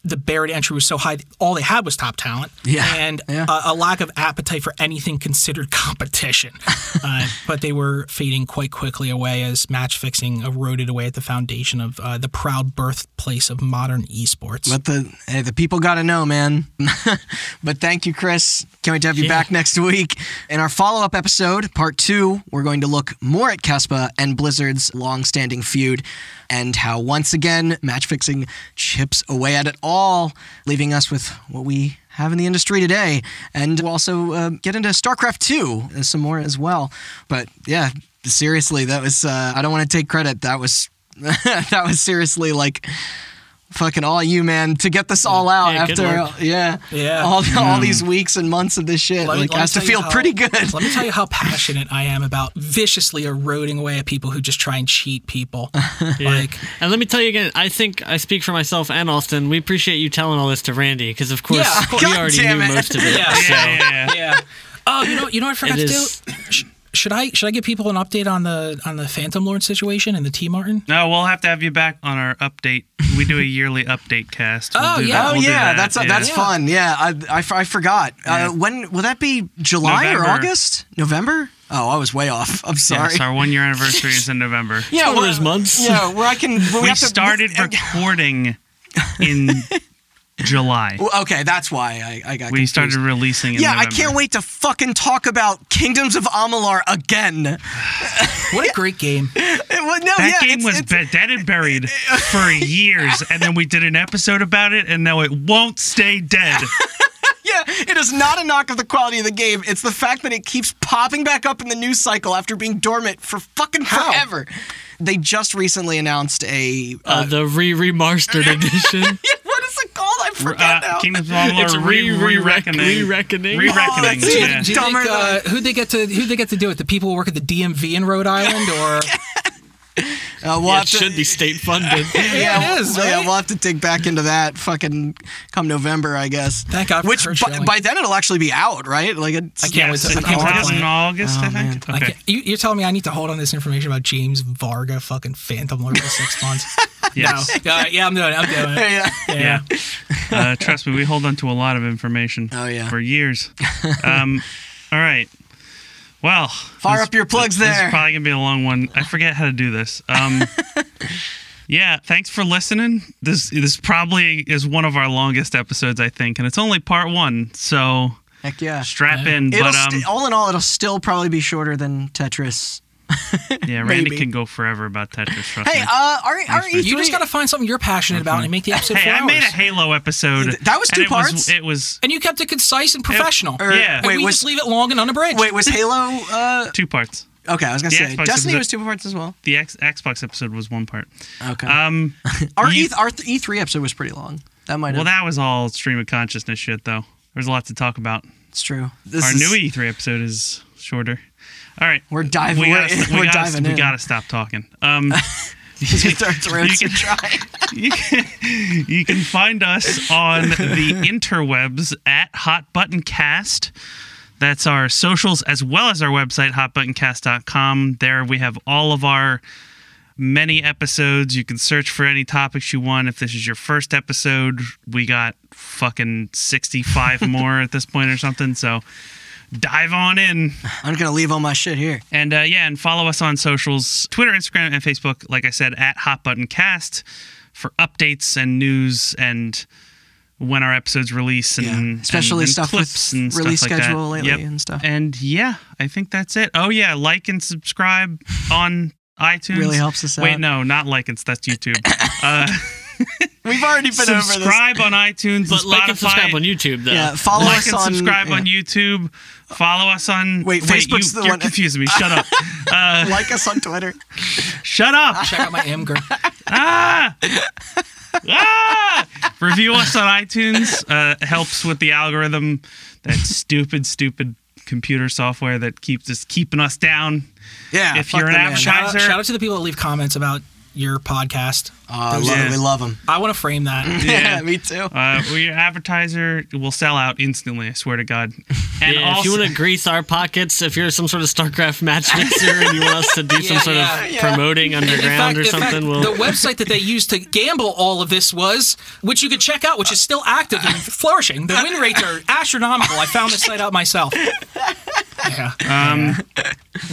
[SPEAKER 5] the barrier to entry was so high. All they had was top talent,
[SPEAKER 2] Yeah,
[SPEAKER 5] and
[SPEAKER 2] yeah.
[SPEAKER 5] A, a lack of appetite for anything considered competition. uh, but they were fading quite quickly away as match fixing eroded away at the foundation of uh, the proud birthplace of modern esports.
[SPEAKER 2] But the hey, the people got to know, man. but thank you, Chris. Can't wait to have you back next week. In our follow up episode, part two, we're going to look more at Kespa and Blizzard's long standing feud and how, once again, match fixing chips away at it all, leaving us with what we have in the industry today. And we'll also uh, get into StarCraft 2 and some more as well. But yeah, seriously, that was, uh, I don't want to take credit. That was. that was seriously like fucking all you, man, to get this all out
[SPEAKER 3] Yeah, good work.
[SPEAKER 2] after yeah,
[SPEAKER 5] Yeah.
[SPEAKER 2] all, all these weeks and months of this shit.
[SPEAKER 5] Let me-
[SPEAKER 2] like,
[SPEAKER 5] let me
[SPEAKER 2] has to
[SPEAKER 5] tell you
[SPEAKER 2] feel
[SPEAKER 5] how-
[SPEAKER 2] pretty good.
[SPEAKER 5] Let me tell you how passionate I am about viciously eroding away at people who just try and cheat people. Like,
[SPEAKER 3] And let me tell you again, I think I speak for myself and Austin. We appreciate you telling all this to Randy because, of course,
[SPEAKER 5] Yeah, of course.
[SPEAKER 3] we
[SPEAKER 2] God
[SPEAKER 3] already
[SPEAKER 2] damn
[SPEAKER 3] knew
[SPEAKER 2] it.
[SPEAKER 3] most of it.
[SPEAKER 2] Oh,
[SPEAKER 5] yeah,
[SPEAKER 4] Yeah, yeah, yeah.
[SPEAKER 5] yeah. Oh, you know, you know, what I forgot
[SPEAKER 3] It
[SPEAKER 5] to
[SPEAKER 3] is-
[SPEAKER 5] do. Sh- Should I should I give people an update on the on the Phantom Lord situation and the T Martin?
[SPEAKER 4] No, we'll have to have you back on our update. We do a yearly update cast. We'll
[SPEAKER 5] Oh,
[SPEAKER 4] do
[SPEAKER 5] yeah.
[SPEAKER 4] that.
[SPEAKER 2] Oh
[SPEAKER 4] We'll do
[SPEAKER 2] yeah,
[SPEAKER 4] that.
[SPEAKER 2] that's that's
[SPEAKER 5] Yeah.
[SPEAKER 2] fun. Yeah, I I, f- I forgot. Uh, when will that be? July or
[SPEAKER 4] November.
[SPEAKER 2] August? November? Oh, I was way off. I'm
[SPEAKER 4] Yeah,
[SPEAKER 2] sorry.
[SPEAKER 4] it's our one year anniversary is in November.
[SPEAKER 2] Yeah,
[SPEAKER 3] one of
[SPEAKER 2] where-
[SPEAKER 3] those months.
[SPEAKER 2] Yeah, where I can. Where we,
[SPEAKER 4] we
[SPEAKER 2] have to-
[SPEAKER 4] started recording in July.
[SPEAKER 2] okay, that's why I, I got.
[SPEAKER 4] We
[SPEAKER 2] confused.
[SPEAKER 4] started releasing in
[SPEAKER 2] Yeah, I
[SPEAKER 4] November.
[SPEAKER 2] can't wait to fucking talk about Kingdoms of Amalur again.
[SPEAKER 5] What a great game!
[SPEAKER 2] It was- no,
[SPEAKER 4] That
[SPEAKER 2] yeah,
[SPEAKER 4] game
[SPEAKER 2] it's-
[SPEAKER 4] was
[SPEAKER 2] it's-
[SPEAKER 4] be- dead and buried for years, and then we did an episode about it, and now it won't stay dead. Uh,
[SPEAKER 2] Yeah, it is not a knock of the quality of the game. It's the fact that it keeps popping back up in the news cycle after being dormant for fucking forever. They just recently announced a.
[SPEAKER 3] Uh, the re remastered edition.
[SPEAKER 2] what is it called? I forgot
[SPEAKER 4] Uh,
[SPEAKER 2] now.
[SPEAKER 4] Kingdom of
[SPEAKER 3] It's
[SPEAKER 4] Amalur re
[SPEAKER 3] re-
[SPEAKER 4] re
[SPEAKER 3] re-
[SPEAKER 4] reckoning.
[SPEAKER 3] reckoning.
[SPEAKER 4] Re
[SPEAKER 2] Oh,
[SPEAKER 4] reckoning.
[SPEAKER 2] that's it.
[SPEAKER 4] yeah.
[SPEAKER 5] Do you
[SPEAKER 2] Dumber
[SPEAKER 5] think, uh,
[SPEAKER 2] than-
[SPEAKER 5] who they get to who they get to do it? The people who work at the DMV in Rhode Island, or
[SPEAKER 2] Uh, we'll
[SPEAKER 3] Yeah,
[SPEAKER 2] have
[SPEAKER 3] it
[SPEAKER 2] to-
[SPEAKER 3] should be state funded.
[SPEAKER 5] Yeah, it
[SPEAKER 2] we'll-
[SPEAKER 5] is,
[SPEAKER 2] Yeah,
[SPEAKER 5] right?
[SPEAKER 2] we'll have to dig back into that fucking come November, I guess.
[SPEAKER 5] Thank God for
[SPEAKER 2] Which
[SPEAKER 5] Kurt
[SPEAKER 2] by,
[SPEAKER 5] Schilling.
[SPEAKER 2] by then it'll actually be out, right? Like it's,
[SPEAKER 5] I can't wait
[SPEAKER 4] Yes, it
[SPEAKER 5] to- I
[SPEAKER 4] comes
[SPEAKER 5] can't wait to
[SPEAKER 4] out
[SPEAKER 5] play
[SPEAKER 4] in
[SPEAKER 5] it.
[SPEAKER 4] August, I think.
[SPEAKER 5] I
[SPEAKER 4] Okay.
[SPEAKER 5] can't- you, you're telling me I need to hold on this information about James Varga, fucking Phantom Lord, for six months?
[SPEAKER 4] Yes.
[SPEAKER 5] No. Uh, yeah, I'm doing it. I'm doing it.
[SPEAKER 2] yeah.
[SPEAKER 5] Yeah.
[SPEAKER 4] Yeah. Uh, trust me, we hold on to a lot of information.
[SPEAKER 2] Oh, yeah.
[SPEAKER 4] For years. Um, all right. Well,
[SPEAKER 2] Fire up your plugs
[SPEAKER 4] This
[SPEAKER 2] there.
[SPEAKER 4] is probably gonna be a long one. I forget how to do this. Um, yeah, thanks for listening. This this probably is one of our longest episodes, I think, and it's only part one. So
[SPEAKER 2] Heck yeah.
[SPEAKER 4] strap in.
[SPEAKER 2] It'll
[SPEAKER 4] But um,
[SPEAKER 2] st- oh, all in all, it'll still probably be shorter than Tetris.
[SPEAKER 4] yeah, Randy
[SPEAKER 2] maybe.
[SPEAKER 4] can go forever about Tetris. Trust
[SPEAKER 2] Hey,
[SPEAKER 4] me.
[SPEAKER 2] uh, our, our
[SPEAKER 4] for-
[SPEAKER 2] E3
[SPEAKER 5] You just gotta find something you're passionate about and make the episode
[SPEAKER 4] hey,
[SPEAKER 5] four
[SPEAKER 4] I made a
[SPEAKER 5] hours.
[SPEAKER 4] Halo episode.
[SPEAKER 2] That was
[SPEAKER 4] and
[SPEAKER 2] two
[SPEAKER 4] it was-
[SPEAKER 2] parts?
[SPEAKER 4] it was
[SPEAKER 5] and you kept it concise and professional.
[SPEAKER 2] or-
[SPEAKER 4] yeah.
[SPEAKER 5] and
[SPEAKER 2] Er, wait,
[SPEAKER 5] we
[SPEAKER 2] was-
[SPEAKER 5] just leave it long and unabridged.
[SPEAKER 2] Wait, was Halo? Uh,
[SPEAKER 4] two parts.
[SPEAKER 2] okay, I was gonna
[SPEAKER 4] The
[SPEAKER 2] say
[SPEAKER 4] Xbox
[SPEAKER 2] Destiny
[SPEAKER 4] episode-
[SPEAKER 2] was two parts as well.
[SPEAKER 4] The X- Xbox episode was one part.
[SPEAKER 2] Okay,
[SPEAKER 4] Um,
[SPEAKER 2] our
[SPEAKER 4] you-
[SPEAKER 2] E our E three episode was pretty long. That might
[SPEAKER 4] well,
[SPEAKER 2] have.
[SPEAKER 4] that was all stream of consciousness shit, though. There's a lot to talk about.
[SPEAKER 2] that's true. This
[SPEAKER 4] Our
[SPEAKER 2] is-
[SPEAKER 4] new E E3 episode is shorter. All right.
[SPEAKER 2] We're diving-
[SPEAKER 4] We gotta,
[SPEAKER 2] we're-
[SPEAKER 4] we
[SPEAKER 2] we're
[SPEAKER 4] gotta-
[SPEAKER 2] diving
[SPEAKER 4] We
[SPEAKER 2] in.
[SPEAKER 4] gotta stop talking. Um,
[SPEAKER 2] Just get our throats
[SPEAKER 4] You can-
[SPEAKER 2] dry.
[SPEAKER 4] you, can, you can find us on the interwebs at Hot Button Cast. That's our socials as well as our website, hotbuttoncast.com. There we have all of our many episodes. You can search for any topics you want. If this is your first episode, we got fucking 65 more at this point or something. So dive on in.
[SPEAKER 2] I'm gonna leave all my shit here.
[SPEAKER 4] And uh, yeah, and follow us on socials Twitter, Instagram, and Facebook. Like I said, at Hot Button Cast for updates and news and when our episodes release and
[SPEAKER 2] Yeah, especially
[SPEAKER 4] and- and
[SPEAKER 2] stuff with
[SPEAKER 4] clips and stuff
[SPEAKER 2] release
[SPEAKER 4] like that.
[SPEAKER 2] schedule lately
[SPEAKER 4] Yep.
[SPEAKER 2] and stuff.
[SPEAKER 4] And yeah, I think that's it. Oh yeah, like and subscribe on iTunes.
[SPEAKER 2] Really helps us
[SPEAKER 4] Wait,
[SPEAKER 2] out.
[SPEAKER 4] no, not like and that's YouTube. uh,
[SPEAKER 2] We've already been over this.
[SPEAKER 4] subscribe on iTunes,
[SPEAKER 3] But
[SPEAKER 4] and
[SPEAKER 3] like
[SPEAKER 4] Spotify.
[SPEAKER 3] and subscribe on YouTube, though.
[SPEAKER 2] Yeah, follow
[SPEAKER 4] like
[SPEAKER 2] us
[SPEAKER 4] and
[SPEAKER 2] on
[SPEAKER 4] subscribe
[SPEAKER 2] yeah.
[SPEAKER 4] on YouTube. Follow us on.
[SPEAKER 2] Wait, Facebook's
[SPEAKER 4] you,
[SPEAKER 2] the
[SPEAKER 4] you're
[SPEAKER 2] one-
[SPEAKER 4] confusing me. Shut up. Uh,
[SPEAKER 2] like us on Twitter.
[SPEAKER 4] shut up.
[SPEAKER 5] Check out my Imgur.
[SPEAKER 4] ah! ah! Review us on iTunes. Uh, helps with the algorithm. That stupid, stupid computer software that keeps us keeping us down.
[SPEAKER 2] Yeah.
[SPEAKER 4] If
[SPEAKER 2] fuck
[SPEAKER 4] you're an
[SPEAKER 2] the man.
[SPEAKER 4] advertiser-
[SPEAKER 5] Shout out, shout out to the people that leave comments about your podcast.
[SPEAKER 2] Oh, I love
[SPEAKER 4] Yeah.
[SPEAKER 2] it. We love them.
[SPEAKER 5] I want to frame that.
[SPEAKER 2] Yeah, me too.
[SPEAKER 4] Uh, well, your advertiser will sell out instantly. I swear to God. And
[SPEAKER 3] Yeah, if
[SPEAKER 4] also,
[SPEAKER 3] you want to grease our pockets, if you're some sort of StarCraft matchmaker and you want us to do some
[SPEAKER 5] Yeah,
[SPEAKER 3] sort
[SPEAKER 5] yeah,
[SPEAKER 3] of
[SPEAKER 2] yeah.
[SPEAKER 3] promoting underground or
[SPEAKER 5] in fact,
[SPEAKER 3] something, we'll.
[SPEAKER 5] the website that they used to gamble all of this was, which you could check out, which is still active and flourishing. The win rates are astronomical. I found this site out myself. Yeah.
[SPEAKER 4] um,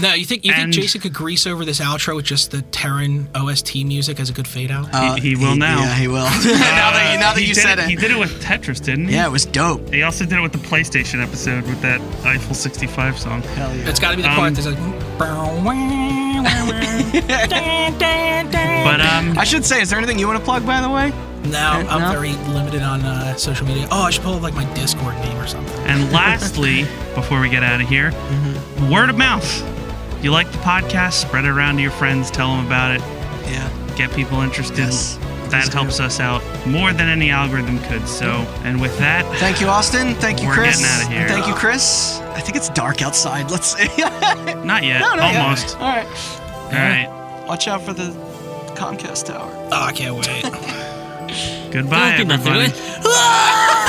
[SPEAKER 5] No, you think you
[SPEAKER 4] And-
[SPEAKER 5] think Jason could grease over this outro with just the Terran OST music as a good fade out?
[SPEAKER 4] he, he will now.
[SPEAKER 2] Yeah, Uh, he will. now that you, now that
[SPEAKER 4] He
[SPEAKER 2] you
[SPEAKER 4] did
[SPEAKER 2] said it.
[SPEAKER 4] He did it with Tetris, didn't he?
[SPEAKER 2] Yeah, it was dope.
[SPEAKER 4] He also did it with the PlayStation episode with that Eiffel 65 song.
[SPEAKER 2] Hell yeah.
[SPEAKER 5] it's got to be the
[SPEAKER 4] um,
[SPEAKER 5] part that's like. "Bow, wow, wow, wow, da, da, da."
[SPEAKER 4] But um,
[SPEAKER 2] I should say, is there anything you want to plug, by the way?
[SPEAKER 5] No, I'm
[SPEAKER 2] No?
[SPEAKER 5] very limited on uh, social media. Oh, I should pull up like my Discord name or something.
[SPEAKER 4] and lastly, before we get out of here,
[SPEAKER 2] Mm-hmm.
[SPEAKER 4] word of mouth. If you like the podcast, spread it around to your friends, tell them about it,
[SPEAKER 2] Yeah.
[SPEAKER 4] get people interested.
[SPEAKER 2] Yes. Please
[SPEAKER 4] That
[SPEAKER 2] do.
[SPEAKER 4] helps us out more than any algorithm could. So, and with that,
[SPEAKER 2] Thank you, Austin. Thank you,
[SPEAKER 4] We're
[SPEAKER 2] Chris.
[SPEAKER 4] getting outta here.
[SPEAKER 2] Thank you, Chris. I think it's dark outside. Let's see.
[SPEAKER 4] not yet,
[SPEAKER 2] No, not yet.
[SPEAKER 4] almost.
[SPEAKER 2] All right.
[SPEAKER 4] All right,
[SPEAKER 2] Watch out for the Comcast tower.
[SPEAKER 5] Oh, I can't wait.
[SPEAKER 4] goodbye,
[SPEAKER 3] Don't do nothing.
[SPEAKER 4] everybody.
[SPEAKER 3] Ah!